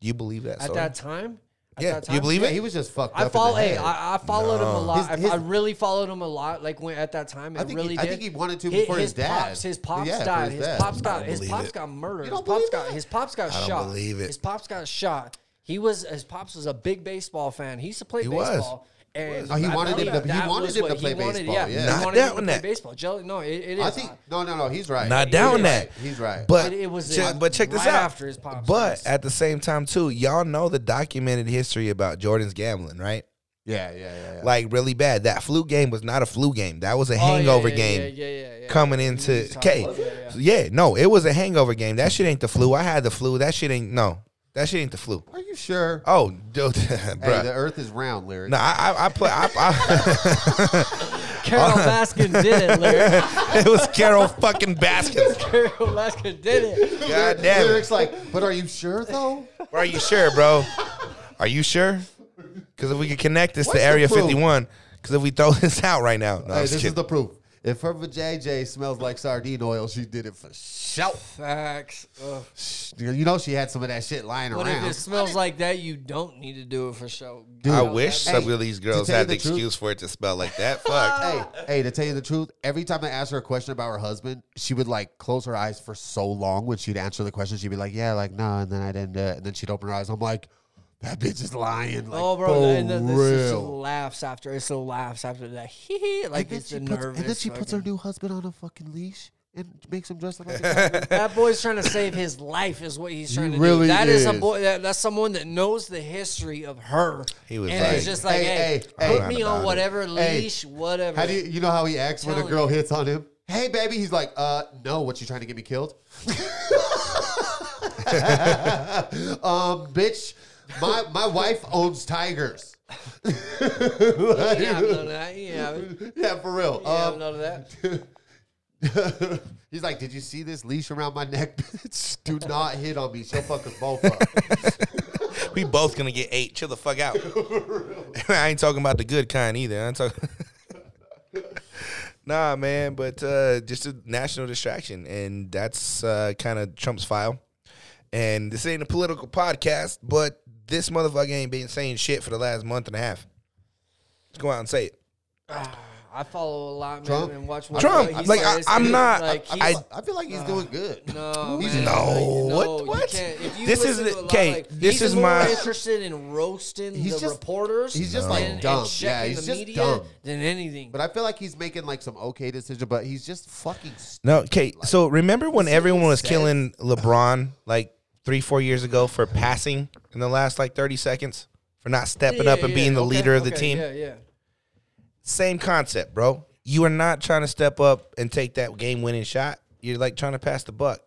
[SPEAKER 7] Do you believe that?
[SPEAKER 1] at
[SPEAKER 7] story?
[SPEAKER 1] that time. At
[SPEAKER 7] Yeah,
[SPEAKER 1] that
[SPEAKER 7] you
[SPEAKER 1] time?
[SPEAKER 7] believe
[SPEAKER 2] Yeah,
[SPEAKER 7] it?
[SPEAKER 2] he was just fucked
[SPEAKER 1] I
[SPEAKER 2] up.
[SPEAKER 1] follow.
[SPEAKER 2] in the
[SPEAKER 1] Hey,
[SPEAKER 2] head.
[SPEAKER 1] I, I followed him a lot.
[SPEAKER 2] His-
[SPEAKER 1] I- I
[SPEAKER 2] his-
[SPEAKER 1] really followed him a lot. Like when at that time, I,
[SPEAKER 2] I think he-
[SPEAKER 1] really
[SPEAKER 2] I
[SPEAKER 1] did.
[SPEAKER 2] think he wanted to
[SPEAKER 1] His-
[SPEAKER 2] before his dad.
[SPEAKER 1] Pops, his pops
[SPEAKER 2] Yeah, for
[SPEAKER 1] died.
[SPEAKER 2] his
[SPEAKER 1] His,
[SPEAKER 2] dad.
[SPEAKER 1] pops
[SPEAKER 2] I
[SPEAKER 1] got. His
[SPEAKER 7] believe
[SPEAKER 1] pops
[SPEAKER 7] it.
[SPEAKER 1] got murdered.
[SPEAKER 2] You
[SPEAKER 1] His
[SPEAKER 2] don't
[SPEAKER 1] pops
[SPEAKER 2] believe
[SPEAKER 1] got.
[SPEAKER 2] that?
[SPEAKER 1] His pops got
[SPEAKER 7] I don't
[SPEAKER 1] shot.
[SPEAKER 7] believe it.
[SPEAKER 1] His pops got shot. He was. His pops was a big baseball fan. He used to play
[SPEAKER 7] He was.
[SPEAKER 1] baseball. And
[SPEAKER 2] Oh, he
[SPEAKER 1] I
[SPEAKER 2] wanted him
[SPEAKER 1] believe
[SPEAKER 2] to- he
[SPEAKER 1] that
[SPEAKER 2] wanted
[SPEAKER 1] was
[SPEAKER 2] him
[SPEAKER 1] what
[SPEAKER 2] to
[SPEAKER 1] he
[SPEAKER 2] play
[SPEAKER 1] wanted-
[SPEAKER 2] baseball,
[SPEAKER 1] Yeah,
[SPEAKER 2] yeah.
[SPEAKER 1] he
[SPEAKER 7] Not
[SPEAKER 1] wanted him
[SPEAKER 7] doubting
[SPEAKER 1] to play
[SPEAKER 7] that.
[SPEAKER 1] baseball. Jelly- No, it, it is.
[SPEAKER 2] I think no, no, no. He's right.
[SPEAKER 7] Not
[SPEAKER 2] He's
[SPEAKER 7] down
[SPEAKER 2] right.
[SPEAKER 7] that.
[SPEAKER 2] He's right.
[SPEAKER 7] But
[SPEAKER 1] It- it was,
[SPEAKER 7] che-
[SPEAKER 1] uh,
[SPEAKER 7] but check this
[SPEAKER 1] right
[SPEAKER 7] out.
[SPEAKER 1] after his pops
[SPEAKER 7] but
[SPEAKER 1] passed.
[SPEAKER 7] at the same time too, y'all know the documented history about Jordan's gambling, right?
[SPEAKER 2] yeah, yeah, yeah. yeah.
[SPEAKER 7] Like really bad. That flu game was not a flu game. That was a
[SPEAKER 1] Oh, yeah,
[SPEAKER 7] hangover
[SPEAKER 1] yeah,
[SPEAKER 7] game.
[SPEAKER 1] Yeah, yeah, yeah, yeah.
[SPEAKER 7] Coming
[SPEAKER 1] You
[SPEAKER 7] into
[SPEAKER 1] talked
[SPEAKER 7] K,
[SPEAKER 1] about that, yeah.
[SPEAKER 7] yeah, no, it was a hangover game. That shit ain't the flu. I had the flu. That shit ain't no. That shit ain't the flu.
[SPEAKER 2] Are you sure?
[SPEAKER 7] Oh, dude,
[SPEAKER 2] hey,
[SPEAKER 7] bruh.
[SPEAKER 2] the Earth is round, lyric.
[SPEAKER 7] no, I, I, I play. I, I,
[SPEAKER 1] Carol Baskin did it. Larry.
[SPEAKER 7] it was Carol fucking Baskins.
[SPEAKER 1] Carol Baskin did it.
[SPEAKER 7] God damn it.
[SPEAKER 2] Lyric's like, but are you sure though?
[SPEAKER 7] Bro, Are you sure, bro? Are you sure? Because if we could connect this
[SPEAKER 2] What's
[SPEAKER 7] to
[SPEAKER 2] the
[SPEAKER 7] Area
[SPEAKER 2] proof?
[SPEAKER 7] 51, because if we throw this out right now, no,
[SPEAKER 2] hey,
[SPEAKER 7] I'm
[SPEAKER 2] this
[SPEAKER 7] just
[SPEAKER 2] is
[SPEAKER 7] kidding.
[SPEAKER 2] the proof. If her vajayjay smells like sardine oil, she did it for sure.
[SPEAKER 1] Facts. Ugh.
[SPEAKER 2] You know she had some of that shit lying
[SPEAKER 1] But
[SPEAKER 2] around.
[SPEAKER 1] if it smells like that, you don't need to do it for show.
[SPEAKER 7] I wish some
[SPEAKER 2] Hey,
[SPEAKER 7] of these
[SPEAKER 2] to
[SPEAKER 7] girls
[SPEAKER 2] tell you
[SPEAKER 7] had the
[SPEAKER 2] the truth-
[SPEAKER 7] excuse for it to smell like that. Fuck.
[SPEAKER 2] hey, hey, to tell you the truth, every time I asked her a question about her husband, she would like close her eyes for so long when she'd answer the question. She'd be like, "Yeah, like no," and then I didn't, do it. and then she'd open her eyes. I'm like, "That bitch is lying." Like,
[SPEAKER 1] oh, bro, and
[SPEAKER 2] for
[SPEAKER 1] then this just
[SPEAKER 2] real.
[SPEAKER 1] laughs after. It's the laughs after that. Hee hee. Like
[SPEAKER 2] and then
[SPEAKER 1] it's
[SPEAKER 2] she
[SPEAKER 1] the
[SPEAKER 2] puts,
[SPEAKER 1] nervous.
[SPEAKER 2] and then she puts her
[SPEAKER 1] fucking-
[SPEAKER 2] new husband on a fucking leash and makes him dress up like a cowboy.
[SPEAKER 1] That boy's trying to save his life, is what he's trying to do.
[SPEAKER 2] really
[SPEAKER 1] That is, a
[SPEAKER 2] is.
[SPEAKER 1] boy. That, that's someone that knows the history of her.
[SPEAKER 7] He was
[SPEAKER 1] and
[SPEAKER 7] like,
[SPEAKER 1] it's just like,
[SPEAKER 2] hey,
[SPEAKER 1] hey,
[SPEAKER 2] hey,
[SPEAKER 1] put
[SPEAKER 7] hey.
[SPEAKER 1] me on
[SPEAKER 7] About it.
[SPEAKER 1] whatever
[SPEAKER 2] Hey,
[SPEAKER 1] leash, whatever.
[SPEAKER 2] How do you, you know how he acts when a
[SPEAKER 1] Telling
[SPEAKER 2] girl hits on him? Hey, baby. He's like, uh, no. What you trying to get me killed? um, bitch. My my wife owns tigers.
[SPEAKER 1] You ain't have none of that. You ain't have it. You
[SPEAKER 2] Yeah, for real.
[SPEAKER 1] ain't have
[SPEAKER 2] Um,
[SPEAKER 1] none of that.
[SPEAKER 2] he's like, did you see this leash around my neck? Bitch, do not hit on me. She'll fuck us both up.
[SPEAKER 7] We both gonna get eight. Chill the fuck out. I ain't talking about the good kind either. I'm talking. nah, man, but uh, just a national distraction, and that's uh, kind of Trump's file. And this ain't a political podcast, but this motherfucker ain't been saying shit for the last month and a half. Let's go out and say it.
[SPEAKER 1] I follow a lot, man,
[SPEAKER 2] Trump?
[SPEAKER 1] and watch what
[SPEAKER 7] Trump,
[SPEAKER 1] what he's
[SPEAKER 7] like, I-
[SPEAKER 1] saying.
[SPEAKER 7] I'm not- I-
[SPEAKER 1] he's-
[SPEAKER 2] I feel like he's doing good.
[SPEAKER 1] no,
[SPEAKER 2] he's-
[SPEAKER 1] man,
[SPEAKER 7] No,
[SPEAKER 1] like,
[SPEAKER 7] what-
[SPEAKER 1] you
[SPEAKER 7] what?
[SPEAKER 1] can't. If you
[SPEAKER 7] This
[SPEAKER 1] listen
[SPEAKER 7] is
[SPEAKER 1] to a
[SPEAKER 7] the-
[SPEAKER 1] lot,
[SPEAKER 7] okay,
[SPEAKER 1] like,
[SPEAKER 7] this
[SPEAKER 1] he's
[SPEAKER 7] is
[SPEAKER 1] more
[SPEAKER 7] my-
[SPEAKER 1] interested in roasting
[SPEAKER 2] He's
[SPEAKER 1] the
[SPEAKER 2] just-
[SPEAKER 1] reporters.
[SPEAKER 2] he's just, like,
[SPEAKER 1] and,
[SPEAKER 2] dumb.
[SPEAKER 1] And
[SPEAKER 2] Yeah,
[SPEAKER 1] checking
[SPEAKER 2] he's
[SPEAKER 1] the
[SPEAKER 2] just
[SPEAKER 1] media
[SPEAKER 2] dumb.
[SPEAKER 1] than anything.
[SPEAKER 2] But I feel like he's making like some okay decision, but he's just fucking stupid.
[SPEAKER 7] No, okay. So remember when
[SPEAKER 2] That's what
[SPEAKER 7] everyone
[SPEAKER 2] he
[SPEAKER 7] was
[SPEAKER 2] said.
[SPEAKER 7] killing LeBron like three, four years ago for passing in the last like thirty seconds for not stepping up and
[SPEAKER 1] Yeah,
[SPEAKER 7] being the
[SPEAKER 1] okay,
[SPEAKER 7] leader of the
[SPEAKER 1] okay,
[SPEAKER 7] team?
[SPEAKER 1] Yeah, yeah.
[SPEAKER 7] Same concept, bro. You are not trying to step up and take that game winning shot. You're like trying to pass the buck.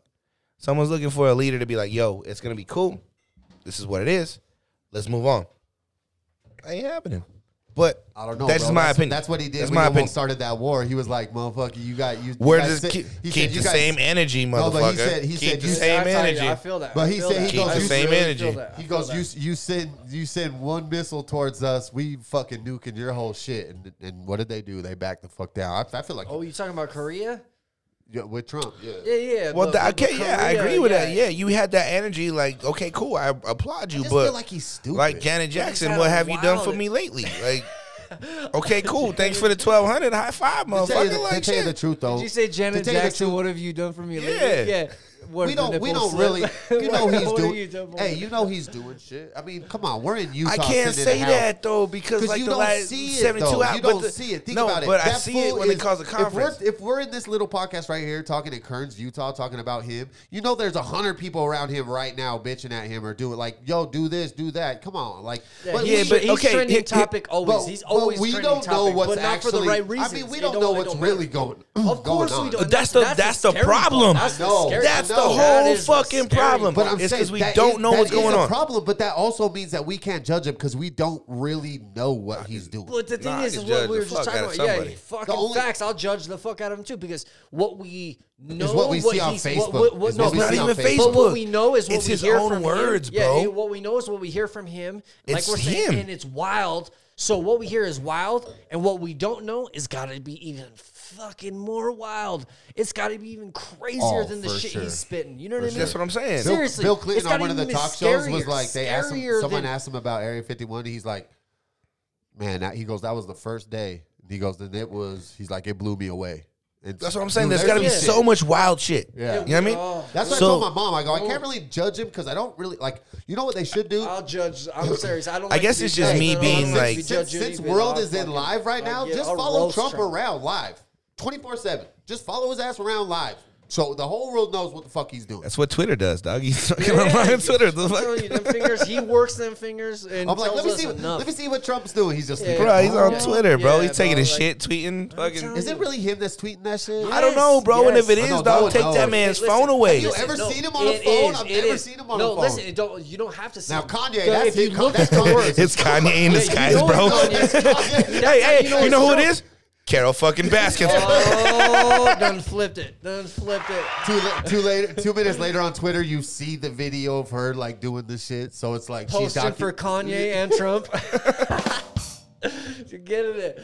[SPEAKER 7] Someone's looking for a leader to be like, "Yo, it's gonna be cool. This is what it is. Let's move on." Ain't happening. But
[SPEAKER 2] I don't know.
[SPEAKER 7] That's
[SPEAKER 2] bro.
[SPEAKER 7] just my opinion.
[SPEAKER 2] That's what he did
[SPEAKER 7] That's
[SPEAKER 2] when
[SPEAKER 7] my
[SPEAKER 2] he almost
[SPEAKER 7] opinion.
[SPEAKER 2] started that war. He was like, "Motherfucker, you got you."
[SPEAKER 7] Where
[SPEAKER 2] you guys
[SPEAKER 7] does
[SPEAKER 2] sit-
[SPEAKER 7] keep,
[SPEAKER 2] he
[SPEAKER 7] keep
[SPEAKER 2] said,
[SPEAKER 7] the
[SPEAKER 2] you guys-
[SPEAKER 7] same energy,
[SPEAKER 2] No,
[SPEAKER 7] motherfucker?
[SPEAKER 2] but he said- he
[SPEAKER 7] keep
[SPEAKER 2] said
[SPEAKER 7] the
[SPEAKER 2] you-
[SPEAKER 7] same
[SPEAKER 1] I- I-
[SPEAKER 7] energy.
[SPEAKER 1] I feel that.
[SPEAKER 2] But
[SPEAKER 1] I
[SPEAKER 2] he
[SPEAKER 1] feel
[SPEAKER 2] said
[SPEAKER 1] that.
[SPEAKER 2] he goes-
[SPEAKER 1] I
[SPEAKER 2] Keep the
[SPEAKER 7] same
[SPEAKER 1] really
[SPEAKER 7] energy.
[SPEAKER 1] feel that. I
[SPEAKER 2] He
[SPEAKER 1] feel
[SPEAKER 2] goes,
[SPEAKER 1] that.
[SPEAKER 2] "You you send you send one missile towards us, we fucking nuking your whole shit." And, and what did they do? They backed the fuck down. I, I feel like
[SPEAKER 1] Oh, you talking about Korea?
[SPEAKER 2] yeah, with Trump, yeah.
[SPEAKER 1] Yeah, yeah.
[SPEAKER 7] Well,
[SPEAKER 1] but-
[SPEAKER 7] the,
[SPEAKER 1] but- but
[SPEAKER 7] okay, yeah, I
[SPEAKER 1] Korea,
[SPEAKER 7] agree with that. Yeah, you had that energy. Like, okay, cool. I applaud you,
[SPEAKER 2] just
[SPEAKER 7] but
[SPEAKER 2] feel like he's stupid.
[SPEAKER 7] Like Janet Jackson,
[SPEAKER 1] kinda
[SPEAKER 7] what have you done
[SPEAKER 1] wild
[SPEAKER 7] for
[SPEAKER 1] and-
[SPEAKER 7] me lately? Like, okay, cool. Thanks for the twelve hundred. High five,
[SPEAKER 2] To tell you,
[SPEAKER 7] motherfucker.
[SPEAKER 2] the,
[SPEAKER 7] like,
[SPEAKER 2] to tell you the
[SPEAKER 7] shit.
[SPEAKER 2] truth, though,
[SPEAKER 1] Did you say Janet
[SPEAKER 2] to tell you the
[SPEAKER 1] Jackson?
[SPEAKER 2] truth,
[SPEAKER 1] What have you done for me lately?
[SPEAKER 7] Yeah.
[SPEAKER 1] Yeah. Where's
[SPEAKER 2] we
[SPEAKER 1] the
[SPEAKER 2] don't we
[SPEAKER 1] nipple
[SPEAKER 2] don't
[SPEAKER 1] slip?
[SPEAKER 2] really you know
[SPEAKER 1] What-
[SPEAKER 2] he's
[SPEAKER 1] what are
[SPEAKER 2] doing.
[SPEAKER 1] you done for
[SPEAKER 2] hey,
[SPEAKER 1] me?
[SPEAKER 2] you know he's doing shit. I mean, come on, we're in Utah.
[SPEAKER 7] I can't
[SPEAKER 2] sitting in the
[SPEAKER 7] say
[SPEAKER 2] house.
[SPEAKER 7] that though because
[SPEAKER 2] 'Cause
[SPEAKER 7] like
[SPEAKER 2] you
[SPEAKER 7] the
[SPEAKER 2] don't
[SPEAKER 7] last
[SPEAKER 2] see it,
[SPEAKER 7] seventy-two
[SPEAKER 2] though.
[SPEAKER 7] hours.
[SPEAKER 2] You
[SPEAKER 7] but
[SPEAKER 2] don't
[SPEAKER 7] the-
[SPEAKER 2] see it. Think
[SPEAKER 7] no,
[SPEAKER 2] about it.
[SPEAKER 7] but I
[SPEAKER 2] That
[SPEAKER 7] see it
[SPEAKER 2] fool
[SPEAKER 7] when
[SPEAKER 2] is-
[SPEAKER 7] it calls a conference.
[SPEAKER 2] If we're, if we're in this little podcast right here talking at Kearns, Utah, talking about him, you know, there's a hundred people around him right now bitching at him or doing like, "Yo, do this, do that." Come on, like,
[SPEAKER 7] Yeah,
[SPEAKER 1] he's,
[SPEAKER 7] but-
[SPEAKER 1] he's
[SPEAKER 7] okay,
[SPEAKER 1] trending
[SPEAKER 7] hit- hit-
[SPEAKER 1] topic always. he's always
[SPEAKER 2] we
[SPEAKER 1] trending
[SPEAKER 2] don't know
[SPEAKER 1] topic,
[SPEAKER 2] what's
[SPEAKER 1] but not
[SPEAKER 2] actually.
[SPEAKER 1] for the right reasons.
[SPEAKER 2] I mean, we
[SPEAKER 1] It
[SPEAKER 2] don't, know
[SPEAKER 1] it
[SPEAKER 2] what's
[SPEAKER 1] don't
[SPEAKER 2] really
[SPEAKER 1] matter.
[SPEAKER 2] going.
[SPEAKER 1] Of course
[SPEAKER 2] going
[SPEAKER 1] we
[SPEAKER 2] on.
[SPEAKER 1] don't.
[SPEAKER 7] That's the- that's the
[SPEAKER 1] scary part.
[SPEAKER 7] problem.
[SPEAKER 1] That's the
[SPEAKER 2] I know.
[SPEAKER 1] scary
[SPEAKER 7] That's
[SPEAKER 1] part.
[SPEAKER 7] the
[SPEAKER 1] No, that
[SPEAKER 7] whole
[SPEAKER 1] is the
[SPEAKER 7] fucking
[SPEAKER 1] scary
[SPEAKER 7] problem.
[SPEAKER 1] part.
[SPEAKER 2] But I'm
[SPEAKER 7] It's
[SPEAKER 2] saying
[SPEAKER 7] 'cause we
[SPEAKER 2] that
[SPEAKER 7] don't
[SPEAKER 2] is-
[SPEAKER 7] know
[SPEAKER 2] that
[SPEAKER 7] what's
[SPEAKER 2] is
[SPEAKER 7] going
[SPEAKER 2] a
[SPEAKER 7] on.
[SPEAKER 2] Problem, but that also means that we can't judge him because we don't really know what he's doing.
[SPEAKER 1] But the thing
[SPEAKER 7] Nah, I
[SPEAKER 1] is,
[SPEAKER 7] can
[SPEAKER 1] is what
[SPEAKER 7] judge
[SPEAKER 1] we
[SPEAKER 7] the
[SPEAKER 1] were just
[SPEAKER 7] fuck
[SPEAKER 1] talking
[SPEAKER 7] out of
[SPEAKER 1] about. Yeah,
[SPEAKER 7] somebody.
[SPEAKER 1] fucking
[SPEAKER 2] The only-
[SPEAKER 1] facts. I'll judge the fuck out of him too because what we know,
[SPEAKER 2] what we see on
[SPEAKER 1] he's-
[SPEAKER 2] Facebook.
[SPEAKER 1] what, what, what,
[SPEAKER 2] It's
[SPEAKER 1] no,
[SPEAKER 2] what we
[SPEAKER 1] but-
[SPEAKER 2] see on
[SPEAKER 1] but
[SPEAKER 2] Facebook.
[SPEAKER 1] what we know is what
[SPEAKER 7] It's
[SPEAKER 1] we
[SPEAKER 7] his
[SPEAKER 1] hear
[SPEAKER 7] own
[SPEAKER 1] from him.
[SPEAKER 7] words,
[SPEAKER 1] Yeah,
[SPEAKER 7] bro.
[SPEAKER 1] it- what we know is what we hear from him. like
[SPEAKER 7] It's
[SPEAKER 1] we're saying,
[SPEAKER 7] him.
[SPEAKER 1] and it's wild. So what we hear is wild, and what we don't know is got to be even fucking more wild. It's got to be even crazier
[SPEAKER 2] Oh,
[SPEAKER 1] than the
[SPEAKER 2] for
[SPEAKER 1] shit
[SPEAKER 2] sure.
[SPEAKER 1] he's spitting. You know what I mean?
[SPEAKER 7] That's what I'm saying.
[SPEAKER 2] Bill-
[SPEAKER 1] Seriously,
[SPEAKER 2] Bill
[SPEAKER 1] it's
[SPEAKER 2] Clinton
[SPEAKER 1] gotta
[SPEAKER 2] on one of the
[SPEAKER 1] be
[SPEAKER 2] talk shows was
[SPEAKER 1] scarier-
[SPEAKER 2] like they asked him,
[SPEAKER 1] scarier
[SPEAKER 2] someone
[SPEAKER 1] than-
[SPEAKER 2] asked him about Area 51. He's like, man, that, he goes, that was the first day. He goes, then it was. He's like, it blew me away. And
[SPEAKER 7] That's what I'm saying.
[SPEAKER 2] dude,
[SPEAKER 7] There's got to be
[SPEAKER 1] there's
[SPEAKER 7] so
[SPEAKER 2] shit.
[SPEAKER 7] much wild shit.
[SPEAKER 2] Yeah.
[SPEAKER 7] you know what I mean.
[SPEAKER 2] That's what
[SPEAKER 7] So-
[SPEAKER 2] I told my mom. I go, I can't really judge him because I don't really like. You know what they should do?
[SPEAKER 1] I'll judge. I'm serious. I don't.
[SPEAKER 7] I
[SPEAKER 1] like
[SPEAKER 7] guess
[SPEAKER 1] to be
[SPEAKER 7] it's just
[SPEAKER 1] judged.
[SPEAKER 7] me
[SPEAKER 1] I don't
[SPEAKER 7] being,
[SPEAKER 1] to
[SPEAKER 7] like-
[SPEAKER 1] be
[SPEAKER 2] since,
[SPEAKER 1] judged
[SPEAKER 2] since
[SPEAKER 1] even.
[SPEAKER 2] world
[SPEAKER 1] I'll
[SPEAKER 2] is in
[SPEAKER 1] fucking-
[SPEAKER 2] live right now,
[SPEAKER 1] yeah,
[SPEAKER 2] just
[SPEAKER 1] I'll
[SPEAKER 2] follow
[SPEAKER 1] roast
[SPEAKER 2] Trump
[SPEAKER 1] Trump.
[SPEAKER 2] around live, twenty four seven. Just follow his ass around live, so the whole world knows what the fuck he's doing.
[SPEAKER 7] That's what Twitter does, dog. You fucking
[SPEAKER 1] Yeah,
[SPEAKER 7] online
[SPEAKER 1] yeah.
[SPEAKER 7] Twitter. The
[SPEAKER 1] I'm telling you,
[SPEAKER 7] fuck?
[SPEAKER 1] them fingers. He works them fingers, and
[SPEAKER 2] I'm like, let me
[SPEAKER 1] us
[SPEAKER 2] see, what,
[SPEAKER 1] enough.
[SPEAKER 2] let me see what Trump's doing. He's just,
[SPEAKER 1] Yeah.
[SPEAKER 7] Bro, he's on
[SPEAKER 1] Yeah.
[SPEAKER 7] Twitter, bro.
[SPEAKER 1] Yeah,
[SPEAKER 7] he's taking
[SPEAKER 1] bro,
[SPEAKER 7] his
[SPEAKER 1] like-
[SPEAKER 7] shit, tweeting, fucking.
[SPEAKER 1] telling
[SPEAKER 2] is it really him that's tweeting that shit?
[SPEAKER 7] I don't know, bro. and if it
[SPEAKER 1] Yes.
[SPEAKER 7] is,
[SPEAKER 2] I know, no
[SPEAKER 7] dog,
[SPEAKER 2] one
[SPEAKER 7] take that
[SPEAKER 2] knows.
[SPEAKER 7] man's
[SPEAKER 1] Listen,
[SPEAKER 7] phone away.
[SPEAKER 1] have
[SPEAKER 2] You ever
[SPEAKER 1] no,
[SPEAKER 2] seen him on a
[SPEAKER 1] it
[SPEAKER 2] phone? I've
[SPEAKER 1] it
[SPEAKER 2] never seen him on
[SPEAKER 1] no,
[SPEAKER 2] a phone.
[SPEAKER 1] listen, it don't, you don't have to see
[SPEAKER 2] Now
[SPEAKER 1] him.
[SPEAKER 2] Kanye,
[SPEAKER 1] Yo,
[SPEAKER 2] that's
[SPEAKER 1] if you
[SPEAKER 2] his-
[SPEAKER 1] look
[SPEAKER 2] that's
[SPEAKER 1] at the
[SPEAKER 2] Kanye's.
[SPEAKER 1] words,
[SPEAKER 7] It's Kanye in disguise,
[SPEAKER 1] know
[SPEAKER 7] bro.
[SPEAKER 1] it's Kanye.
[SPEAKER 7] Hey, hey, you know who it
[SPEAKER 1] Trump.
[SPEAKER 7] is? Carol fucking Baskins.
[SPEAKER 1] Oh, done flipped it. Done flipped it.
[SPEAKER 2] two, la- two later, two minutes later on Twitter, you see the video of her like doing the shit. So it's like she's
[SPEAKER 1] Posting
[SPEAKER 2] docu-
[SPEAKER 1] for Kanye and Trump. You're getting it.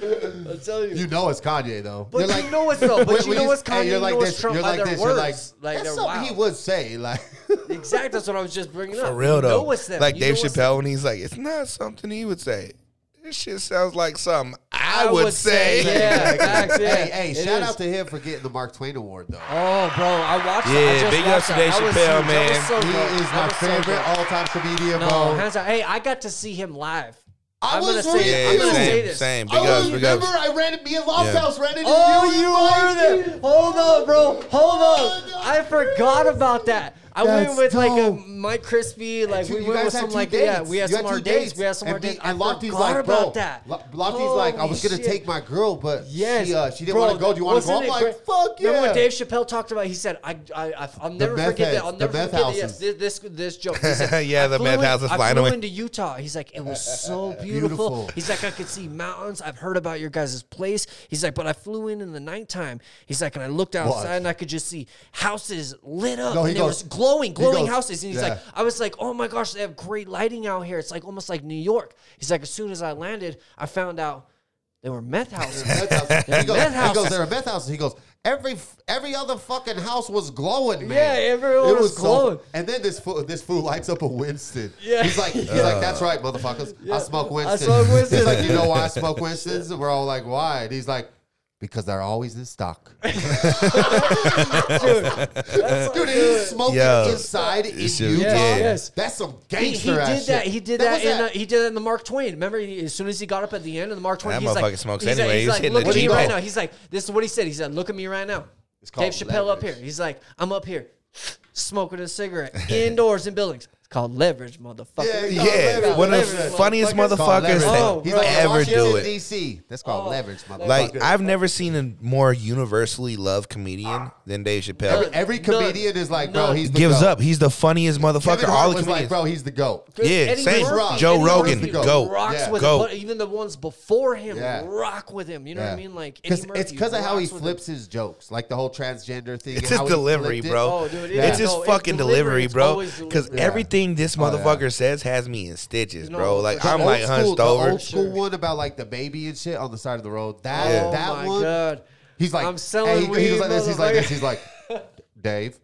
[SPEAKER 1] I'll tell you.
[SPEAKER 2] You know it's Kanye though.
[SPEAKER 1] But
[SPEAKER 2] You're
[SPEAKER 1] you know it's though. But
[SPEAKER 2] when-
[SPEAKER 1] you
[SPEAKER 2] when
[SPEAKER 1] know it's
[SPEAKER 2] hey,
[SPEAKER 1] Kanye,
[SPEAKER 2] You're
[SPEAKER 1] you
[SPEAKER 2] like
[SPEAKER 1] know it's
[SPEAKER 2] this.
[SPEAKER 1] Trump
[SPEAKER 2] You're
[SPEAKER 1] by
[SPEAKER 2] like
[SPEAKER 1] their
[SPEAKER 2] this. You're like
[SPEAKER 1] words. Like,
[SPEAKER 2] that's
[SPEAKER 1] they're
[SPEAKER 2] something he
[SPEAKER 1] wild.
[SPEAKER 2] would say. Like
[SPEAKER 1] Exactly. That's what I was just bringing up.
[SPEAKER 7] For real
[SPEAKER 1] You
[SPEAKER 7] though,
[SPEAKER 1] know it's them.
[SPEAKER 7] like
[SPEAKER 1] You
[SPEAKER 7] Dave
[SPEAKER 1] know it's
[SPEAKER 7] Chappelle when he's like, "It's not something he would say. This shit sounds like something I, would, say."
[SPEAKER 1] Yeah, facts, yeah.
[SPEAKER 2] hey, hey,
[SPEAKER 1] It
[SPEAKER 2] shout
[SPEAKER 1] is.
[SPEAKER 2] out to him for getting the Mark Twain award though.
[SPEAKER 1] Oh, bro, I watched. that. I
[SPEAKER 7] Yeah,
[SPEAKER 1] just
[SPEAKER 7] big
[SPEAKER 1] watched
[SPEAKER 7] ups to Dave
[SPEAKER 1] that. That was huge. That was
[SPEAKER 7] Chappelle, man.
[SPEAKER 1] so
[SPEAKER 2] he
[SPEAKER 1] dope.
[SPEAKER 2] is
[SPEAKER 1] That
[SPEAKER 2] my
[SPEAKER 1] was so
[SPEAKER 2] favorite
[SPEAKER 1] dope.
[SPEAKER 2] all-time comedian,
[SPEAKER 1] No,
[SPEAKER 2] bro.
[SPEAKER 1] hands down. Hey, I got to see him live.
[SPEAKER 2] I
[SPEAKER 1] I'm
[SPEAKER 2] was
[SPEAKER 1] gonna say,
[SPEAKER 7] Yeah,
[SPEAKER 1] I'm gonna
[SPEAKER 7] same,
[SPEAKER 1] say this.
[SPEAKER 7] same. Big
[SPEAKER 2] I
[SPEAKER 7] ups,
[SPEAKER 2] was,
[SPEAKER 7] big
[SPEAKER 2] Oh, remember
[SPEAKER 7] ups.
[SPEAKER 2] I ran me and Lofthouse
[SPEAKER 7] Yeah.
[SPEAKER 2] ran into
[SPEAKER 1] Oh,
[SPEAKER 2] you. Oh,
[SPEAKER 1] you were there. Hold on, bro. Hold on. Oh, I forgot about that. I
[SPEAKER 2] That's
[SPEAKER 1] went with like a
[SPEAKER 2] dope.
[SPEAKER 1] Mike Crispy. Like
[SPEAKER 2] Two-
[SPEAKER 1] we
[SPEAKER 2] you
[SPEAKER 1] went
[SPEAKER 2] guys
[SPEAKER 1] with
[SPEAKER 2] had
[SPEAKER 1] some
[SPEAKER 2] two
[SPEAKER 1] like
[SPEAKER 2] dates.
[SPEAKER 1] yeah, we had
[SPEAKER 2] You
[SPEAKER 1] some
[SPEAKER 2] two
[SPEAKER 1] more dates. We had some more
[SPEAKER 2] And me-
[SPEAKER 1] dates. I
[SPEAKER 2] And Lofty's
[SPEAKER 1] forgot
[SPEAKER 2] like,
[SPEAKER 1] about
[SPEAKER 2] bro,
[SPEAKER 1] that.
[SPEAKER 2] Lo- Lofty's like, I
[SPEAKER 1] Holy
[SPEAKER 2] was gonna
[SPEAKER 1] shit.
[SPEAKER 2] take my girl, but
[SPEAKER 1] Yes,
[SPEAKER 2] she, uh, she didn't
[SPEAKER 1] Bro,
[SPEAKER 2] want to go. Do you want to go?
[SPEAKER 1] wasn't
[SPEAKER 2] I'm
[SPEAKER 1] it
[SPEAKER 2] like,
[SPEAKER 1] great?
[SPEAKER 2] fuck yeah.
[SPEAKER 1] Remember what Dave Chappelle talked about? He said, "I, I, I I'll never
[SPEAKER 2] meth
[SPEAKER 1] forget that. I'll
[SPEAKER 2] heads, the
[SPEAKER 1] never forget
[SPEAKER 2] meth
[SPEAKER 1] that. yes,
[SPEAKER 2] houses.
[SPEAKER 1] this, this, this joke." He said,
[SPEAKER 7] Yeah,
[SPEAKER 1] "I
[SPEAKER 7] the
[SPEAKER 1] flew
[SPEAKER 7] meth
[SPEAKER 1] in-
[SPEAKER 7] houses
[SPEAKER 1] I
[SPEAKER 7] flying
[SPEAKER 1] flew
[SPEAKER 7] away."
[SPEAKER 1] into Utah. He's like, it was so beautiful.
[SPEAKER 2] Beautiful.
[SPEAKER 1] He's like, I could see mountains. I've heard about your guys' place. He's like, but I flew in in the nighttime. He's like, and I looked outside and I could just see houses lit up.
[SPEAKER 2] No, he
[SPEAKER 1] and there
[SPEAKER 2] goes-
[SPEAKER 1] was glowing,
[SPEAKER 2] he
[SPEAKER 1] glowing
[SPEAKER 2] goes,
[SPEAKER 1] houses. And he's like,
[SPEAKER 2] yeah.
[SPEAKER 1] I was like, oh my gosh, they have great lighting out here. It's like almost like New York. He's like, as soon as I landed, I found out they were meth houses.
[SPEAKER 2] Meth houses. He goes,
[SPEAKER 1] Meth
[SPEAKER 2] he goes,
[SPEAKER 1] houses.
[SPEAKER 2] there are meth houses. He goes, every every other fucking house was glowing, man.
[SPEAKER 1] Yeah, everyone was
[SPEAKER 2] so-
[SPEAKER 1] glowing.
[SPEAKER 2] and then this fool, this fool lights up a Winston.
[SPEAKER 1] Yeah.
[SPEAKER 2] he's like, he's like, that's right, motherfuckers. I smoke Winston.
[SPEAKER 1] smoke Winston.
[SPEAKER 2] he's like, you know why I smoke Winston's? And we're all like, why? And he's like. because they're always in stock.
[SPEAKER 1] Dude, that's
[SPEAKER 2] Dude, he's smoking
[SPEAKER 7] Yo.
[SPEAKER 2] inside in
[SPEAKER 7] It's
[SPEAKER 2] Utah.
[SPEAKER 7] a- yeah.
[SPEAKER 1] Yes.
[SPEAKER 2] That's some
[SPEAKER 1] He, he
[SPEAKER 2] gangster
[SPEAKER 1] did
[SPEAKER 2] ass
[SPEAKER 1] that.
[SPEAKER 2] shit.
[SPEAKER 1] He did
[SPEAKER 2] was
[SPEAKER 1] that. in,
[SPEAKER 2] at-
[SPEAKER 1] uh, he did that in the Mark Twain. Remember, he, as soon as he got up at the end of the Mark Twain,
[SPEAKER 7] That
[SPEAKER 1] he's like,
[SPEAKER 7] motherfucker smokes
[SPEAKER 1] he's,
[SPEAKER 7] anyway.
[SPEAKER 1] He's,
[SPEAKER 7] He's
[SPEAKER 1] like,
[SPEAKER 7] hitting
[SPEAKER 1] look
[SPEAKER 7] the
[SPEAKER 1] at me
[SPEAKER 7] G-Mac.
[SPEAKER 1] right now. He's like, this is what he said. He said, look at me right now. Dave
[SPEAKER 2] called
[SPEAKER 1] Chappelle up here.
[SPEAKER 2] leverage.
[SPEAKER 1] He's like, I'm up here, smoking a cigarette indoors in buildings. It's called leverage, motherfucker.
[SPEAKER 2] Yeah,
[SPEAKER 7] Yeah,
[SPEAKER 2] Leverage,
[SPEAKER 7] one of the
[SPEAKER 1] leverage,
[SPEAKER 7] funniest
[SPEAKER 2] It's called
[SPEAKER 7] motherfuckers
[SPEAKER 2] leverage.
[SPEAKER 1] Oh,
[SPEAKER 7] that
[SPEAKER 2] He's
[SPEAKER 1] bro. Oh,
[SPEAKER 2] like,
[SPEAKER 7] ever
[SPEAKER 2] Washington,
[SPEAKER 7] do it.
[SPEAKER 2] DC. That's called leverage, motherfucker.
[SPEAKER 7] Like I've never seen a more universally loved comedian than Dave Chappelle.
[SPEAKER 1] None.
[SPEAKER 2] every comedian is like, bro,
[SPEAKER 1] None.
[SPEAKER 2] he's the
[SPEAKER 7] Gives
[SPEAKER 2] goat.
[SPEAKER 7] up. He's the funniest motherfucker.
[SPEAKER 2] Kevin Hart
[SPEAKER 7] All the
[SPEAKER 2] was like,
[SPEAKER 7] comedians.
[SPEAKER 2] bro, he's the goat.
[SPEAKER 7] Yeah,
[SPEAKER 1] Eddie
[SPEAKER 7] same.
[SPEAKER 1] Murphy-
[SPEAKER 7] Joe
[SPEAKER 1] Eddie
[SPEAKER 7] Rogan,
[SPEAKER 1] Murphy
[SPEAKER 7] go.
[SPEAKER 1] rocks
[SPEAKER 2] Yeah.
[SPEAKER 1] with
[SPEAKER 7] Go.
[SPEAKER 1] him, but even the ones before him
[SPEAKER 2] Yeah.
[SPEAKER 1] rock with him. You know what I
[SPEAKER 2] Yeah.
[SPEAKER 1] mean? Like Eddie
[SPEAKER 2] Cause
[SPEAKER 1] Murphy
[SPEAKER 2] it's because of how he
[SPEAKER 1] rocks with him.
[SPEAKER 2] flips his jokes, like the whole transgender thing.
[SPEAKER 7] It's
[SPEAKER 2] and
[SPEAKER 7] his
[SPEAKER 2] how he
[SPEAKER 7] delivery,
[SPEAKER 2] flipped it.
[SPEAKER 7] bro.
[SPEAKER 1] Oh, dude, it
[SPEAKER 7] It's
[SPEAKER 1] is.
[SPEAKER 7] his
[SPEAKER 1] No, it's
[SPEAKER 7] fucking
[SPEAKER 1] delivery.
[SPEAKER 7] delivery,
[SPEAKER 1] It's
[SPEAKER 7] bro.
[SPEAKER 1] always
[SPEAKER 7] Because
[SPEAKER 1] delivery.
[SPEAKER 7] everything this
[SPEAKER 2] yeah.
[SPEAKER 7] motherfucker says has me in stitches,
[SPEAKER 1] No,
[SPEAKER 7] bro. Like
[SPEAKER 1] the
[SPEAKER 7] I'm
[SPEAKER 2] old
[SPEAKER 7] like
[SPEAKER 2] school,
[SPEAKER 7] hunched
[SPEAKER 2] the
[SPEAKER 7] over.
[SPEAKER 2] old school one about like the baby and shit on the side of the road. That
[SPEAKER 1] Oh
[SPEAKER 2] that
[SPEAKER 1] my
[SPEAKER 2] one.
[SPEAKER 1] god.
[SPEAKER 2] He's like,
[SPEAKER 1] I'm selling
[SPEAKER 2] hey, he, he
[SPEAKER 1] weed,
[SPEAKER 2] goes like this. He's like this.
[SPEAKER 1] motherfucker.
[SPEAKER 2] He's like, Dave,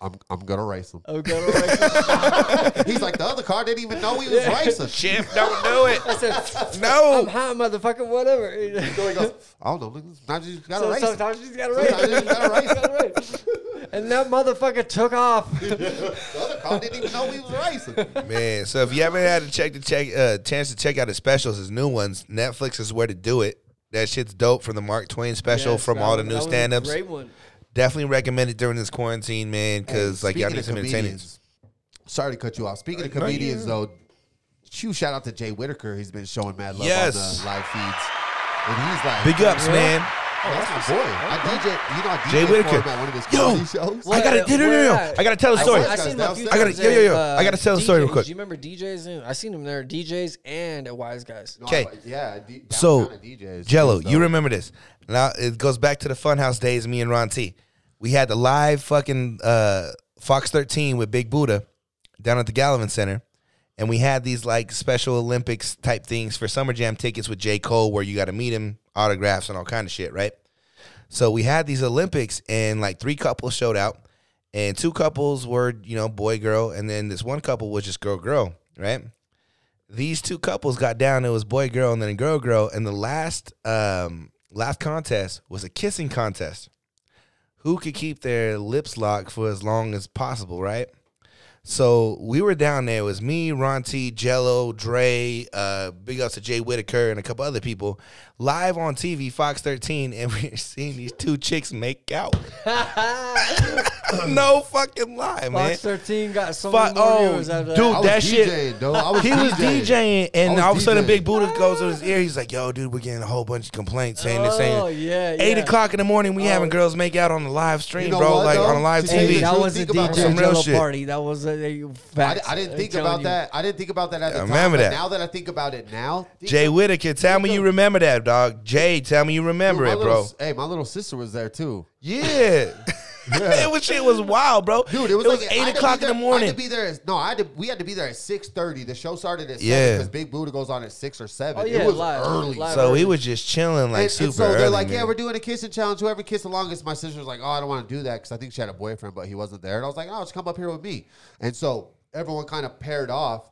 [SPEAKER 2] I'm I'm gonna race him.
[SPEAKER 1] Oh, God, all right.
[SPEAKER 2] He's like the other car didn't even know he was racing.
[SPEAKER 7] Chip, don't do it.
[SPEAKER 1] Said, I'm
[SPEAKER 7] No.
[SPEAKER 1] high, motherfucker. Whatever.
[SPEAKER 2] So he goes, I don't know. look, Sometimes you just gotta
[SPEAKER 1] so
[SPEAKER 2] race. him.
[SPEAKER 1] sometimes you just gotta
[SPEAKER 2] Sometimes you just gotta race him.
[SPEAKER 1] race. and that motherfucker took off.
[SPEAKER 2] The other car didn't even know he was racing.
[SPEAKER 7] Man, so if you haven't had a check to check uh, chance to check out his specials, his new ones, Netflix is where to do it. That shit's dope from the Mark Twain special
[SPEAKER 1] Yes,
[SPEAKER 7] from
[SPEAKER 1] that
[SPEAKER 7] all the
[SPEAKER 1] was- that
[SPEAKER 7] new
[SPEAKER 1] was a
[SPEAKER 7] stand ups.
[SPEAKER 1] Great one.
[SPEAKER 7] Definitely recommend it during this quarantine, man, because like y'all
[SPEAKER 2] Speaking
[SPEAKER 7] need
[SPEAKER 2] of
[SPEAKER 7] some entertainment.
[SPEAKER 2] comedians, Sorry to cut you off. Speaking of comedians, though, huge shout out to Jay Whitaker. He's been showing mad love on
[SPEAKER 7] Yes.
[SPEAKER 2] the live feeds, and he's like,
[SPEAKER 7] Big ups,
[SPEAKER 1] Yeah.
[SPEAKER 7] man.
[SPEAKER 2] Oh, that's my boy. I DJ. You know, I DJ
[SPEAKER 7] Jay Whitaker.
[SPEAKER 2] at one of his
[SPEAKER 7] Yo,
[SPEAKER 2] comedy shows.
[SPEAKER 7] I gotta, no, no, no, no. I gotta tell the story.
[SPEAKER 1] I, seen him a few
[SPEAKER 7] I gotta-
[SPEAKER 1] times
[SPEAKER 7] yo, yo, yo.
[SPEAKER 1] at,
[SPEAKER 7] I gotta tell the story real
[SPEAKER 1] DJs.
[SPEAKER 7] quick.
[SPEAKER 1] Do you remember DJs? And, I seen him there, at DJs and at Wise Guys.
[SPEAKER 2] No,
[SPEAKER 7] 'Kay.
[SPEAKER 2] I- Yeah. D- that
[SPEAKER 7] So,
[SPEAKER 2] kind of DJs,
[SPEAKER 7] Jello,
[SPEAKER 2] though.
[SPEAKER 7] you remember this? Now it goes back to the Funhouse days. Me and Ron T, we had the live fucking uh, Fox 13 with Big Buddha down at the Gallivan Center, and we had these like Special Olympics type things for Summer Jam tickets with J Cole, where you got to meet him, autographs, and all kind of shit, right? So we had these Olympics, and like three couples showed out, and two couples were you know boy girl, and then this one couple was just girl girl, right? these two couples got down. It was boy girl and then girl girl. And the last um, last contest was a kissing contest. Who could keep their lips locked for as long as possible, right? So we were down there. It was me, Ron T, Jello, Dre, uh, big ups to Jay Whitaker and a couple other people live on TV, Fox 13, and we were seeing these two chicks make out. no fucking lie, man.
[SPEAKER 1] Fox 13 got so
[SPEAKER 7] Fuck-
[SPEAKER 1] many more
[SPEAKER 7] oh,
[SPEAKER 1] viewers after that.
[SPEAKER 7] dude,
[SPEAKER 2] I was
[SPEAKER 7] that shit-
[SPEAKER 2] DJing, Though. I was
[SPEAKER 7] Oh, he was DJing, and
[SPEAKER 2] I was
[SPEAKER 7] all of a sudden,
[SPEAKER 2] DJing.
[SPEAKER 7] Big Buddha goes to his ear. He's like, "Yo, dude, we're getting a whole bunch of complaints saying this, saying
[SPEAKER 1] Oh,
[SPEAKER 7] this.
[SPEAKER 1] yeah,
[SPEAKER 7] eight
[SPEAKER 1] yeah. Oh.
[SPEAKER 7] o'clock in the morning, we having girls make out on the live stream,
[SPEAKER 2] You know
[SPEAKER 7] bro,
[SPEAKER 2] what,
[SPEAKER 7] like
[SPEAKER 2] though?
[SPEAKER 7] on a live
[SPEAKER 2] To tell you
[SPEAKER 7] TV.
[SPEAKER 2] the
[SPEAKER 1] that
[SPEAKER 2] truth,
[SPEAKER 1] was a
[SPEAKER 2] think about
[SPEAKER 1] DJ
[SPEAKER 7] some real
[SPEAKER 1] Jello
[SPEAKER 7] shit.
[SPEAKER 1] party. That was a, a
[SPEAKER 2] I,
[SPEAKER 1] fact.
[SPEAKER 2] di- I didn't
[SPEAKER 1] I'm
[SPEAKER 2] think
[SPEAKER 1] telling
[SPEAKER 2] about
[SPEAKER 1] you.
[SPEAKER 2] that. I didn't think about that at the
[SPEAKER 7] I
[SPEAKER 2] time.
[SPEAKER 7] remember
[SPEAKER 2] but
[SPEAKER 7] that.
[SPEAKER 2] Now that I think about it now,
[SPEAKER 7] Jay Whitaker, tell me you remember that, dog. Jay, tell me you
[SPEAKER 2] Dude,
[SPEAKER 7] remember
[SPEAKER 2] my
[SPEAKER 7] it,
[SPEAKER 2] little
[SPEAKER 7] bro.
[SPEAKER 2] s- Hey, my little sister was there too.
[SPEAKER 7] yeah. it was shit was wild, bro.
[SPEAKER 2] Dude, it was, like, I had
[SPEAKER 7] eight
[SPEAKER 2] to be
[SPEAKER 7] o'clock in
[SPEAKER 2] there-
[SPEAKER 7] the
[SPEAKER 2] I
[SPEAKER 7] morning.
[SPEAKER 2] had to be there. At, no, I had to, we had to be there at six thirty. The show started at
[SPEAKER 7] Yeah.
[SPEAKER 2] because Big Buddha goes on at six or seven.
[SPEAKER 1] Oh, yeah,
[SPEAKER 2] it was
[SPEAKER 1] live,
[SPEAKER 2] early.
[SPEAKER 1] live.
[SPEAKER 7] so he was just chilling like
[SPEAKER 2] and,
[SPEAKER 7] super
[SPEAKER 2] and so they're
[SPEAKER 7] early,
[SPEAKER 2] like, yeah,
[SPEAKER 7] man.
[SPEAKER 2] we're doing a kissing challenge. Whoever kissed the longest, my sister was like, oh, I don't want to do that because I think she had a boyfriend, but he wasn't there. And I was like, oh, just come up here with me. And so everyone kind of paired off.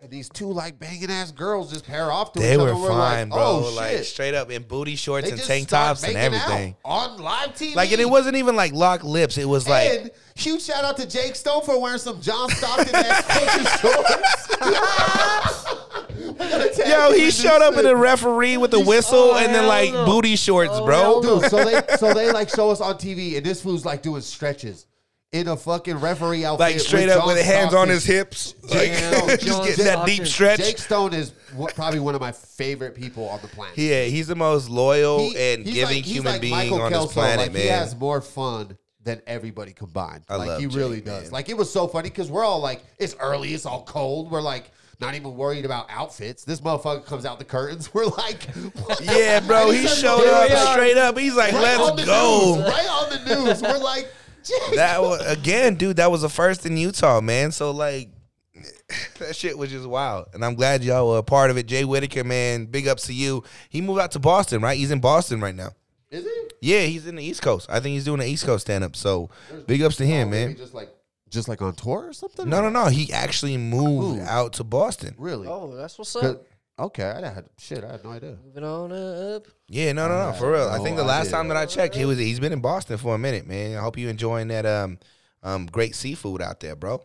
[SPEAKER 2] And these two like banging ass girls just pair off to
[SPEAKER 7] They
[SPEAKER 2] each
[SPEAKER 7] were
[SPEAKER 2] other. We're
[SPEAKER 7] fine,
[SPEAKER 2] like,
[SPEAKER 7] bro.
[SPEAKER 2] Oh
[SPEAKER 7] like
[SPEAKER 2] shit!
[SPEAKER 7] straight up in booty shorts
[SPEAKER 2] They
[SPEAKER 7] and
[SPEAKER 2] just
[SPEAKER 7] tank
[SPEAKER 2] start
[SPEAKER 7] tops and
[SPEAKER 2] making out
[SPEAKER 7] everything.
[SPEAKER 2] on live TV.
[SPEAKER 7] Like, and it wasn't even like locked lips. It was like
[SPEAKER 2] and huge shout out to Jake Stone for wearing some John Stockton ass fucking shorts.
[SPEAKER 7] Yo, he showed up in the referee with a whistle and then like booty shorts, bro.
[SPEAKER 2] Dude, so they so they like show us on TV, and this fool's like doing stretches in a fucking referee outfit,
[SPEAKER 7] Like straight up
[SPEAKER 2] John
[SPEAKER 7] with his hands on
[SPEAKER 2] Stockton.
[SPEAKER 7] his hips, like
[SPEAKER 2] Jake Stone,
[SPEAKER 7] just
[SPEAKER 2] John
[SPEAKER 7] getting that
[SPEAKER 1] Stockton.
[SPEAKER 7] deep stretch.
[SPEAKER 2] Jake Stone is wha- probably one of my favorite people on the planet.
[SPEAKER 7] Yeah, he's the most loyal
[SPEAKER 2] He-
[SPEAKER 7] and
[SPEAKER 2] he's
[SPEAKER 7] giving
[SPEAKER 2] like- he's
[SPEAKER 7] human
[SPEAKER 2] like
[SPEAKER 7] being
[SPEAKER 2] Michael
[SPEAKER 7] on
[SPEAKER 2] Kelso,
[SPEAKER 7] this planet,
[SPEAKER 2] like,
[SPEAKER 7] man.
[SPEAKER 2] He has more fun than everybody combined.
[SPEAKER 7] I
[SPEAKER 2] like
[SPEAKER 7] love
[SPEAKER 2] he
[SPEAKER 7] Jake,
[SPEAKER 2] really does.
[SPEAKER 7] man.
[SPEAKER 2] Like it was so funny because we're all like, it's early, it's all cold. We're like not even worried about outfits. This motherfucker comes out the curtains. We're like, what?
[SPEAKER 7] yeah, bro,
[SPEAKER 2] And
[SPEAKER 7] he
[SPEAKER 2] says,
[SPEAKER 7] showed
[SPEAKER 2] "Here
[SPEAKER 7] up
[SPEAKER 2] we are."
[SPEAKER 7] straight up. He's like,
[SPEAKER 2] Right on
[SPEAKER 7] "Let's
[SPEAKER 2] the
[SPEAKER 7] go."
[SPEAKER 2] news, right on the news. We're like, Jake.
[SPEAKER 7] That was, again, dude, that was the first in Utah, man. So like that shit was just wild. And I'm glad y'all were a part of it. Jay Whitaker, man, big ups to you. He moved out to Boston, right? He's in Boston right now.
[SPEAKER 2] is it?
[SPEAKER 7] Yeah, he's in the East Coast. I think he's doing the East Coast stand up. So big ups to him,
[SPEAKER 2] Maybe
[SPEAKER 7] man.
[SPEAKER 2] Just like, just like on tour or something.
[SPEAKER 7] No, no, no. He actually moved
[SPEAKER 2] Ooh.
[SPEAKER 7] out to Boston.
[SPEAKER 2] really.
[SPEAKER 1] Oh, that's what's up.
[SPEAKER 2] Okay, I had shit. I had no idea.
[SPEAKER 1] Moving on up.
[SPEAKER 7] Yeah, no, no, no, for real. I
[SPEAKER 2] no
[SPEAKER 7] think the last
[SPEAKER 2] idea.
[SPEAKER 7] time that I checked, he was he's been in Boston for a minute, man. I hope you enjoying that um um great seafood out there, bro.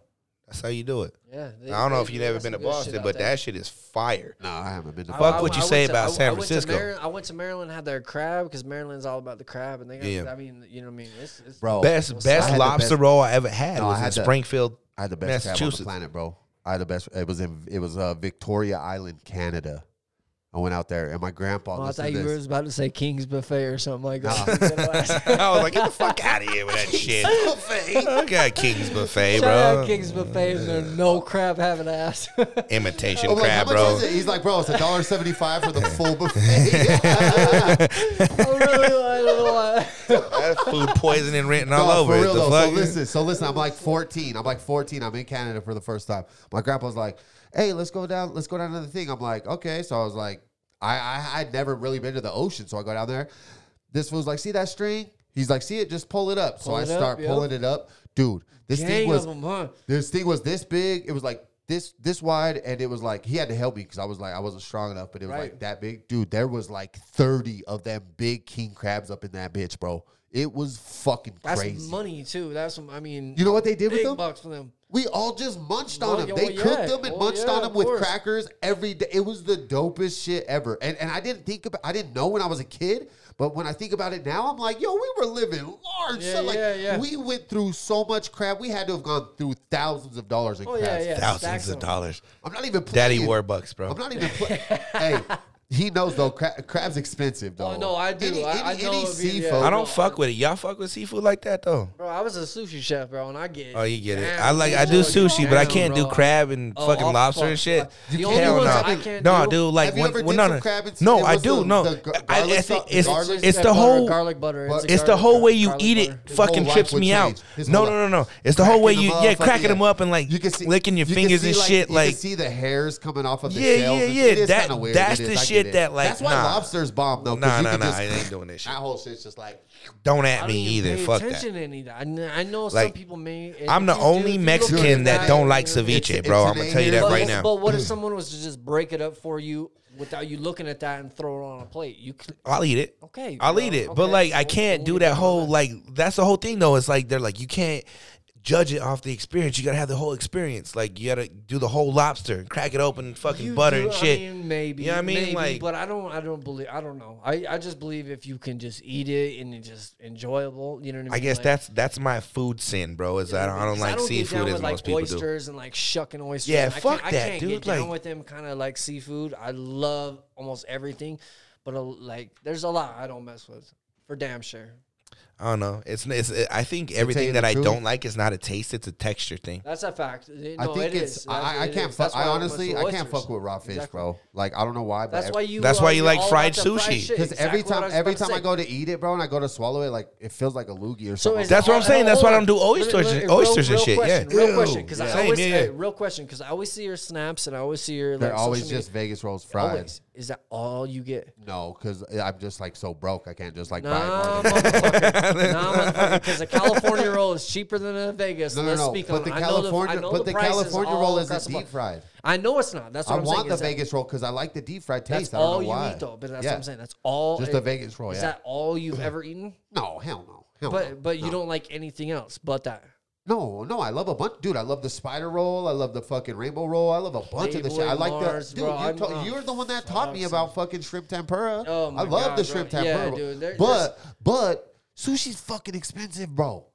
[SPEAKER 7] That's how you do it.
[SPEAKER 1] Yeah. they-
[SPEAKER 7] I don't know
[SPEAKER 1] they
[SPEAKER 7] if you've
[SPEAKER 1] do
[SPEAKER 7] never
[SPEAKER 1] got
[SPEAKER 7] been to
[SPEAKER 1] some good shit
[SPEAKER 7] Boston,
[SPEAKER 1] out
[SPEAKER 7] but
[SPEAKER 1] there.
[SPEAKER 7] that shit is fire.
[SPEAKER 2] No, I haven't been to.
[SPEAKER 1] I-
[SPEAKER 7] fuck
[SPEAKER 1] I-
[SPEAKER 7] what you
[SPEAKER 1] I
[SPEAKER 7] say
[SPEAKER 1] went to-
[SPEAKER 7] about
[SPEAKER 1] I-
[SPEAKER 7] San
[SPEAKER 1] I went to
[SPEAKER 7] Francisco.
[SPEAKER 1] Maryland- I went to Maryland, had their crab because Maryland's all about the crab, and they got.
[SPEAKER 7] Yeah.
[SPEAKER 1] I mean, you know what I mean? It's, it's
[SPEAKER 2] Bro,
[SPEAKER 7] Best
[SPEAKER 1] What's
[SPEAKER 2] Oh, I
[SPEAKER 7] best
[SPEAKER 2] had the
[SPEAKER 7] lobster
[SPEAKER 2] best-
[SPEAKER 7] roll I ever had
[SPEAKER 2] No, I
[SPEAKER 7] was in
[SPEAKER 2] had the-
[SPEAKER 7] Springfield,
[SPEAKER 2] I had the best crab on the
[SPEAKER 7] Massachusetts.
[SPEAKER 2] planet, bro. I had the best. It was in. It was uh, Victoria Island, Canada. I went out there, and my grandpa.
[SPEAKER 1] Oh, I
[SPEAKER 2] listened
[SPEAKER 1] thought
[SPEAKER 2] to
[SPEAKER 1] you
[SPEAKER 2] this.
[SPEAKER 1] were about to say King's Buffet or something like that.
[SPEAKER 7] I was like, get the fuck out of here with that shit. I got King's Buffet,
[SPEAKER 1] Shout out
[SPEAKER 7] bro.
[SPEAKER 1] King's Buffet and their no crab having ass.
[SPEAKER 7] Imitation
[SPEAKER 2] I'm like,
[SPEAKER 7] crab,
[SPEAKER 2] how much
[SPEAKER 7] bro.
[SPEAKER 2] is it? He's like, bro, it's a dollar seventy-five for the full buffet.
[SPEAKER 1] I really, I don't know why.
[SPEAKER 7] That food poisoning written all
[SPEAKER 2] No,
[SPEAKER 7] over
[SPEAKER 2] for
[SPEAKER 7] it.
[SPEAKER 2] real
[SPEAKER 7] The
[SPEAKER 2] though.
[SPEAKER 7] fuck?
[SPEAKER 2] So listen, so listen. I'm like 14. I'm like 14. I'm in Canada for the first time. My grandpa's like, "Hey, let's go down. Let's go down to the thing." I'm like, "Okay." So I was like, I I I'd never really been to the ocean, so I go down there. This fool's like, "See that string?" He's like, "See it? Just pull it up." So
[SPEAKER 1] Pull
[SPEAKER 2] I
[SPEAKER 1] it up,
[SPEAKER 2] start
[SPEAKER 1] yeah.
[SPEAKER 2] pulling it up, dude. This thing
[SPEAKER 1] Gang
[SPEAKER 2] was
[SPEAKER 1] of them, huh?
[SPEAKER 2] this thing was this big. It was like this this wide, and it was like he had to help me because I was like I wasn't strong enough. But it was like
[SPEAKER 1] Right.
[SPEAKER 2] that big, dude. There was like thirty of them big king crabs up in that bitch, bro. It was fucking
[SPEAKER 1] That's
[SPEAKER 2] crazy.
[SPEAKER 1] money too. That's I mean,
[SPEAKER 2] You know what they did with
[SPEAKER 1] big
[SPEAKER 2] them?
[SPEAKER 1] bucks for them.
[SPEAKER 2] We all just munched
[SPEAKER 1] Well,
[SPEAKER 2] on them.
[SPEAKER 1] yeah,
[SPEAKER 2] They
[SPEAKER 1] well, yeah.
[SPEAKER 2] cooked them and
[SPEAKER 1] Well,
[SPEAKER 2] munched
[SPEAKER 1] yeah,
[SPEAKER 2] on them
[SPEAKER 1] of
[SPEAKER 2] with
[SPEAKER 1] course.
[SPEAKER 2] crackers every day. It was the dopest shit ever. And and I didn't think about I didn't know when I was a kid, but when I think about it now, I'm like, yo, we were living large.
[SPEAKER 1] Yeah,
[SPEAKER 2] son. like
[SPEAKER 1] yeah, yeah.
[SPEAKER 2] we went through so much crap. We had to have gone through thousands of dollars in
[SPEAKER 1] Oh
[SPEAKER 2] crabs.
[SPEAKER 1] yeah, yeah.
[SPEAKER 7] Thousands
[SPEAKER 1] stacks
[SPEAKER 7] of dollars.
[SPEAKER 2] I'm not even playing.
[SPEAKER 7] Daddy Warbucks, bro.
[SPEAKER 2] I'm not even playing. hey, he knows though. Cra- crab's expensive though.
[SPEAKER 1] Oh, no, I do.
[SPEAKER 2] Any,
[SPEAKER 1] I- I
[SPEAKER 2] any-
[SPEAKER 1] know
[SPEAKER 2] any
[SPEAKER 1] it'd be-
[SPEAKER 2] seafood.
[SPEAKER 1] yeah.
[SPEAKER 7] I don't fuck with it. Y'all fuck with seafood like that though.
[SPEAKER 1] Bro, I was a sushi chef, bro, and I get.
[SPEAKER 7] Oh, you get it.
[SPEAKER 1] down.
[SPEAKER 7] I like I do sushi, but I
[SPEAKER 1] Down,
[SPEAKER 7] can't do
[SPEAKER 1] bro.
[SPEAKER 7] crab and
[SPEAKER 1] Oh,
[SPEAKER 7] fucking
[SPEAKER 1] I'll
[SPEAKER 7] lobster
[SPEAKER 1] fuck-
[SPEAKER 7] and shit.
[SPEAKER 1] The only
[SPEAKER 7] Hell
[SPEAKER 1] ones
[SPEAKER 7] no,
[SPEAKER 1] I can't
[SPEAKER 7] no,
[SPEAKER 1] do-
[SPEAKER 7] dude. Like
[SPEAKER 2] Have you
[SPEAKER 7] when,
[SPEAKER 2] ever
[SPEAKER 7] when,
[SPEAKER 2] did
[SPEAKER 7] no,
[SPEAKER 2] some
[SPEAKER 7] no,
[SPEAKER 2] crab and-
[SPEAKER 7] no
[SPEAKER 2] it
[SPEAKER 7] I
[SPEAKER 2] was
[SPEAKER 7] do.
[SPEAKER 2] the-
[SPEAKER 7] no,
[SPEAKER 2] the gar-
[SPEAKER 7] I, I
[SPEAKER 2] garlic
[SPEAKER 7] think
[SPEAKER 2] sauce-
[SPEAKER 7] it's
[SPEAKER 2] garlic
[SPEAKER 1] It's
[SPEAKER 7] it's
[SPEAKER 1] that
[SPEAKER 7] the
[SPEAKER 1] butter,
[SPEAKER 7] whole
[SPEAKER 1] garlic butter. It's,
[SPEAKER 2] But-
[SPEAKER 1] a
[SPEAKER 7] It's the
[SPEAKER 1] garlic
[SPEAKER 7] whole
[SPEAKER 1] butter.
[SPEAKER 7] way you
[SPEAKER 1] Garlic
[SPEAKER 7] eat it
[SPEAKER 1] butter.
[SPEAKER 2] His
[SPEAKER 7] fucking
[SPEAKER 2] whole life
[SPEAKER 7] trips
[SPEAKER 2] would
[SPEAKER 7] me
[SPEAKER 2] change.
[SPEAKER 7] out.
[SPEAKER 2] His
[SPEAKER 7] No,
[SPEAKER 2] whole
[SPEAKER 7] no, no,
[SPEAKER 2] life.
[SPEAKER 7] no. It's the whole way
[SPEAKER 2] Cracking them
[SPEAKER 7] you yeah,
[SPEAKER 2] up, fucking,
[SPEAKER 7] cracking
[SPEAKER 2] yeah.
[SPEAKER 7] them up and like
[SPEAKER 2] You can see,
[SPEAKER 7] licking your
[SPEAKER 2] you can
[SPEAKER 7] fingers
[SPEAKER 2] see,
[SPEAKER 7] and
[SPEAKER 2] like,
[SPEAKER 7] shit.
[SPEAKER 2] you
[SPEAKER 7] Like
[SPEAKER 2] can see the hairs coming off of the
[SPEAKER 7] Yeah,
[SPEAKER 2] shells.
[SPEAKER 7] yeah,
[SPEAKER 2] and-
[SPEAKER 7] yeah.
[SPEAKER 2] It is
[SPEAKER 7] That-
[SPEAKER 2] kinda weird.
[SPEAKER 7] that's
[SPEAKER 2] It
[SPEAKER 7] the
[SPEAKER 2] is. I get
[SPEAKER 7] shit
[SPEAKER 2] it.
[SPEAKER 7] that, like,
[SPEAKER 2] That's why
[SPEAKER 7] nah.
[SPEAKER 2] lobsters bomb though. 'cause
[SPEAKER 7] nah,
[SPEAKER 2] you
[SPEAKER 7] nah,
[SPEAKER 2] can
[SPEAKER 7] nah.
[SPEAKER 2] just-
[SPEAKER 7] I ain't doing that shit.
[SPEAKER 2] That whole shit's just like
[SPEAKER 7] Don't
[SPEAKER 1] I
[SPEAKER 7] at
[SPEAKER 1] don't
[SPEAKER 7] me
[SPEAKER 1] even
[SPEAKER 7] either.
[SPEAKER 1] pay
[SPEAKER 7] Fuck that.
[SPEAKER 1] attention to any of that. I kn- I know some
[SPEAKER 7] Like,
[SPEAKER 1] people may. eh, and
[SPEAKER 7] I'm
[SPEAKER 1] if
[SPEAKER 7] the
[SPEAKER 1] you do- if
[SPEAKER 7] only
[SPEAKER 1] you look
[SPEAKER 7] Mexican
[SPEAKER 1] at
[SPEAKER 7] that
[SPEAKER 1] it,
[SPEAKER 7] don't like
[SPEAKER 1] it's-
[SPEAKER 7] ceviche,
[SPEAKER 2] it's
[SPEAKER 7] bro.
[SPEAKER 2] an
[SPEAKER 7] I'm gonna tell you
[SPEAKER 2] alien
[SPEAKER 7] that right
[SPEAKER 1] but-
[SPEAKER 7] now.
[SPEAKER 1] But what if someone was to just break it up for you without you looking at that and throw it on a plate? You could.
[SPEAKER 7] I'll eat it.
[SPEAKER 1] Okay,
[SPEAKER 7] I'll
[SPEAKER 1] well,
[SPEAKER 7] eat it.
[SPEAKER 1] okay,
[SPEAKER 7] But like I
[SPEAKER 1] well,
[SPEAKER 7] can't
[SPEAKER 1] we'll
[SPEAKER 7] do
[SPEAKER 1] leave it
[SPEAKER 7] that
[SPEAKER 1] on
[SPEAKER 7] whole
[SPEAKER 1] that.
[SPEAKER 7] like that's the whole thing though. It's like they're like you can't judge it off the experience. You gotta have the whole experience. Like you gotta do the whole lobster, crack it open, fucking
[SPEAKER 1] You
[SPEAKER 7] butter
[SPEAKER 1] do-
[SPEAKER 7] and shit.
[SPEAKER 1] I mean, maybe.
[SPEAKER 7] You know what I mean?
[SPEAKER 1] maybe,
[SPEAKER 7] like
[SPEAKER 1] but I don't. I don't believe. I don't know. I, I just believe if you can just eat it and it's just enjoyable. You know what I mean?
[SPEAKER 7] I guess
[SPEAKER 1] Like,
[SPEAKER 7] that's that's my food sin, bro. Is I don't I don't
[SPEAKER 1] Because
[SPEAKER 7] like
[SPEAKER 1] get down
[SPEAKER 7] seafood
[SPEAKER 1] with,
[SPEAKER 7] as
[SPEAKER 1] like,
[SPEAKER 7] most people do.
[SPEAKER 1] oysters and like shucking oysters.
[SPEAKER 7] Yeah,
[SPEAKER 1] And I
[SPEAKER 7] fuck
[SPEAKER 1] can't,
[SPEAKER 7] that,
[SPEAKER 1] I can't
[SPEAKER 7] dude,
[SPEAKER 1] Get down
[SPEAKER 7] like-
[SPEAKER 1] with them kind of like seafood. I love almost everything, but uh, like there's a lot I don't mess with for damn sure.
[SPEAKER 7] I don't know. It's, it's I think
[SPEAKER 2] you
[SPEAKER 7] everything
[SPEAKER 2] the
[SPEAKER 7] that I
[SPEAKER 2] truth.
[SPEAKER 7] don't like is not a taste; it's a texture thing.
[SPEAKER 1] That's a fact. No,
[SPEAKER 2] I think
[SPEAKER 1] it
[SPEAKER 2] it's
[SPEAKER 1] is. That's-
[SPEAKER 2] I, I
[SPEAKER 1] it
[SPEAKER 2] can't
[SPEAKER 1] is.
[SPEAKER 2] fuck
[SPEAKER 1] That's
[SPEAKER 2] I
[SPEAKER 1] why don't mess
[SPEAKER 2] honestly
[SPEAKER 1] with
[SPEAKER 2] I can't
[SPEAKER 1] oysters.
[SPEAKER 2] fuck with raw fish,
[SPEAKER 1] Exactly.
[SPEAKER 2] bro. Like I don't know why, but
[SPEAKER 1] That's
[SPEAKER 2] ev-
[SPEAKER 1] why you.
[SPEAKER 7] That's why you
[SPEAKER 1] you're
[SPEAKER 7] like
[SPEAKER 1] all
[SPEAKER 7] fried
[SPEAKER 1] about the
[SPEAKER 7] sushi.
[SPEAKER 1] shit.
[SPEAKER 2] Because
[SPEAKER 1] Exactly
[SPEAKER 2] every time,
[SPEAKER 1] what was
[SPEAKER 2] every
[SPEAKER 1] about
[SPEAKER 2] time
[SPEAKER 1] to
[SPEAKER 2] I
[SPEAKER 1] say.
[SPEAKER 2] go to eat it, bro, and I go to swallow it, like it feels like a loogie or
[SPEAKER 1] So
[SPEAKER 2] something.
[SPEAKER 1] is-
[SPEAKER 7] That's what I'm
[SPEAKER 1] oh,
[SPEAKER 7] saying.
[SPEAKER 1] oh,
[SPEAKER 7] That's why I
[SPEAKER 1] hold
[SPEAKER 7] don't do
[SPEAKER 1] on. Let me-
[SPEAKER 7] oysters
[SPEAKER 1] let
[SPEAKER 7] and-
[SPEAKER 1] me- real-
[SPEAKER 7] oysters and
[SPEAKER 1] real
[SPEAKER 7] shit,
[SPEAKER 1] question,
[SPEAKER 7] yeah.
[SPEAKER 1] real question, because
[SPEAKER 7] Yeah.
[SPEAKER 1] I
[SPEAKER 7] Same,
[SPEAKER 1] always
[SPEAKER 7] yeah,
[SPEAKER 1] hey,
[SPEAKER 7] yeah.
[SPEAKER 1] real question because I always see your snaps and I always see your. Like,
[SPEAKER 2] They're
[SPEAKER 1] social
[SPEAKER 2] always
[SPEAKER 1] media.
[SPEAKER 2] just Vegas rolls
[SPEAKER 1] Always
[SPEAKER 2] fries.
[SPEAKER 1] is that all you get?
[SPEAKER 2] No, because I'm just like so broke, I can't just like buy.
[SPEAKER 1] Nah,
[SPEAKER 2] it.
[SPEAKER 1] motherfucker. nah, motherfucker. Because a California roll is cheaper than a Vegas.
[SPEAKER 2] No, no,
[SPEAKER 1] Let's
[SPEAKER 2] no.
[SPEAKER 1] speak
[SPEAKER 2] But
[SPEAKER 1] on
[SPEAKER 2] the
[SPEAKER 1] it. I know
[SPEAKER 2] California,
[SPEAKER 1] I know
[SPEAKER 2] but the
[SPEAKER 1] prices
[SPEAKER 2] California
[SPEAKER 1] all
[SPEAKER 2] roll isn't
[SPEAKER 1] across the
[SPEAKER 2] deep
[SPEAKER 1] board.
[SPEAKER 2] fried.
[SPEAKER 1] I know it's not. That's
[SPEAKER 2] I
[SPEAKER 1] what am saying.
[SPEAKER 2] want the
[SPEAKER 1] is that-
[SPEAKER 2] Vegas roll because I like the deep fried taste.
[SPEAKER 1] That's
[SPEAKER 2] I don't
[SPEAKER 1] all
[SPEAKER 2] know
[SPEAKER 1] you
[SPEAKER 2] why.
[SPEAKER 1] eat though. But that's
[SPEAKER 2] Yeah.
[SPEAKER 1] what I'm saying. That's all.
[SPEAKER 2] Just
[SPEAKER 1] it-
[SPEAKER 2] a Vegas roll.
[SPEAKER 1] Is
[SPEAKER 2] yeah.
[SPEAKER 1] that all you've ever eaten?
[SPEAKER 2] no, hell no, hell no.
[SPEAKER 1] But but you
[SPEAKER 2] no.
[SPEAKER 1] don't like anything else but that.
[SPEAKER 2] No, no, I love a bunch, dude. I love the spider roll. I love the fucking rainbow roll. I love a bunch of the shit.
[SPEAKER 1] Playboy
[SPEAKER 2] I like
[SPEAKER 1] Mars,
[SPEAKER 2] the dude.
[SPEAKER 1] bro,
[SPEAKER 2] you
[SPEAKER 1] I'm
[SPEAKER 2] to-
[SPEAKER 1] not-
[SPEAKER 2] you're the one that taught me
[SPEAKER 1] Fuck.
[SPEAKER 2] about fucking shrimp tempura.
[SPEAKER 1] Oh my
[SPEAKER 2] I love
[SPEAKER 1] God,
[SPEAKER 2] the
[SPEAKER 1] bro.
[SPEAKER 2] shrimp
[SPEAKER 1] Yeah,
[SPEAKER 2] tempura.
[SPEAKER 1] dude, there-
[SPEAKER 2] but but sushi's fucking expensive, bro.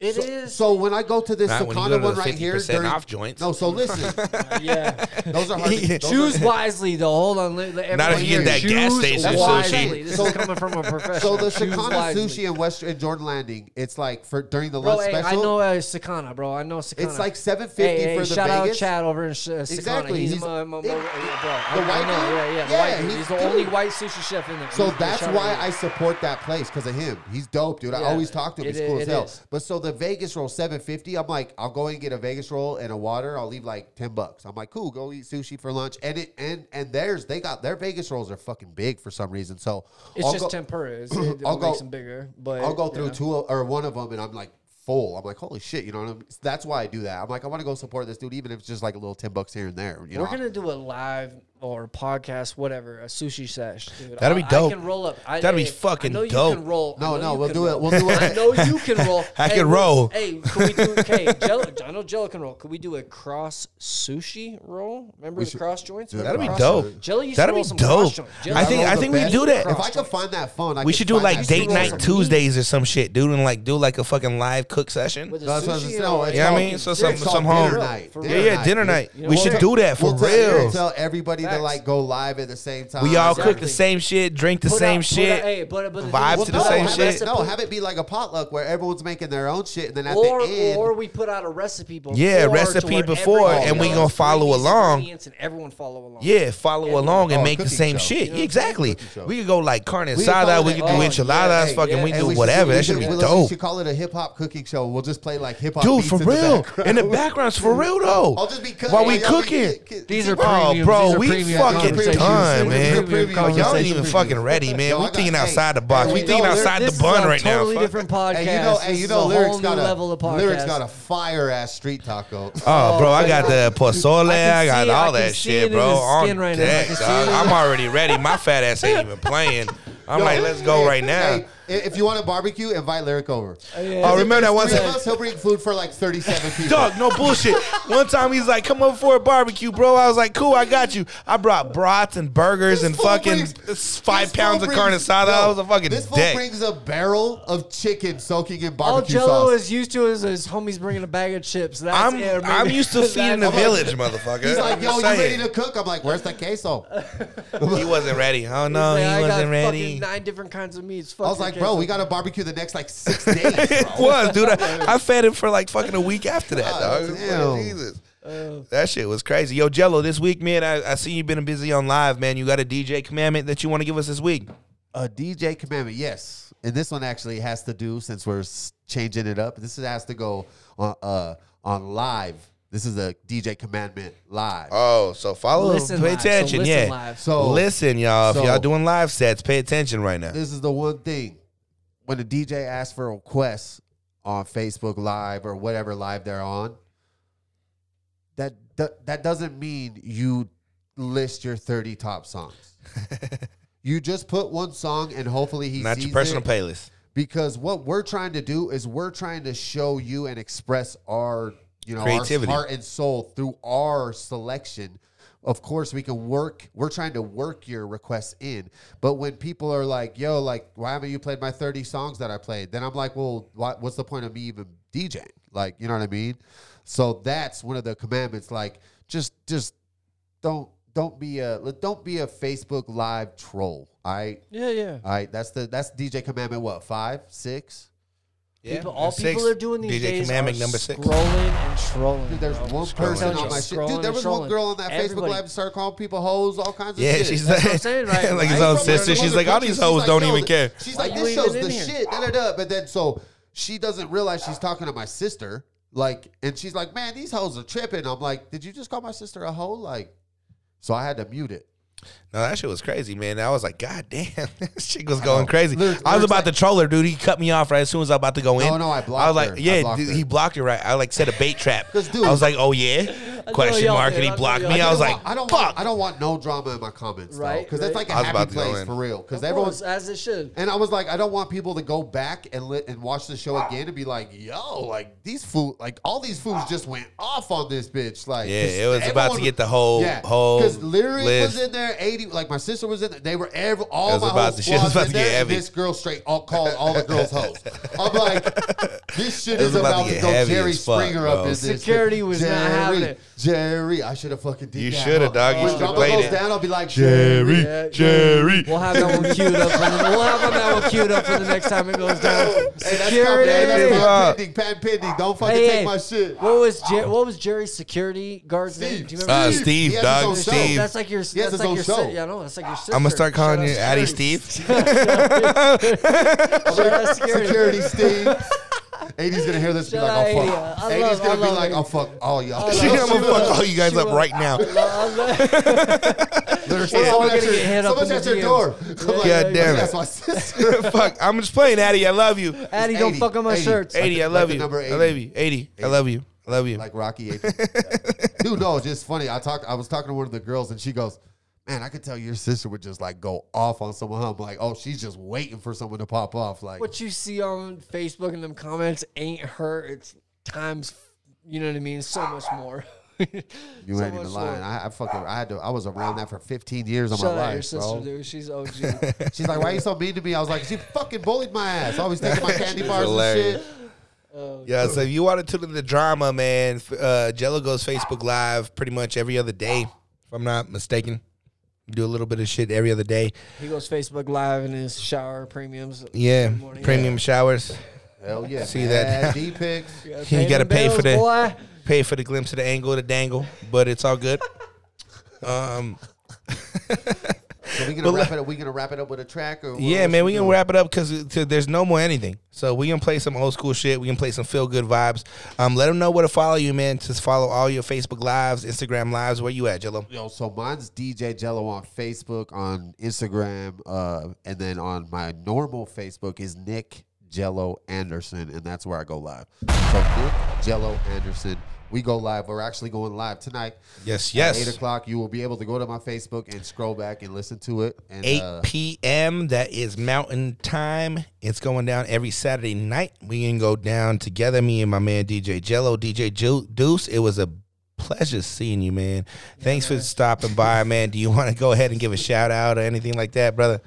[SPEAKER 1] It is.
[SPEAKER 2] So, so when I go to this
[SPEAKER 7] Not when you go
[SPEAKER 2] Sakana
[SPEAKER 7] to
[SPEAKER 2] one
[SPEAKER 7] the
[SPEAKER 2] right here,
[SPEAKER 7] 50%
[SPEAKER 2] during,
[SPEAKER 7] off joints.
[SPEAKER 2] No, so listen,
[SPEAKER 1] yeah.
[SPEAKER 2] those are hard. To, those
[SPEAKER 1] Choose
[SPEAKER 2] are-
[SPEAKER 1] wisely though. Hold on. Let, let
[SPEAKER 7] Not if
[SPEAKER 1] everyone
[SPEAKER 7] you get
[SPEAKER 1] hear
[SPEAKER 7] that gas
[SPEAKER 1] Choose
[SPEAKER 7] station
[SPEAKER 2] That's what I'm
[SPEAKER 1] wisely.
[SPEAKER 7] sushi.
[SPEAKER 2] saying.
[SPEAKER 1] This
[SPEAKER 2] So-
[SPEAKER 1] is coming from a
[SPEAKER 2] So
[SPEAKER 1] professional.
[SPEAKER 2] the
[SPEAKER 1] Choose
[SPEAKER 2] Sakana
[SPEAKER 1] wisely.
[SPEAKER 2] sushi in West in Jordan Landing, it's like for during the
[SPEAKER 1] Bro,
[SPEAKER 2] lunch
[SPEAKER 1] hey,
[SPEAKER 2] special.
[SPEAKER 1] I know uh, Sakana, bro. I know Sakana.
[SPEAKER 2] It's like seven
[SPEAKER 1] Hey,
[SPEAKER 2] fifty
[SPEAKER 1] hey,
[SPEAKER 2] for the
[SPEAKER 1] shout
[SPEAKER 2] Vegas.
[SPEAKER 1] out Chad over in uh, Sakana.
[SPEAKER 2] Exactly,
[SPEAKER 1] He's,
[SPEAKER 2] he's-
[SPEAKER 1] my, my, my,
[SPEAKER 2] it-
[SPEAKER 1] yeah, bro. I-
[SPEAKER 2] the
[SPEAKER 1] I
[SPEAKER 2] white
[SPEAKER 1] know,
[SPEAKER 2] dude?
[SPEAKER 1] Yeah, yeah, the
[SPEAKER 2] Yeah,
[SPEAKER 1] white dude.
[SPEAKER 2] he's-
[SPEAKER 1] He's, the only
[SPEAKER 2] dude.
[SPEAKER 1] white sushi chef in there.
[SPEAKER 2] So
[SPEAKER 1] He's-
[SPEAKER 2] that's
[SPEAKER 1] shout out
[SPEAKER 2] why
[SPEAKER 1] to him.
[SPEAKER 2] I support that place because of him. He's dope, dude. I
[SPEAKER 1] Yeah,
[SPEAKER 2] always talk to him.
[SPEAKER 1] it
[SPEAKER 2] He's
[SPEAKER 1] i-
[SPEAKER 2] cool as
[SPEAKER 1] it
[SPEAKER 2] hell.
[SPEAKER 1] is.
[SPEAKER 2] But so the Vegas roll seven fifty. I'm like, I'll go and get a Vegas roll and a water. I'll leave like ten bucks. I'm like, cool. Go eat sushi for lunch. And it and and theirs, they got their Vegas rolls are fucking big for some reason. So
[SPEAKER 1] It's
[SPEAKER 2] I'll
[SPEAKER 1] just
[SPEAKER 2] go,
[SPEAKER 1] tempura. It's- It,
[SPEAKER 2] I'll
[SPEAKER 1] it
[SPEAKER 2] go-
[SPEAKER 1] makes them bigger. But
[SPEAKER 2] I'll go through
[SPEAKER 1] yeah.
[SPEAKER 2] two o- or one of them, and I'm like, full. I'm like, holy shit, you know what I mean? That's why I do that. I'm like, I want to go support this dude, even if it's just like a little ten bucks here and there. You
[SPEAKER 1] We're
[SPEAKER 2] know,
[SPEAKER 1] gonna do a live or podcast, whatever, a sushi sesh. Dude.
[SPEAKER 7] That'll be
[SPEAKER 1] I-
[SPEAKER 7] dope.
[SPEAKER 1] I can roll up. I,
[SPEAKER 7] That'll be
[SPEAKER 1] hey, I
[SPEAKER 7] fucking
[SPEAKER 1] know You
[SPEAKER 7] dope.
[SPEAKER 1] can roll. I
[SPEAKER 2] No,
[SPEAKER 1] know
[SPEAKER 2] no,
[SPEAKER 1] you
[SPEAKER 2] we'll
[SPEAKER 1] can
[SPEAKER 2] do it.
[SPEAKER 1] roll.
[SPEAKER 2] We'll do it.
[SPEAKER 1] I know you can roll.
[SPEAKER 7] I
[SPEAKER 1] Hey,
[SPEAKER 7] can
[SPEAKER 1] we-
[SPEAKER 7] roll.
[SPEAKER 1] Hey, can we do? Hey, Jello, I know Jello can roll. Could we do a cross sushi roll? Remember the
[SPEAKER 2] should-
[SPEAKER 1] cross joints?
[SPEAKER 2] Dude,
[SPEAKER 7] That'd be
[SPEAKER 2] Cross
[SPEAKER 7] dope.
[SPEAKER 1] Jello used to
[SPEAKER 7] That'd
[SPEAKER 1] roll
[SPEAKER 7] be
[SPEAKER 1] some
[SPEAKER 7] dope.
[SPEAKER 1] cross joints. Jello
[SPEAKER 7] I
[SPEAKER 1] used to
[SPEAKER 7] think
[SPEAKER 1] roll
[SPEAKER 7] I
[SPEAKER 1] some
[SPEAKER 7] think we
[SPEAKER 1] cross
[SPEAKER 7] can do that.
[SPEAKER 2] if I could find that phone, I
[SPEAKER 7] we
[SPEAKER 2] could
[SPEAKER 7] should do
[SPEAKER 2] find
[SPEAKER 7] like
[SPEAKER 2] that
[SPEAKER 7] date
[SPEAKER 2] shit.
[SPEAKER 7] night Tuesdays or some shit, dude, and like do like a fucking live cook session.
[SPEAKER 1] With a
[SPEAKER 2] That's what I'm
[SPEAKER 1] sushi
[SPEAKER 2] saying.
[SPEAKER 1] and
[SPEAKER 2] No,
[SPEAKER 1] a-
[SPEAKER 2] it's
[SPEAKER 7] You know what I
[SPEAKER 2] all-
[SPEAKER 7] mean? So
[SPEAKER 2] it's
[SPEAKER 7] some-
[SPEAKER 2] all
[SPEAKER 7] some home.
[SPEAKER 2] dinner night.
[SPEAKER 1] For
[SPEAKER 7] yeah, yeah, dinner
[SPEAKER 2] dude.
[SPEAKER 7] night.
[SPEAKER 1] You know
[SPEAKER 7] we
[SPEAKER 1] what?
[SPEAKER 7] should do that for
[SPEAKER 2] We'll tell-
[SPEAKER 7] real.
[SPEAKER 2] we'll Tell everybody to
[SPEAKER 1] Facts.
[SPEAKER 2] like go live at the same time.
[SPEAKER 7] we all cook
[SPEAKER 1] Exactly.
[SPEAKER 7] the same shit, drink the
[SPEAKER 1] Put
[SPEAKER 7] same
[SPEAKER 1] out- put
[SPEAKER 7] shit.
[SPEAKER 1] out- hey, but- but the thing
[SPEAKER 7] vibe
[SPEAKER 1] is-
[SPEAKER 7] to
[SPEAKER 1] no,
[SPEAKER 7] the same
[SPEAKER 1] have
[SPEAKER 7] shit.
[SPEAKER 1] us-
[SPEAKER 2] No, have it be like a potluck where everyone's making their own shit, and then at
[SPEAKER 1] or,
[SPEAKER 2] the end,
[SPEAKER 1] or we put out a recipe before.
[SPEAKER 7] Yeah,
[SPEAKER 1] to where
[SPEAKER 7] recipe
[SPEAKER 1] everyone
[SPEAKER 7] before,
[SPEAKER 2] and we
[SPEAKER 1] knows
[SPEAKER 7] gonna follow
[SPEAKER 1] ingredients,
[SPEAKER 7] along.
[SPEAKER 1] ingredients, And everyone follow along.
[SPEAKER 7] Yeah, follow along and
[SPEAKER 2] Oh,
[SPEAKER 7] make the
[SPEAKER 2] cooking
[SPEAKER 7] same
[SPEAKER 2] show.
[SPEAKER 7] shit.
[SPEAKER 2] You know what I'm
[SPEAKER 7] exactly.
[SPEAKER 2] saying? Cooking show.
[SPEAKER 7] We could go like carne
[SPEAKER 2] We could
[SPEAKER 7] asada.
[SPEAKER 2] call
[SPEAKER 7] We
[SPEAKER 2] it-
[SPEAKER 7] could
[SPEAKER 2] oh,
[SPEAKER 7] do
[SPEAKER 2] yeah,
[SPEAKER 7] enchiladas.
[SPEAKER 1] hey,
[SPEAKER 7] fucking,
[SPEAKER 1] yeah.
[SPEAKER 7] we
[SPEAKER 1] And
[SPEAKER 7] do
[SPEAKER 2] we should-
[SPEAKER 7] whatever.
[SPEAKER 2] we
[SPEAKER 7] that should be
[SPEAKER 2] we
[SPEAKER 7] dope,
[SPEAKER 2] should call it a hip hop cooking show. We'll just play like hip hop.
[SPEAKER 7] dude. For real, in the backgrounds, for real though.
[SPEAKER 2] I'll Oh, just be cooking
[SPEAKER 7] while we
[SPEAKER 2] y'all be
[SPEAKER 7] cooking.
[SPEAKER 2] ki- ki-
[SPEAKER 1] These are
[SPEAKER 7] Oh,
[SPEAKER 1] premiums.
[SPEAKER 7] bro,
[SPEAKER 1] These are
[SPEAKER 7] we
[SPEAKER 1] premium
[SPEAKER 7] fucking
[SPEAKER 1] conversations.
[SPEAKER 7] done,
[SPEAKER 1] These are
[SPEAKER 7] man.
[SPEAKER 1] premium
[SPEAKER 7] Y'all ain't
[SPEAKER 1] conversations.
[SPEAKER 7] even fucking ready, man.
[SPEAKER 2] Yo, I
[SPEAKER 7] We
[SPEAKER 2] got-
[SPEAKER 7] thinking
[SPEAKER 2] hey,
[SPEAKER 7] outside the box.
[SPEAKER 2] hey,
[SPEAKER 7] We
[SPEAKER 2] you
[SPEAKER 7] thinking
[SPEAKER 2] know,
[SPEAKER 7] outside
[SPEAKER 1] This
[SPEAKER 7] the
[SPEAKER 1] is
[SPEAKER 7] bun
[SPEAKER 1] a
[SPEAKER 7] right now.
[SPEAKER 1] Totally
[SPEAKER 7] Fuck.
[SPEAKER 1] different podcast.
[SPEAKER 2] Hey, you know, hey,
[SPEAKER 1] This
[SPEAKER 2] you
[SPEAKER 1] is a
[SPEAKER 2] know, lyrics
[SPEAKER 1] whole
[SPEAKER 2] got
[SPEAKER 1] new
[SPEAKER 2] a
[SPEAKER 1] level of podcast.
[SPEAKER 2] lyrics got a fire ass street taco.
[SPEAKER 7] Oh, bro, I got the pozole.
[SPEAKER 1] I can
[SPEAKER 7] I, got
[SPEAKER 1] see it. I
[SPEAKER 7] all
[SPEAKER 1] can see
[SPEAKER 7] that
[SPEAKER 1] it
[SPEAKER 7] shit,
[SPEAKER 1] in
[SPEAKER 7] bro.
[SPEAKER 1] his skin
[SPEAKER 7] On
[SPEAKER 1] right now. I
[SPEAKER 7] deck,
[SPEAKER 1] can see
[SPEAKER 7] dog.
[SPEAKER 1] it.
[SPEAKER 7] I'm already ready. My fat ass ain't even playing. I'm
[SPEAKER 2] Yo,
[SPEAKER 7] like, let's go
[SPEAKER 2] hey,
[SPEAKER 7] right now.
[SPEAKER 2] hey, i- if you want a barbecue, invite Lyric over.
[SPEAKER 7] Oh, remember that one
[SPEAKER 2] Three
[SPEAKER 7] time?
[SPEAKER 2] of us, he'll bring food for like thirty-seven people.
[SPEAKER 7] Dog, no bullshit. One time he's like, "Come over for a barbecue, bro." I was like, "Cool, I got you." I brought brats and burgers
[SPEAKER 2] This
[SPEAKER 7] and
[SPEAKER 2] fool
[SPEAKER 7] fucking
[SPEAKER 2] brings-
[SPEAKER 7] s- five
[SPEAKER 2] This fool
[SPEAKER 7] pounds of
[SPEAKER 2] brings-
[SPEAKER 7] carne asada.
[SPEAKER 2] Yo,
[SPEAKER 7] I was a fucking
[SPEAKER 2] This fool
[SPEAKER 7] dick.
[SPEAKER 2] brings a barrel of chicken soaking in
[SPEAKER 1] All
[SPEAKER 2] barbecue
[SPEAKER 1] Jello
[SPEAKER 2] sauce.
[SPEAKER 1] is used to is his homies bringing a bag of chips. That's
[SPEAKER 7] I'm
[SPEAKER 1] it, maybe.
[SPEAKER 7] I'm used to feeding the
[SPEAKER 1] That's-
[SPEAKER 7] village, motherfucker.
[SPEAKER 2] He's like,
[SPEAKER 7] I'm
[SPEAKER 2] yo,
[SPEAKER 7] just
[SPEAKER 2] you
[SPEAKER 7] saying.
[SPEAKER 2] ready to cook? I'm like, where's the queso? I
[SPEAKER 7] He wasn't ready. Oh
[SPEAKER 1] He's
[SPEAKER 7] no,
[SPEAKER 1] like, I got
[SPEAKER 7] he wasn't
[SPEAKER 1] fucking
[SPEAKER 7] ready.
[SPEAKER 1] nine different kinds of meats. Fuck
[SPEAKER 2] was
[SPEAKER 1] your
[SPEAKER 2] like, bro,
[SPEAKER 1] kids.
[SPEAKER 2] we got to barbecue the next like six days.
[SPEAKER 7] It
[SPEAKER 2] Bro.
[SPEAKER 7] was, dude. I, I fed him for like fucking a week after
[SPEAKER 1] Ah,
[SPEAKER 7] that, dog. It's
[SPEAKER 2] damn.
[SPEAKER 7] Like, Jesus.
[SPEAKER 1] Uh,
[SPEAKER 7] That shit was crazy. Yo, Jello, this week, man, I, I see you been busy on live, man. You got a DJ commandment that you want to give us this week.
[SPEAKER 2] a DJ commandment, yes. And this one actually has to do since we're s- changing it up. This has to go on uh, on live. This is a DJ commandment live.
[SPEAKER 7] Oh, so follow,
[SPEAKER 1] Listen
[SPEAKER 7] pay
[SPEAKER 1] live. So
[SPEAKER 7] attention,
[SPEAKER 1] listen
[SPEAKER 7] yeah. Oh.
[SPEAKER 1] live.
[SPEAKER 2] So-
[SPEAKER 7] listen, y'all.
[SPEAKER 2] so-
[SPEAKER 7] if y'all doing live sets, pay attention right now.
[SPEAKER 2] this is the one thing when a DJ asks for a request on Facebook Live or whatever live they're on, that that, that doesn't mean you list your 30 top songs. you just put one song and hopefully he
[SPEAKER 7] Not
[SPEAKER 2] sees
[SPEAKER 7] your personal
[SPEAKER 2] it.
[SPEAKER 7] playlist.
[SPEAKER 2] because what we're trying to do is we're trying to show you and express our you know
[SPEAKER 7] Creativity.
[SPEAKER 2] our heart and soul through our selection of course we can work we're trying to work your requests in but when people are like yo like why haven't you played my 30 songs that i played then i'm like well why, what's the point of me even djing like you know what i mean so that's one of the commandments like just just don't don't be a don't be a facebook live troll all right
[SPEAKER 1] Yeah, yeah.
[SPEAKER 2] all right, that's the that's DJ commandment. What five, six?
[SPEAKER 1] People, all people are doing these
[SPEAKER 7] DJ
[SPEAKER 1] days
[SPEAKER 7] commandment
[SPEAKER 1] are
[SPEAKER 7] number six.
[SPEAKER 1] scrolling and trolling.
[SPEAKER 2] Dude, there's
[SPEAKER 1] bro.
[SPEAKER 2] one
[SPEAKER 1] Oh, Scrolling
[SPEAKER 2] person
[SPEAKER 1] and
[SPEAKER 2] on my shit.
[SPEAKER 1] scrolling
[SPEAKER 2] Dude, there
[SPEAKER 1] and
[SPEAKER 2] was one
[SPEAKER 1] scrolling.
[SPEAKER 2] girl on that
[SPEAKER 1] Everybody-
[SPEAKER 2] Facebook Live started calling people hoes, all kinds of
[SPEAKER 7] Yeah,
[SPEAKER 2] shit.
[SPEAKER 7] she's
[SPEAKER 2] From
[SPEAKER 7] like,
[SPEAKER 1] That's what I'm saying, right?
[SPEAKER 7] like his
[SPEAKER 1] Right?
[SPEAKER 7] own
[SPEAKER 1] From their
[SPEAKER 7] sister. She's
[SPEAKER 2] another
[SPEAKER 7] like, all
[SPEAKER 2] country.
[SPEAKER 7] these
[SPEAKER 2] She's
[SPEAKER 7] hoes
[SPEAKER 2] like,
[SPEAKER 7] don't
[SPEAKER 2] yo,
[SPEAKER 7] even
[SPEAKER 2] th-
[SPEAKER 7] care.
[SPEAKER 2] She's
[SPEAKER 1] Why
[SPEAKER 2] like,
[SPEAKER 1] you
[SPEAKER 2] this
[SPEAKER 1] even
[SPEAKER 2] show's
[SPEAKER 1] in
[SPEAKER 2] the
[SPEAKER 1] here?
[SPEAKER 2] shit. Da, da, da. But then so she doesn't realize she's talking to my sister. Like, and she's like, man, these hoes are tripping. I'm like, did you just call my sister a hoe? Like, so I had to mute it.
[SPEAKER 7] No, that shit was crazy, man. I was like, God damn, this chick was going crazy.
[SPEAKER 2] Lyrics-
[SPEAKER 7] I was
[SPEAKER 2] lyrics
[SPEAKER 7] about
[SPEAKER 2] like-
[SPEAKER 7] to troll her, dude. He cut me off right as soon as I was about to go in.
[SPEAKER 2] No, no, I blocked
[SPEAKER 7] I was like,
[SPEAKER 2] her. I
[SPEAKER 7] yeah,
[SPEAKER 2] blocked
[SPEAKER 7] dude,
[SPEAKER 2] her.
[SPEAKER 7] he blocked her right. I like set a bait trap.
[SPEAKER 2] 'Cause, dude-
[SPEAKER 7] I was like, oh yeah, question
[SPEAKER 1] y'all
[SPEAKER 7] mark,
[SPEAKER 1] did.
[SPEAKER 7] and he
[SPEAKER 1] I know
[SPEAKER 7] blocked
[SPEAKER 1] y'all
[SPEAKER 7] me.
[SPEAKER 1] did.
[SPEAKER 7] I was
[SPEAKER 2] I
[SPEAKER 7] like,
[SPEAKER 2] don't want- I don't
[SPEAKER 7] fuck.
[SPEAKER 2] want, I don't want no drama in my comments,
[SPEAKER 1] Right,
[SPEAKER 2] Because that's
[SPEAKER 1] right.
[SPEAKER 2] like a
[SPEAKER 7] I was
[SPEAKER 2] happy
[SPEAKER 7] about to go
[SPEAKER 2] place
[SPEAKER 7] in.
[SPEAKER 2] for real. Because
[SPEAKER 1] Of
[SPEAKER 2] everyone's
[SPEAKER 1] course, as it should.
[SPEAKER 2] And I was like, I don't want people to go back and li- and watch the show again and be like, yo, like these food, like all these foods just went off on this bitch. Like,
[SPEAKER 7] Yeah,
[SPEAKER 2] 'cause
[SPEAKER 7] it was about to get the whole- whole
[SPEAKER 2] lyric was
[SPEAKER 7] list.
[SPEAKER 2] in there, eighty. Like my sister was in there. They were every all
[SPEAKER 7] It was
[SPEAKER 2] my
[SPEAKER 7] about
[SPEAKER 2] whole
[SPEAKER 7] to- shit
[SPEAKER 2] squad
[SPEAKER 7] was about
[SPEAKER 2] in
[SPEAKER 7] to
[SPEAKER 2] there,
[SPEAKER 7] get
[SPEAKER 2] and
[SPEAKER 7] heavy.
[SPEAKER 2] This girl straight all called all the girls hoes. I'm like, this shit
[SPEAKER 7] It was
[SPEAKER 2] is
[SPEAKER 7] about to
[SPEAKER 2] about to,
[SPEAKER 7] get
[SPEAKER 2] go
[SPEAKER 7] heavy
[SPEAKER 2] Jerry
[SPEAKER 7] as fuck,
[SPEAKER 2] Springer
[SPEAKER 7] bro.
[SPEAKER 2] up in this. bitch.
[SPEAKER 1] Security was not having it.
[SPEAKER 2] Jerry, I should have fucking did
[SPEAKER 7] You
[SPEAKER 2] that,
[SPEAKER 7] shoulda,
[SPEAKER 2] huh?
[SPEAKER 7] dog. You
[SPEAKER 2] When
[SPEAKER 7] shoulda
[SPEAKER 2] drama
[SPEAKER 7] played
[SPEAKER 2] goes
[SPEAKER 7] it.
[SPEAKER 2] down, I'll be like,
[SPEAKER 1] Yeah,
[SPEAKER 7] Jerry, Jerry.
[SPEAKER 1] We'll have that one queued up. For the, we'll have that one queued up for the next time it goes down.
[SPEAKER 2] Hey, that's Security. Patent
[SPEAKER 1] Security.
[SPEAKER 7] Bro.
[SPEAKER 2] pending. Patent pending. Don't fucking
[SPEAKER 1] Hey,
[SPEAKER 2] take
[SPEAKER 1] hey,
[SPEAKER 2] my shit.
[SPEAKER 1] What was Jer- what was Jerry's security guard's name?
[SPEAKER 2] Steve.
[SPEAKER 1] Do you remember?
[SPEAKER 7] Uh,
[SPEAKER 1] his-
[SPEAKER 7] Steve,
[SPEAKER 2] He has his
[SPEAKER 7] dog,
[SPEAKER 2] own show.
[SPEAKER 7] Steve.
[SPEAKER 1] That's like your.
[SPEAKER 2] He
[SPEAKER 1] That's
[SPEAKER 2] has his
[SPEAKER 1] like
[SPEAKER 2] own
[SPEAKER 1] your.
[SPEAKER 2] show.
[SPEAKER 1] Si- yeah, no, that's like your sister.
[SPEAKER 7] I'm gonna start calling
[SPEAKER 1] Shout
[SPEAKER 7] you
[SPEAKER 1] out
[SPEAKER 7] Addy
[SPEAKER 1] security.
[SPEAKER 7] Steve.
[SPEAKER 1] Shout out security.
[SPEAKER 2] Security, Steve. 80's gonna hear this and be
[SPEAKER 1] Shout out
[SPEAKER 2] like, oh
[SPEAKER 1] 80.
[SPEAKER 2] fuck.
[SPEAKER 1] I
[SPEAKER 2] 80's
[SPEAKER 1] love- I
[SPEAKER 2] gonna be
[SPEAKER 1] love
[SPEAKER 2] like,
[SPEAKER 1] it.
[SPEAKER 2] oh fuck all y'all.
[SPEAKER 1] I
[SPEAKER 7] I'm gonna fuck all you guys
[SPEAKER 1] She
[SPEAKER 7] up
[SPEAKER 1] was-
[SPEAKER 7] right now.
[SPEAKER 1] I love-
[SPEAKER 2] There's
[SPEAKER 1] all gonna get hit up
[SPEAKER 2] someone's
[SPEAKER 1] in
[SPEAKER 2] at
[SPEAKER 1] the
[SPEAKER 2] your
[SPEAKER 1] DMs.
[SPEAKER 2] door. I'm like,
[SPEAKER 7] yeah,
[SPEAKER 2] "Fuck,
[SPEAKER 7] damn
[SPEAKER 2] That's
[SPEAKER 7] it."
[SPEAKER 2] my sister.
[SPEAKER 7] Fuck, I'm just playing, Addy. I love you.
[SPEAKER 1] Addy, don't
[SPEAKER 2] 80,
[SPEAKER 1] fuck on my
[SPEAKER 2] 80.
[SPEAKER 1] shirts.
[SPEAKER 7] 80, I
[SPEAKER 2] like
[SPEAKER 7] love
[SPEAKER 2] the
[SPEAKER 7] you.
[SPEAKER 2] number
[SPEAKER 7] I love you. 80, I love you. I love you.
[SPEAKER 2] like Rocky. Eight. Dude, no, it's just funny. I talked. I was talking to one of the girls, and she goes, "Man, I could tell your sister would just like go off on someone." I'm like, "Oh, she's just waiting for someone to pop off." Like,
[SPEAKER 1] What you see on Facebook in them comments ain't her. It's times, you know what I mean? So much more. you
[SPEAKER 2] you ain't even lying. I, I fucking. I had to. I was around that for 15 years of
[SPEAKER 1] Shout
[SPEAKER 2] my
[SPEAKER 1] out
[SPEAKER 2] life,
[SPEAKER 1] your sister,
[SPEAKER 2] bro.
[SPEAKER 1] dude. She's OG.
[SPEAKER 2] She's like, "Why you so mean to me?" I was like, "She fucking bullied my ass. Always taking my candy bars
[SPEAKER 7] hilarious.
[SPEAKER 2] and shit."
[SPEAKER 7] Yeah, so if you want to tune into the drama, man, f- uh, Jello goes Facebook Live pretty much every other day, if I'm not mistaken. Do a little bit of shit every other day.
[SPEAKER 1] he goes Facebook Live in his shower premiums.
[SPEAKER 7] Yeah,
[SPEAKER 1] Good morning.
[SPEAKER 7] premium showers.
[SPEAKER 2] Hell yeah.
[SPEAKER 7] See that.
[SPEAKER 2] D pics.
[SPEAKER 1] Yeah.
[SPEAKER 7] You gotta
[SPEAKER 1] them
[SPEAKER 7] pay for
[SPEAKER 1] bills,
[SPEAKER 7] the-
[SPEAKER 1] boy.
[SPEAKER 7] Pay for the glimpse of the angle, the dangle, but it's all good. Um,
[SPEAKER 2] So we gonna
[SPEAKER 7] But
[SPEAKER 2] wrap it up. We gonna wrap it up with a track or
[SPEAKER 7] yeah, man, we gonna wrap it up because there's no more anything. So we gonna play some old school shit. We can play some feel good vibes. Um, let them know where to follow you, man. Just follow all your Facebook lives, Instagram lives. Where you at, Jello?
[SPEAKER 2] Yo, so mine's DJ Jello on Facebook, on Instagram, uh, and then on my normal Facebook is Nick Jello Anderson, and that's where I go live. So Nick Jello Anderson, we go live. We're actually going live tonight.
[SPEAKER 7] Yes,
[SPEAKER 2] At Eight
[SPEAKER 7] yes.
[SPEAKER 2] o'clock. You will be able to go to my Facebook and scroll back and listen to it. And
[SPEAKER 7] 8
[SPEAKER 2] uh,
[SPEAKER 7] p.m. That is Mountain Time. It's going down every Saturday night. We can go down together. Me and my man DJ Jello, DJ Ju- Deuce. It was a pleasure seeing you, man. Thanks for stopping by, man. Do you want to go ahead and give a shout out or anything like that, brother?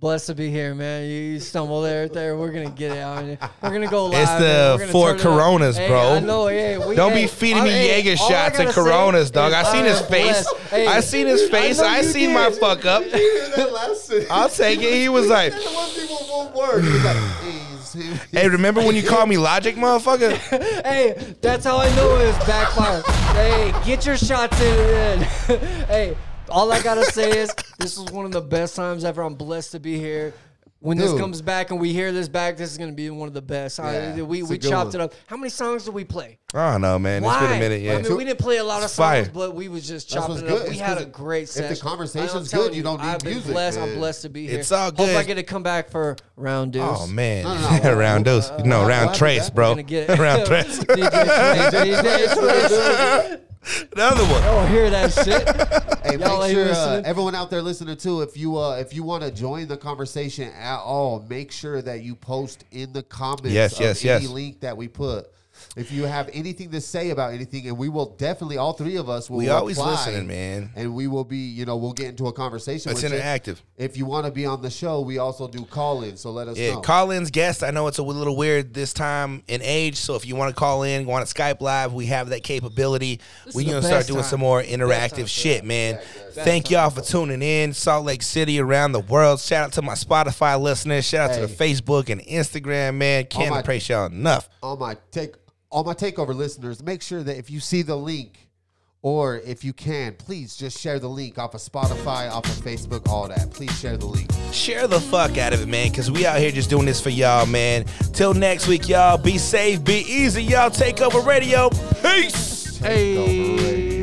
[SPEAKER 1] Blessed to be here, man. You, you stumble there, right there. We're gonna get it out. We're gonna go live.
[SPEAKER 7] It's
[SPEAKER 1] man.
[SPEAKER 7] the
[SPEAKER 1] We're gonna
[SPEAKER 7] four
[SPEAKER 1] turn it up.
[SPEAKER 7] Coronas,
[SPEAKER 1] Hey,
[SPEAKER 7] bro.
[SPEAKER 1] I know. Yeah, we,
[SPEAKER 7] Don't
[SPEAKER 1] hey,
[SPEAKER 7] be feeding me
[SPEAKER 1] I'm- hey,
[SPEAKER 7] Jaeger
[SPEAKER 1] all I
[SPEAKER 7] shots and
[SPEAKER 1] gotta say
[SPEAKER 7] Coronas, dog.
[SPEAKER 1] is
[SPEAKER 7] I seen his
[SPEAKER 1] am
[SPEAKER 7] face.
[SPEAKER 1] blessed. Hey,
[SPEAKER 7] I seen his face.
[SPEAKER 1] know
[SPEAKER 7] I,
[SPEAKER 1] you
[SPEAKER 7] seen my
[SPEAKER 1] did.
[SPEAKER 7] fuck up.
[SPEAKER 2] that last sentence.
[SPEAKER 7] I'll take it. He was like,
[SPEAKER 2] That's the one people won't work. He's like, "Hey,
[SPEAKER 7] "Hey, remember when you called me logic, motherfucker?"
[SPEAKER 1] Hey, that's how I know it was backfire. hey, get your shots in and in. hey, all I gotta say is this was one of the best times ever. I'm blessed to be here. When
[SPEAKER 2] Dude.
[SPEAKER 1] this comes back and we hear this back, this is gonna be one of the best. I-
[SPEAKER 2] Yeah,
[SPEAKER 1] we
[SPEAKER 2] it's a
[SPEAKER 1] we
[SPEAKER 2] good
[SPEAKER 1] chopped
[SPEAKER 2] one.
[SPEAKER 1] it up. How many songs did we play?
[SPEAKER 7] I don't know, man. It's been a minute, yeah.
[SPEAKER 1] I mean, we didn't play a lot of
[SPEAKER 7] It's fire.
[SPEAKER 1] songs, but we was just
[SPEAKER 2] That's
[SPEAKER 1] chopping
[SPEAKER 2] what's
[SPEAKER 1] it up.
[SPEAKER 2] good.
[SPEAKER 1] We
[SPEAKER 2] It's
[SPEAKER 1] had
[SPEAKER 2] 'cause
[SPEAKER 1] a great
[SPEAKER 2] if the
[SPEAKER 1] session.
[SPEAKER 2] conversation's
[SPEAKER 1] I'm telling
[SPEAKER 2] good, you don't need
[SPEAKER 1] I've been
[SPEAKER 2] music,
[SPEAKER 1] Blessed. I'm
[SPEAKER 2] man.
[SPEAKER 1] blessed to be here.
[SPEAKER 7] It's all good.
[SPEAKER 1] Hope I get to come back for round deuce.
[SPEAKER 7] Oh man,
[SPEAKER 2] No, no, no.
[SPEAKER 7] round dose, no
[SPEAKER 2] why
[SPEAKER 7] round
[SPEAKER 2] did
[SPEAKER 7] trace,
[SPEAKER 2] that-
[SPEAKER 7] bro,
[SPEAKER 1] Gonna get it.
[SPEAKER 7] round trace.
[SPEAKER 1] DJ,
[SPEAKER 7] Another one.
[SPEAKER 1] don't hear that shit.
[SPEAKER 2] Hey,
[SPEAKER 1] Y'all
[SPEAKER 2] make
[SPEAKER 1] ain't
[SPEAKER 2] sure uh,
[SPEAKER 1] listening?
[SPEAKER 2] everyone out there listening too. If you uh, if you want to join the conversation at all, make sure that you post in the comments.
[SPEAKER 7] Yes,
[SPEAKER 2] of
[SPEAKER 7] yes,
[SPEAKER 2] any
[SPEAKER 7] yes.
[SPEAKER 2] Link that we put. If you have anything to say about anything, and we will definitely, all three of us will.
[SPEAKER 7] We always
[SPEAKER 2] reply,
[SPEAKER 7] listening, man.
[SPEAKER 2] And we will be, you know, we'll get into a conversation.
[SPEAKER 7] It's
[SPEAKER 2] with you.
[SPEAKER 7] interactive.
[SPEAKER 2] If you want to be on the show, we also do call in. So let us
[SPEAKER 7] Yeah,
[SPEAKER 2] know.
[SPEAKER 7] call in's guest. I know it's a little weird this time in age, so if you want to call in, want to Skype live, we have that capability. We're
[SPEAKER 1] is the
[SPEAKER 7] gonna start
[SPEAKER 1] best
[SPEAKER 7] doing
[SPEAKER 1] time.
[SPEAKER 7] some more
[SPEAKER 1] Best time
[SPEAKER 7] interactive
[SPEAKER 1] for
[SPEAKER 7] shit,
[SPEAKER 1] that.
[SPEAKER 7] man. Thank y'all for tuning in, Salt Lake City, around the world. Shout out to my Spotify listeners. Shout out
[SPEAKER 2] Hey.
[SPEAKER 7] to the Facebook and Instagram, man. Can't
[SPEAKER 2] my-
[SPEAKER 7] appreciate y'all enough.
[SPEAKER 2] all my take all my takeover listeners, make sure that if you see the link or if you can, please just share the link off of Spotify, off of Facebook, all that. Please share the link.
[SPEAKER 7] share the fuck out of it, man, because we out here just doing this for y'all, man. Till next week, y'all. Be safe, be easy, y'all. Take over radio. Peace.
[SPEAKER 1] Hey.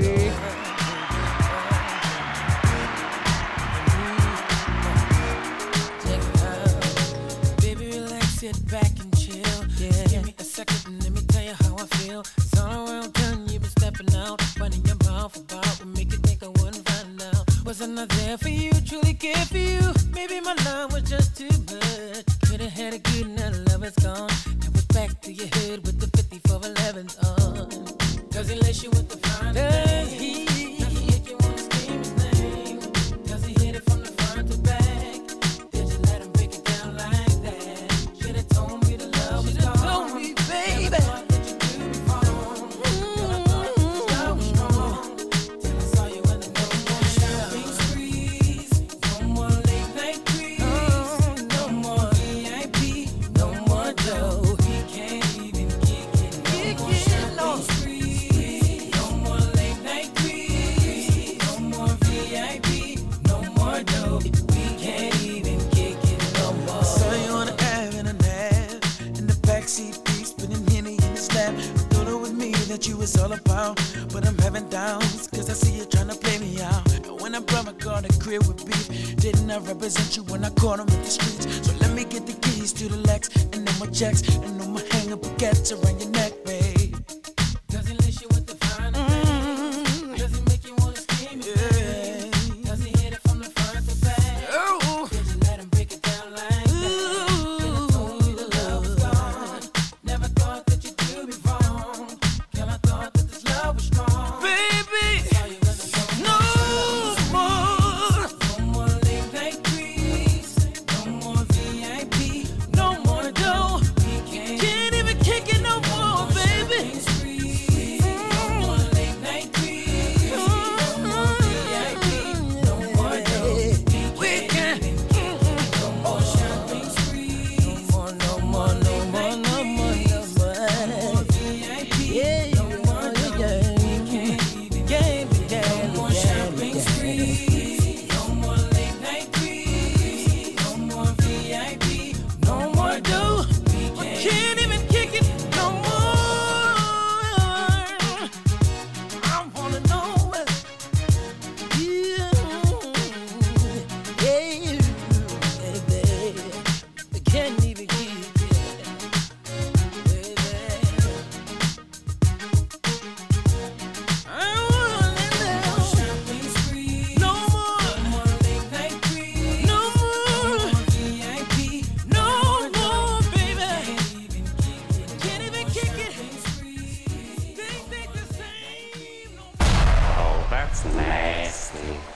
[SPEAKER 11] Take a time. Baby, relax, sit back and chill. Give me a second and let me tell you how I feel. It's all around done, you've been stepping out. Running your mouth about what make you think I wouldn't find out. Was I not there for you, truly care for you? Maybe my love was just too much. Could've had a good now the love is gone. Now we're back to your head with the 54 11s on. uh. Cause he laced you with the fine thing. Now he make you wanna scream his name. Cause he hit it from the front to back. Did you let him break it down like that? Should've told me the love was gone. Told me, baby. Never thought that you'd do me wrong. Never thought that this love was strong. Till I saw you in the no-more shopping sprees. No more late-night creeps. No more VIP. No more dough. He can't even kick it. No more shopping sprees. No more late-night that you was all about. But I'm having downs, cause I see you trying to play me out. And when I brought my car to crib with beef, didn't I represent you when I caught him in the streets? So let me get the keys to the Lex, and then my checks, and then my hang up gets around your neck, babe. Does he lace you with the fine? Does he make you wanna scream? Mm-hmm. Yeah. Does he hit it from the front to back? Oh. Did you let hm break it down like that? Could've told me the love was gone. Never thought that you'd do me wrong. Girl, I thought that this love was strong. Baby, no more. No more late night creeps. No more VIP. No more dough. Can't even kick it no more, baby. Mm-hmm. No more late night creeps. No more VIP. No more dough. Mm-hmm. We can't. Mm-hmm. No more shopping sprees. No more, no more, no more, no more, no more. No more VIP. Yeah, no more dough. We can't. Yeah, yeah, No more shopping sprees. No more late night creeps. No more VIP. No more dough. We can't even kick it no more. I wanna know. Yeah, yeah, baby. I can't even keep it, baby.
[SPEAKER 12] Oh, that's nasty.